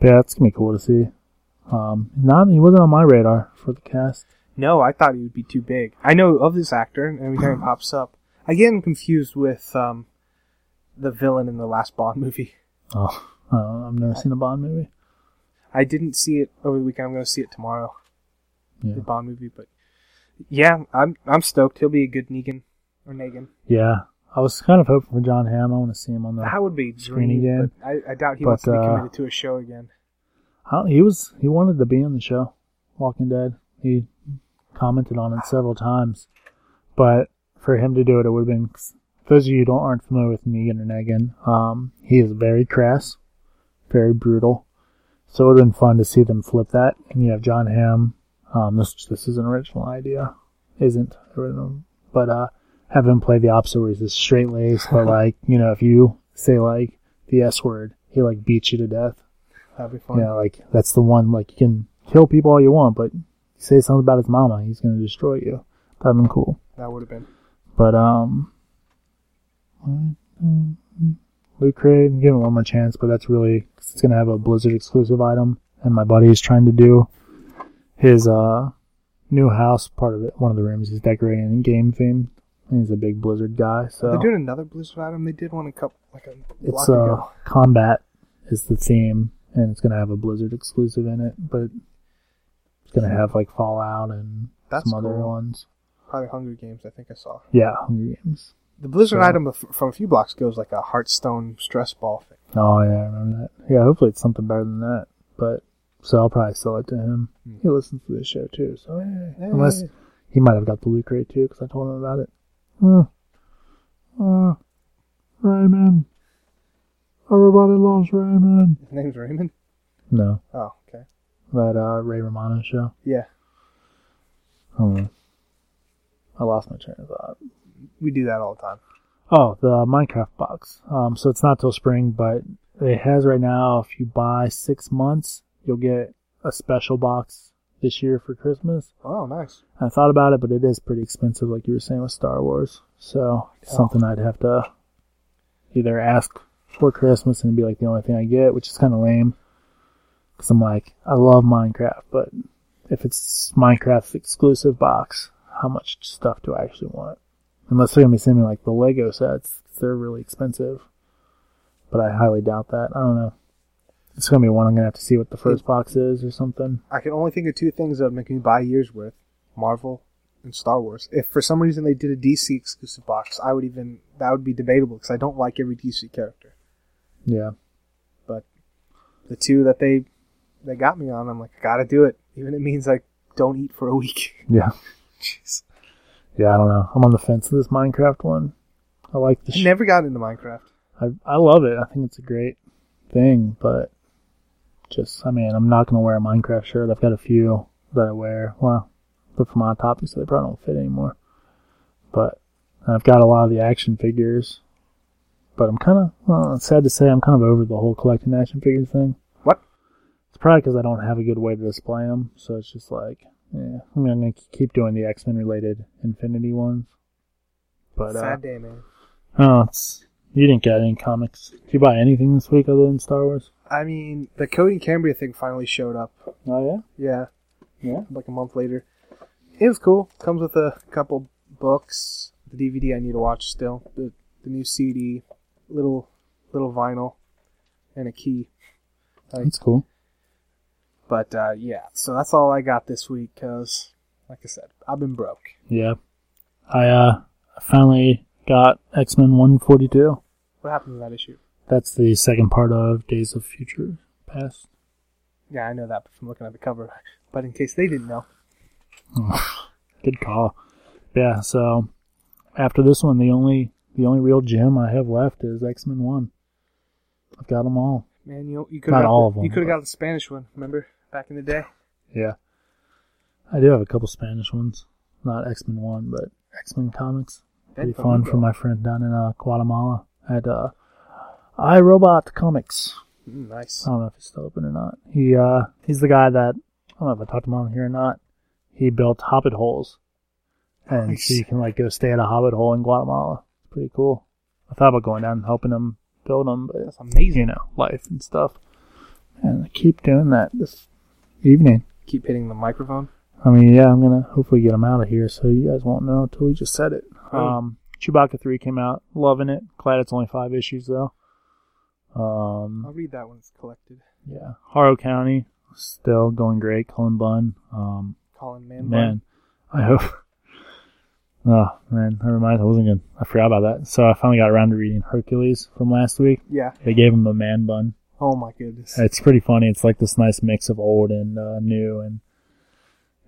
[SPEAKER 3] But yeah, it's gonna be cool to see. Um, not he wasn't on my radar for the cast.
[SPEAKER 2] No, I thought he would be too big. I know of this actor, and every time he pops up, I get him confused with um, the villain in the last Bond movie.
[SPEAKER 3] Oh, I don't know, I've never seen a Bond movie.
[SPEAKER 2] I didn't see it over the weekend. I'm going to see it tomorrow, the
[SPEAKER 3] Yeah,
[SPEAKER 2] Bond movie. But yeah, I'm I'm stoked. He'll be a good Negan or Negan.
[SPEAKER 3] yeah. I was kind of hoping for John Hamm. I want to see him on the.
[SPEAKER 2] That would be a dream,
[SPEAKER 3] Screen again.
[SPEAKER 2] but I, I doubt he
[SPEAKER 3] Uh, But,
[SPEAKER 2] wants to be
[SPEAKER 3] uh,
[SPEAKER 2] committed to a show again.
[SPEAKER 3] How- he was. He wanted to be on the show, Walking Dead. He commented on it several times, but for him to do it, it would have been. For those of you who don't aren't familiar with Negan or Negan, um, he is very crass, very brutal. So it would have been fun to see them flip that, and you have John Hamm. Um, this this is an original idea, isn't original, but uh, have him play the opposite, where he's just straight laced, but like you know, if you say like the S word, he like beats you to death.
[SPEAKER 2] That'd be
[SPEAKER 3] Yeah,
[SPEAKER 2] fun.
[SPEAKER 3] like that's the one. Like you can kill people all you want, but you say something about his mama, he's gonna destroy you. That'd been cool.
[SPEAKER 2] That would have been.
[SPEAKER 3] But um, loot crate, give it one more chance. But that's really 'cause it's gonna have a Blizzard exclusive item, and my buddy is trying to do his uh new house part of it. One of the rooms is decorated in game themed. And he's a big Blizzard guy, so
[SPEAKER 2] They're doing another Blizzard item. They did one a couple like a block
[SPEAKER 3] it's uh
[SPEAKER 2] ago.
[SPEAKER 3] combat is the theme and it's gonna have a blizzard exclusive in it but it's gonna have like fallout and
[SPEAKER 2] That's
[SPEAKER 3] some other
[SPEAKER 2] cool.
[SPEAKER 3] ones
[SPEAKER 2] Probably Hunger Games. I think I saw.
[SPEAKER 3] yeah hunger games
[SPEAKER 2] The Blizzard
[SPEAKER 3] So-
[SPEAKER 2] item of- from a few blocks ago is like a Hearthstone stress ball thing.
[SPEAKER 3] oh yeah i remember that yeah hopefully it's something better than that but so i'll probably sell it to him he listens to this show too so yeah. unless
[SPEAKER 2] Hey.
[SPEAKER 3] he might have got the loot crate too because i told him about it uh, uh, raymond everybody loves raymond
[SPEAKER 2] his name's Raymond.
[SPEAKER 3] no
[SPEAKER 2] Oh, okay.
[SPEAKER 3] that uh ray romano show
[SPEAKER 2] Yeah,
[SPEAKER 3] Hmm. I lost my train of thought.
[SPEAKER 2] we do that all the time.
[SPEAKER 3] Oh, the Minecraft box. Um, so it's not till spring, but it has right now. If you buy six months, you'll get a special box this year for Christmas.
[SPEAKER 2] Oh, nice.
[SPEAKER 3] I thought about it, but it is pretty expensive, like you were saying with Star Wars. So it's something I'd have to either ask for Christmas and it'd be like the only thing I get, which is kind of lame. Because I'm like, I love Minecraft, but if it's Minecraft's exclusive box, how much stuff do I actually want? Unless they're gonna be sending me like the Lego sets, they they're really expensive. But I highly doubt that. I don't know. It's gonna be one I'm gonna have to see what the first box is or something.
[SPEAKER 2] I can only think of two things that would make me buy a year's worth: Marvel and Star Wars. If for some reason they did a DC exclusive box, I would even that would be debatable because I don't like every DC character.
[SPEAKER 3] Yeah.
[SPEAKER 2] The two that they they got me on, I'm like, I gotta do it, even if it means like don't eat for a week.
[SPEAKER 3] Yeah.
[SPEAKER 2] Jeez,
[SPEAKER 3] Yeah, I don't know. I'm on the fence with this Minecraft one. I like the
[SPEAKER 2] I
[SPEAKER 3] sh-
[SPEAKER 2] never got into Minecraft.
[SPEAKER 3] I, I love it. I think it's a great thing, but just, I mean, I'm not going to wear a Minecraft shirt. I've got a few that I wear. Well, they're from Odd Topic, so they probably don't fit anymore. But and I've got a lot of the action figures. But I'm kind of, well, it's sad to say, I'm kind of over the whole collecting action figures thing.
[SPEAKER 2] What?
[SPEAKER 3] It's probably because I don't have a good way to display them, so it's just like, yeah, I mean, I'm going to keep doing the X Men related Infinity ones. But, uh,
[SPEAKER 2] Sad day, man.
[SPEAKER 3] Oh, it's you didn't get any comics. Did you buy anything this week other than Star Wars?
[SPEAKER 2] I mean, the Cody and Cambria thing finally showed up.
[SPEAKER 3] Oh
[SPEAKER 2] Yeah,
[SPEAKER 3] yeah, yeah.
[SPEAKER 2] like a month later. It was cool. Comes with a couple books, the DVD I need to watch still, the the new CD, little little vinyl, and a key.
[SPEAKER 3] That's cool.
[SPEAKER 2] But uh, yeah, so that's all I got this week. Cause like I said, I've been broke.
[SPEAKER 3] Yeah, I uh finally got X Men one forty two.
[SPEAKER 2] What happened to that issue?
[SPEAKER 3] That's the second part of Days of Future Past.
[SPEAKER 2] Yeah, I know that from looking at the cover. But in case they didn't know,
[SPEAKER 3] Good call. Yeah. So after this one, the only the only real gem I have left is X Men one. I've got them all.
[SPEAKER 2] man, you you could
[SPEAKER 3] Not
[SPEAKER 2] have
[SPEAKER 3] all
[SPEAKER 2] got
[SPEAKER 3] of
[SPEAKER 2] the,
[SPEAKER 3] them,
[SPEAKER 2] you could have
[SPEAKER 3] but-
[SPEAKER 2] got the Spanish one. Remember back in the day?
[SPEAKER 3] Yeah. I do have a couple Spanish ones. Not X Men 1, but X Men comics. Pretty
[SPEAKER 2] That's
[SPEAKER 3] fun
[SPEAKER 2] illegal.
[SPEAKER 3] for my friend down in uh, Guatemala at uh, iRobot Comics.
[SPEAKER 2] Mm, nice.
[SPEAKER 3] I don't know if he's still open or not. He uh, He's the guy that, I don't know if I talked to him on here or not. He built hobbit holes. And so
[SPEAKER 2] Nice.
[SPEAKER 3] you can like go stay at a hobbit hole in Guatemala. It's pretty cool. I thought about going down and helping him build them, but
[SPEAKER 2] That's amazing.
[SPEAKER 3] you know, life and stuff. And I keep doing that this evening.
[SPEAKER 2] Keep hitting the microphone.
[SPEAKER 3] I mean, yeah, I'm gonna hopefully get them out of here, so you guys won't know until we just said it.
[SPEAKER 2] Right.
[SPEAKER 3] Um, Chewbacca three came out, loving it. Glad it's only five issues though.
[SPEAKER 2] I'll
[SPEAKER 3] Um,
[SPEAKER 2] read that when it's collected.
[SPEAKER 3] yeah, Harrow County still going great. Cullen Bunn, um,
[SPEAKER 2] Colin Man.
[SPEAKER 3] man, I hope. Oh man, never mind. I wasn't good. I forgot about that. So I finally got around to reading Hercules from last week.
[SPEAKER 2] Yeah.
[SPEAKER 3] They gave him a man bun.
[SPEAKER 2] Oh my goodness.
[SPEAKER 3] It's pretty funny. It's like this nice mix of old and uh, new, and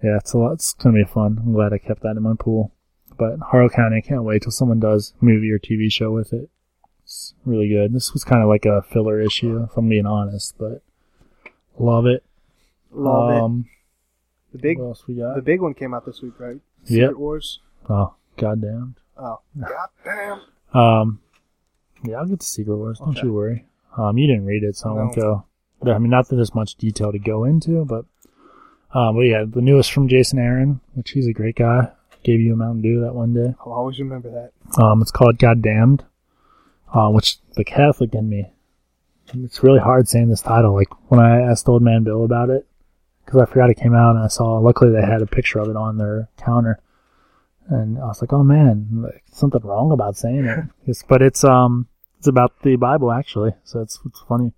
[SPEAKER 3] yeah, it's a lot. It's gonna be fun. I'm glad I kept that in my pool. But Harrow County, I can't wait till someone does a movie or TV show with it. It's really good. This was kind of like a filler issue, if I'm being honest, but love it.
[SPEAKER 2] Love it.
[SPEAKER 3] um,
[SPEAKER 2] The big
[SPEAKER 3] What else we got?
[SPEAKER 2] the big one came out this week, right?
[SPEAKER 3] Yep.
[SPEAKER 2] Secret Wars.
[SPEAKER 3] oh, goddamn.
[SPEAKER 2] Oh, goddamn!
[SPEAKER 3] Um, yeah, I'll get to Secret Wars. Don't
[SPEAKER 2] Okay.
[SPEAKER 3] you worry. Um, you didn't read it, so I won't
[SPEAKER 2] No.
[SPEAKER 3] go. I mean, not that there's much detail to go into, but um, but yeah, the newest from Jason Aaron, which he's a great guy. Gave you a Mountain Dew that one day.
[SPEAKER 2] I'll always remember that.
[SPEAKER 3] Um, it's called God Damned, uh, which the Catholic in me. It's really hard saying this title. Like when I asked Old Man Bill about it, because I forgot it came out, and I saw. Luckily, they had a picture of it on their counter, and I was like, "Oh man, like, something wrong about saying it." It's- but it's um, it's about the Bible actually, so it's it's funny.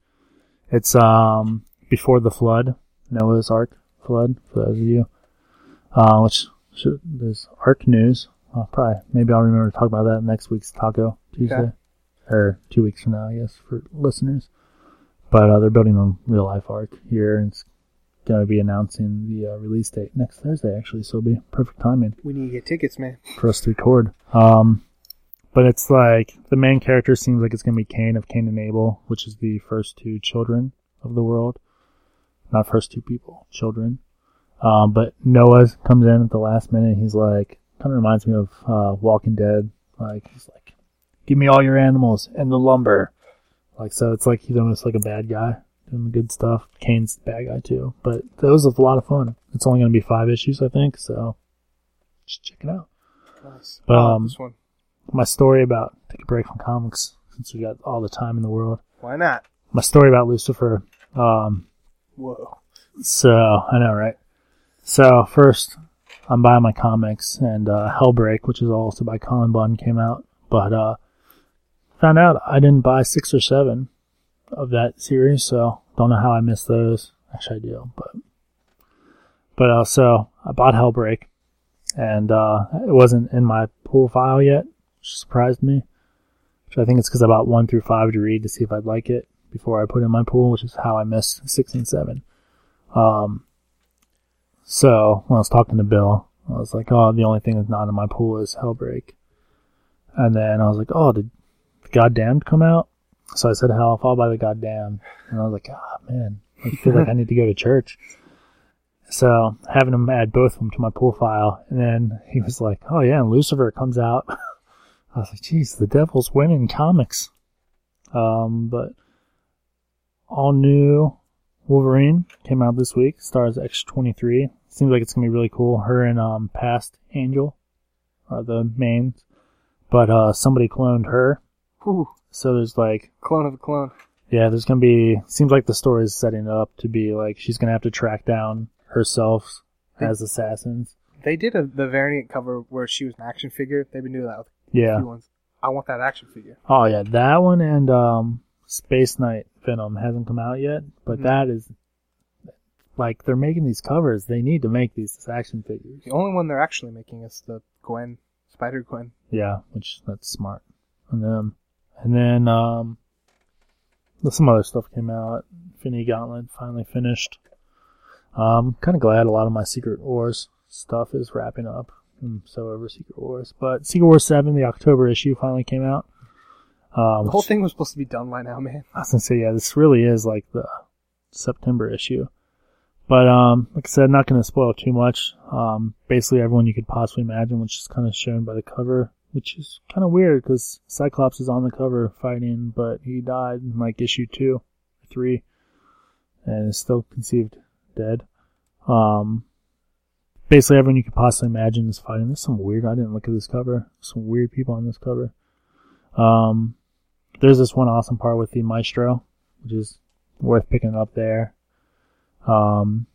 [SPEAKER 3] It's um before the flood, Noah's Ark flood for those of you, uh, which should, there's Ark news. Uh, probably maybe I'll remember to talk about that next week's Taco Tuesday,
[SPEAKER 2] Okay.
[SPEAKER 3] or two weeks from now, I guess, for listeners. But uh, they're building a real life Ark here, and it's going to be announcing the uh, release date next Thursday. Actually, so it'll be perfect timing
[SPEAKER 2] We need to get tickets, man.
[SPEAKER 3] for us to record. Um, but it's like the main character seems like it's gonna be Cain of Cain and Abel, which is the first two children of the world, not first two people, children. Um, but Noah comes in at the last minute. And he's like, kind of reminds me of uh, Walking Dead, Like he's like, give me all your animals and the lumber. Like so, it's like he's almost like a bad guy doing the good stuff. Kane's the bad guy too, but that was a lot of fun. It's only going to be five issues, I think. So just check it out.
[SPEAKER 2] Nice. Oh,
[SPEAKER 3] But, um,
[SPEAKER 2] this one.
[SPEAKER 3] My story about take a break from comics since we got all the time in the world.
[SPEAKER 2] Why not?
[SPEAKER 3] My story about Lucifer. Um,
[SPEAKER 2] Whoa.
[SPEAKER 3] so I know, right? So first, I'm buying my comics, and uh, Hellbreak, which is also by Colin Bunn, came out. But uh, found out I didn't buy six or seven of that series, so don't know how I missed those. Actually, I do, but but uh, so I bought Hellbreak, and uh, it wasn't in my pool file yet, which surprised me. Which I think it's because I bought one through five to read to see if I'd like it before I put it in my pool, which is how I missed six and seven. Um, so when I was talking to Bill, I was like, "Oh, the only thing that's not in my pool is Hellbreak," and then I was like, "Oh, did the Goddamned come out?" So I said, "Hell, I'll buy the Goddamned," and I was like, "Ah, man, I feel like I need to go to church." So having him add both of them to my pool file, and then he was like, "Oh yeah, and Lucifer comes out." I was like, "Geez, the devil's winning comics." Um, but all new Wolverine came out this week. Stars X twenty three. Seems like it's gonna be really cool. Her and um past Angel are the mains, but uh somebody cloned her.
[SPEAKER 2] Whew.
[SPEAKER 3] So there's like
[SPEAKER 2] Clone of a clone.
[SPEAKER 3] yeah, there's gonna be. Seems like the story is setting it up to be like she's gonna have to track down herself as assassins.
[SPEAKER 2] They did a, the variant cover where she was an action figure. They've been doing that with a
[SPEAKER 3] Yeah.
[SPEAKER 2] few ones. I want that action figure.
[SPEAKER 3] Oh yeah, that one and um Space Knight Venom hasn't come out yet, but
[SPEAKER 2] Mhm.
[SPEAKER 3] that is like they're making these covers. They need to make these action figures.
[SPEAKER 2] The only one they're actually making is the Gwen, Spider Gwen.
[SPEAKER 3] Yeah, which that's smart. And then, and then um, some other stuff came out. Finny Gauntlet finally finished. Um, kind of glad a lot of my Secret Wars stuff is wrapping up. I'm so over Secret Wars, but Secret Wars Seven, the October issue, finally came out. Um,
[SPEAKER 2] The whole thing was supposed to be done by now, man.
[SPEAKER 3] I was gonna say, yeah, this really is like the September issue. But um, like I said, not gonna spoil too much. Um, basically everyone you could possibly imagine, which is kind of shown by the cover, which is kind of weird because Cyclops is on the cover fighting, but he died in like issue two, or three, and is still conceived dead. Um, basically everyone you could possibly imagine is fighting. There's some weird. I didn't look at this cover. Some weird people on this cover. Um, there's this one awesome part with the maestro, which is worth picking up there. Um,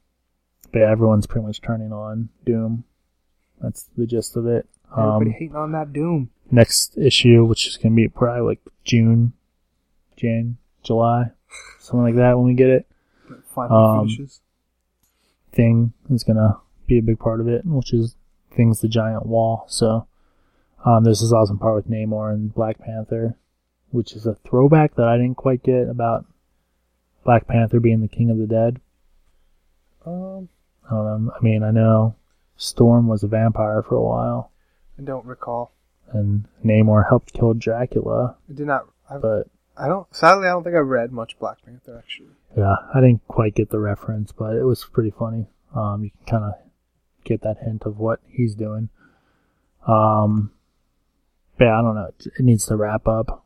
[SPEAKER 3] but everyone's pretty much turning on Doom. That's the gist of it.
[SPEAKER 2] Everybody
[SPEAKER 3] Um,
[SPEAKER 2] hating on that Doom.
[SPEAKER 3] next issue, which is gonna be probably like June, Jan, July, something like that when we get it.
[SPEAKER 2] Final
[SPEAKER 3] um,
[SPEAKER 2] finishes.
[SPEAKER 3] Thing is gonna be a big part of it, which is things the giant wall. So um, there's this awesome part with Namor and Black Panther, which is a throwback that I didn't quite get about Black Panther being the king of the dead.
[SPEAKER 2] Um,
[SPEAKER 3] I don't know. I mean, I know Storm was a vampire for a while,
[SPEAKER 2] I don't recall.
[SPEAKER 3] and Namor helped kill Dracula,
[SPEAKER 2] I did not. I,
[SPEAKER 3] but
[SPEAKER 2] I don't. Sadly, I don't think I read much Black Panther actually.
[SPEAKER 3] Yeah, I didn't quite get the reference, but it was pretty funny. Um, you can kind of get that hint of what he's doing. Um, but yeah, I don't know. It, it needs to wrap up.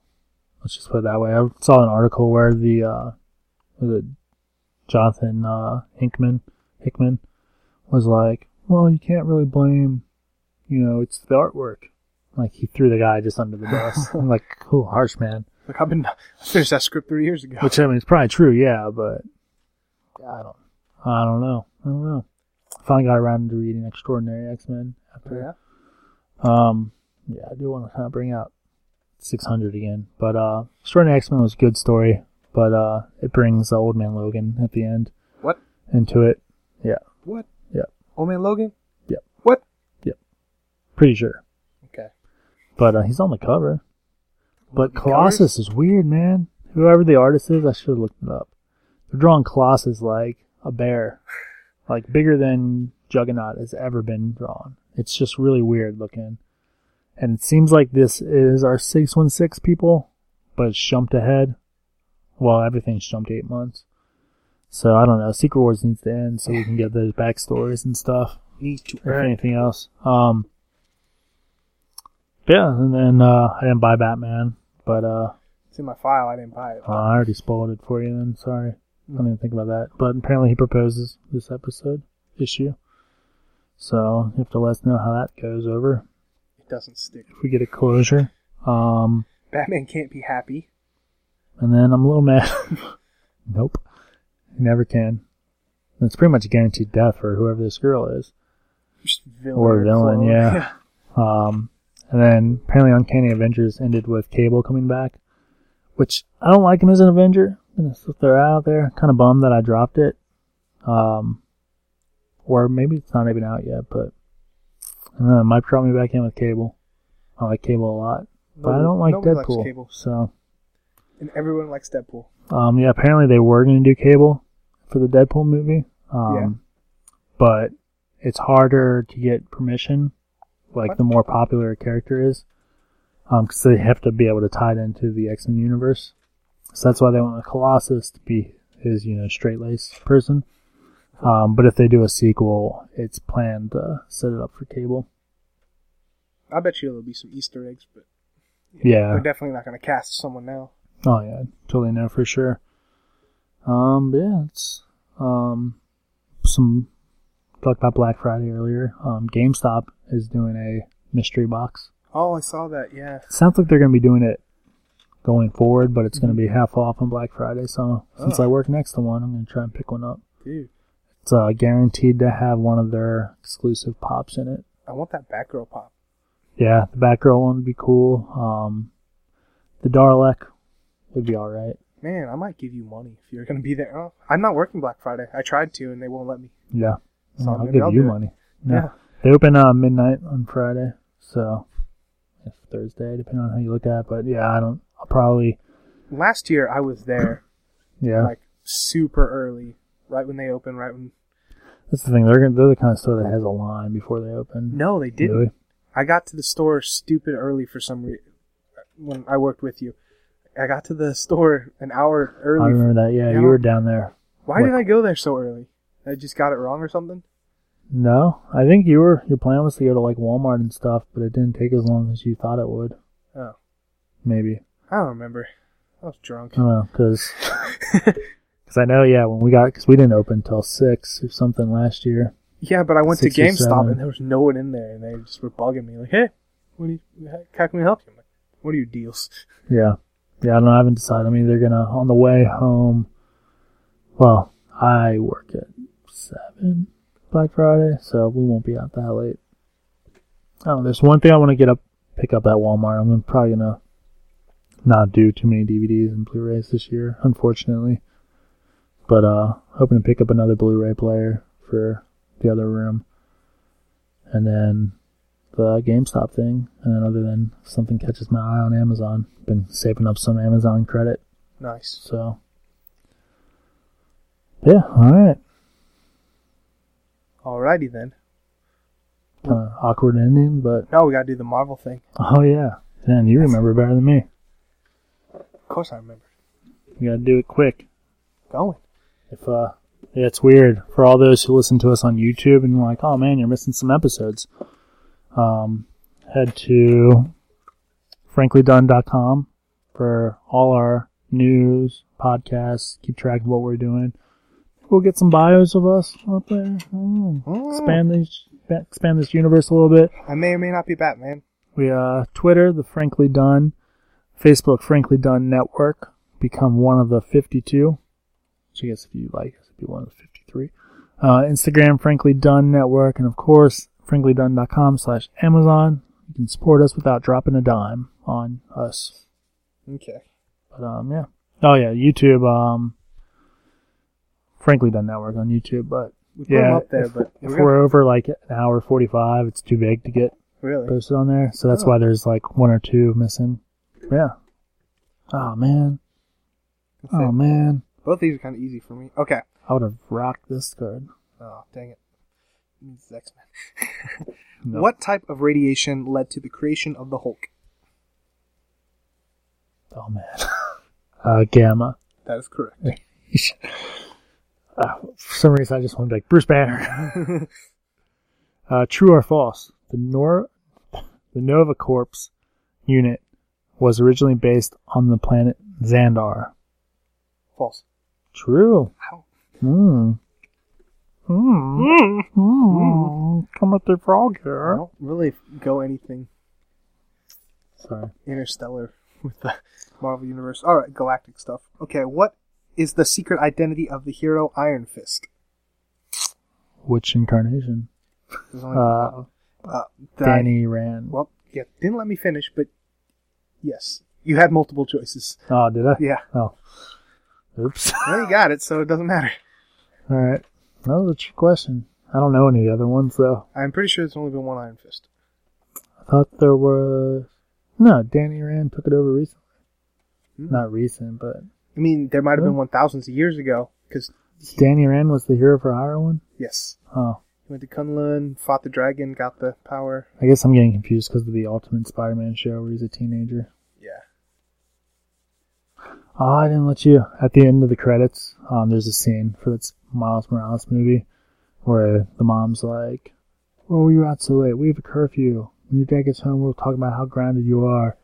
[SPEAKER 3] Let's just put it that way. I saw an article where the uh, was it Jonathan uh, Hickman Hickman was like, "Well, you can't really blame, you know, it's the artwork." Like he threw the guy just under the bus. I'm like, cool, harsh man.
[SPEAKER 2] Like I've been. I finished that script three years ago.
[SPEAKER 3] Which I mean, it's probably true, yeah, but I don't, I don't know, I don't know. I finally got around to reading Extraordinary X Men after.
[SPEAKER 2] yeah.
[SPEAKER 3] Um, yeah, I do want to kind of bring out 600 again, but uh, Extraordinary X Men was a good story, but uh, it brings uh, Old Man Logan at the end
[SPEAKER 2] What?
[SPEAKER 3] into it. Yeah,
[SPEAKER 2] What?
[SPEAKER 3] Yeah.
[SPEAKER 2] Old Man Logan.
[SPEAKER 3] Yeah.
[SPEAKER 2] What?
[SPEAKER 3] pretty sure,
[SPEAKER 2] Okay.
[SPEAKER 3] but uh, he's on the cover. But
[SPEAKER 2] The
[SPEAKER 3] Colossus is weird, man. Whoever the artist is, I should have looked it up. They're drawing Colossus like a bear, like bigger than Juggernaut has ever been drawn. It's just really weird looking. And it seems like this is our 616 people, but it's jumped ahead. Well, everything's jumped eight months. So I don't know. Secret Wars needs to end so we can get those backstories and stuff
[SPEAKER 2] Need to
[SPEAKER 3] or
[SPEAKER 2] earn.
[SPEAKER 3] anything else. Um, but Yeah, and then uh, I didn't buy Batman, but uh,
[SPEAKER 2] It's in my file. I didn't buy it.
[SPEAKER 3] uh, I already spoiled it for you. Then sorry, I didn't even think about that. But apparently he proposes this episode issue, so you have to let us know how that goes over
[SPEAKER 2] It doesn't stick.
[SPEAKER 3] if we get a closure. Um,
[SPEAKER 2] Batman can't be happy.
[SPEAKER 3] and then I'm a little mad. nope, he never can. And It's pretty much a guaranteed death for whoever this girl is.
[SPEAKER 2] Just villain
[SPEAKER 3] Or villain,
[SPEAKER 2] clone.
[SPEAKER 3] yeah. Um, and then apparently Uncanny Avengers ended with Cable coming back, which I don't like him as an Avenger. And it's if they're out there, kind of bummed that I dropped it. Um, or maybe it's not even out yet, but I don't know. It might drop me back in with Cable. I like Cable a lot, but I
[SPEAKER 2] Nobody-
[SPEAKER 3] don't like
[SPEAKER 2] nobody likes
[SPEAKER 3] Deadpool.
[SPEAKER 2] Cable.
[SPEAKER 3] So,
[SPEAKER 2] And everyone likes Deadpool.
[SPEAKER 3] um, yeah, apparently they were going to do Cable for the Deadpool movie. Um,
[SPEAKER 2] Yeah.
[SPEAKER 3] but it's harder to get permission, like
[SPEAKER 2] What?
[SPEAKER 3] the more popular a character is, because they have to be able to tie it into the X Men universe. So that's why they want the Colossus to be his, you know, straight laced person. Um, but if they do a sequel, it's planned to set it up for Cable.
[SPEAKER 2] I bet you there'll be some Easter eggs, but
[SPEAKER 3] Yeah.
[SPEAKER 2] they're definitely not going to cast someone now.
[SPEAKER 3] Oh yeah, totally know for sure. Um, but yeah, it's um some talked about Black Friday earlier. Um, GameStop is doing a mystery box.
[SPEAKER 2] Oh, I saw that. Yeah.
[SPEAKER 3] It sounds like they're going to be doing it going forward, but it's going to be half off on Black Friday. So since
[SPEAKER 2] Mm-hmm. Oh.
[SPEAKER 3] I work next to one, I'm going to try and pick one up.
[SPEAKER 2] Dude,
[SPEAKER 3] It's uh, guaranteed to have one of their exclusive pops in it.
[SPEAKER 2] I want that Batgirl pop.
[SPEAKER 3] Yeah, the Batgirl one would be cool. Um, the Darlek would be all right.
[SPEAKER 2] Man, I might give you money if you're going to be there. Oh, I'm not working Black Friday. I tried to, and they won't let me.
[SPEAKER 3] Yeah.
[SPEAKER 2] So
[SPEAKER 3] I'll
[SPEAKER 2] maybe
[SPEAKER 3] give
[SPEAKER 2] I'll
[SPEAKER 3] you
[SPEAKER 2] do it.
[SPEAKER 3] money. Yeah. They open uh, midnight on Friday, so if Thursday, depending on how you look at it. But yeah, I don't. I'll probably
[SPEAKER 2] Last year, I was there,
[SPEAKER 3] yeah.
[SPEAKER 2] like, super early, right when they open, right when.
[SPEAKER 3] That's the thing. They're gonna- they're the kind of store that has a line before they open.
[SPEAKER 2] No, they didn't.
[SPEAKER 3] Really?
[SPEAKER 2] I got to the store stupid early for some reason when I worked with you. I got to the store an hour
[SPEAKER 3] I
[SPEAKER 2] early.
[SPEAKER 3] remember that. Yeah,
[SPEAKER 2] Yeah.
[SPEAKER 3] you were down there.
[SPEAKER 2] Why did I go there so early? I just got it wrong or something?
[SPEAKER 3] No, I think you were. Your plan was to go to like Walmart and stuff, but it didn't take as long as you thought it would.
[SPEAKER 2] Oh,
[SPEAKER 3] Maybe
[SPEAKER 2] I don't remember. I was drunk.
[SPEAKER 3] I don't know because I know. Yeah, when we got because we didn't open till six or something last year.
[SPEAKER 2] Yeah, but I went to
[SPEAKER 3] Six or
[SPEAKER 2] GameStop
[SPEAKER 3] seven.
[SPEAKER 2] and there was no one in there, and they just were bugging me like, "Hey, what do you? How can we help you?" I'm like, "What are your deals?"
[SPEAKER 3] Yeah. Yeah, I don't know. I haven't decided. I'm either going to, on the way home, well, I work at 7 Black Friday, so we won't be out that late. Oh, there's one thing I want to get up, pick up at Walmart. I'm gonna- probably going to not do too many DVDs and Blu-rays this year, unfortunately. But, uh, hoping to pick up another Blu-ray player for the other room. And then the uh, GameStop thing, and then other than something catches my eye on Amazon, been saving up some Amazon credit.
[SPEAKER 2] Nice.
[SPEAKER 3] So, yeah, all right.
[SPEAKER 2] Alrighty then.
[SPEAKER 3] Kind of awkward ending, but
[SPEAKER 2] Now we gotta do the Marvel thing.
[SPEAKER 3] oh yeah, man, you remember better than me.
[SPEAKER 2] Of course, I remember
[SPEAKER 3] We gotta do it quick.
[SPEAKER 2] going.
[SPEAKER 3] If uh, yeah, it's weird for all those who listen to us on YouTube and like, oh man, you're missing some episodes. Um, head to franklydone.com for all our news, podcasts. Keep track of what we're doing. We'll get some bios of us up there. Mm.
[SPEAKER 2] Mm.
[SPEAKER 3] Expand these, expand this universe a little bit.
[SPEAKER 2] I may or may not be Batman.
[SPEAKER 3] We uh, Twitter, the Frankly Done, Facebook, Frankly Done Network. Become one of the 52. Which I guess if you like, it'd be one of the 53. Uh, Instagram, Frankly Done Network, and of course, franklydone.com slash Amazon. You can support us without dropping a dime on us.
[SPEAKER 2] Okay.
[SPEAKER 3] But um, yeah. Oh yeah, YouTube. Um, Frankly Done Network on YouTube, but
[SPEAKER 2] We put him
[SPEAKER 3] yeah,
[SPEAKER 2] up there,
[SPEAKER 3] if,
[SPEAKER 2] but
[SPEAKER 3] if
[SPEAKER 2] we're
[SPEAKER 3] we're,
[SPEAKER 2] gonna-
[SPEAKER 3] over like an hour forty-five, it's too big to get
[SPEAKER 2] really,
[SPEAKER 3] posted on there. So that's
[SPEAKER 2] Oh.
[SPEAKER 3] why there's like one or two missing. Yeah. Oh man.
[SPEAKER 2] That's
[SPEAKER 3] Oh
[SPEAKER 2] it.
[SPEAKER 3] man.
[SPEAKER 2] both these are kind of easy for me. Okay.
[SPEAKER 3] I would have rocked this card.
[SPEAKER 2] Oh dang it. It's X-Men.
[SPEAKER 3] No.
[SPEAKER 2] What type of radiation led to the creation of the Hulk?
[SPEAKER 3] Oh man. uh, gamma.
[SPEAKER 2] That is correct.
[SPEAKER 3] Uh, for some reason, I just want to be like Bruce Banner. uh, true or false? The Nor, the Nova Corps unit was originally based on the planet Xandar.
[SPEAKER 2] False.
[SPEAKER 3] True.
[SPEAKER 2] Ow.
[SPEAKER 3] Hmm. Hmm. Hmm. Come with the frog
[SPEAKER 2] I
[SPEAKER 3] here.
[SPEAKER 2] don't really go anything
[SPEAKER 3] Sorry.
[SPEAKER 2] interstellar with the Marvel Universe. All right, galactic stuff. Okay, what is the secret identity of the hero Iron Fist?
[SPEAKER 3] Which incarnation?
[SPEAKER 2] There's only
[SPEAKER 3] Uh,
[SPEAKER 2] uh, that I-
[SPEAKER 3] Danny Rand.
[SPEAKER 2] well, yeah, didn't let me finish, but yes, you had multiple choices.
[SPEAKER 3] Oh, did I?
[SPEAKER 2] Yeah,
[SPEAKER 3] Oh. Oops.
[SPEAKER 2] well, you got it, so it doesn't matter.
[SPEAKER 3] All right. That was a trick question. I don't know any other ones though.
[SPEAKER 2] I'm pretty sure there's only been one Iron Fist.
[SPEAKER 3] I thought there was no. Danny Rand took it over recently.
[SPEAKER 2] Hmm.
[SPEAKER 3] Not recent, but
[SPEAKER 2] I mean, there might have been
[SPEAKER 3] Really?
[SPEAKER 2] one thousands of years ago, because
[SPEAKER 3] Danny Rand was the hero for Hire one.
[SPEAKER 2] yes,
[SPEAKER 3] Oh,
[SPEAKER 2] he went to Kunlun, fought the dragon, got the power.
[SPEAKER 3] I guess I'm getting confused because of the Ultimate Spider-Man show where he's a teenager.
[SPEAKER 2] Yeah,
[SPEAKER 3] Oh, I didn't let you. At the end of the credits, um, there's a scene for this Miles Morales movie where the mom's like, "Where were you out so late? We have a curfew. When your dad gets home, we'll talk about how grounded you are."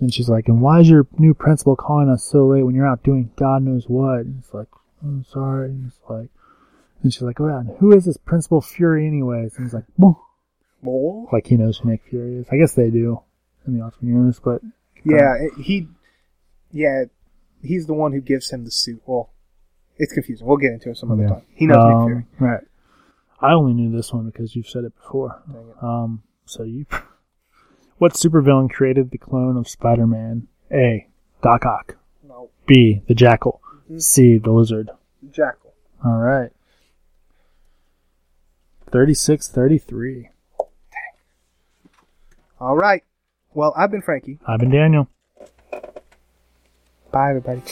[SPEAKER 3] And she's like, "And why is your new principal calling us so late when you're out doing God knows what?" And it's like, "I'm sorry." And it's like, and she's like, "Oh yeah, and who is this Principal Fury anyways?" And he's like, "Well,"
[SPEAKER 2] Mole.
[SPEAKER 3] like he knows who Nick Fury is. I guess they do in the alternate universe, but
[SPEAKER 2] Yeah, it- he. Yeah, he's the one who gives him the suit. Well, it's confusing. We'll get into it some other
[SPEAKER 3] Yeah.
[SPEAKER 2] time. He knows
[SPEAKER 3] Um,
[SPEAKER 2] Nick Fury.
[SPEAKER 3] Right. I only knew this one because you've said it before.
[SPEAKER 2] Dang it.
[SPEAKER 3] Um, so you. What supervillain created the clone of Spider Man? A. Doc Ock.
[SPEAKER 2] No,
[SPEAKER 3] B. The Jackal.
[SPEAKER 2] Mm-hmm.
[SPEAKER 3] C. The Lizard.
[SPEAKER 2] Jackal.
[SPEAKER 3] All right. 36 33.
[SPEAKER 2] All right. Well, I've been Frankie.
[SPEAKER 3] I've been Daniel.
[SPEAKER 2] Bye, everybody.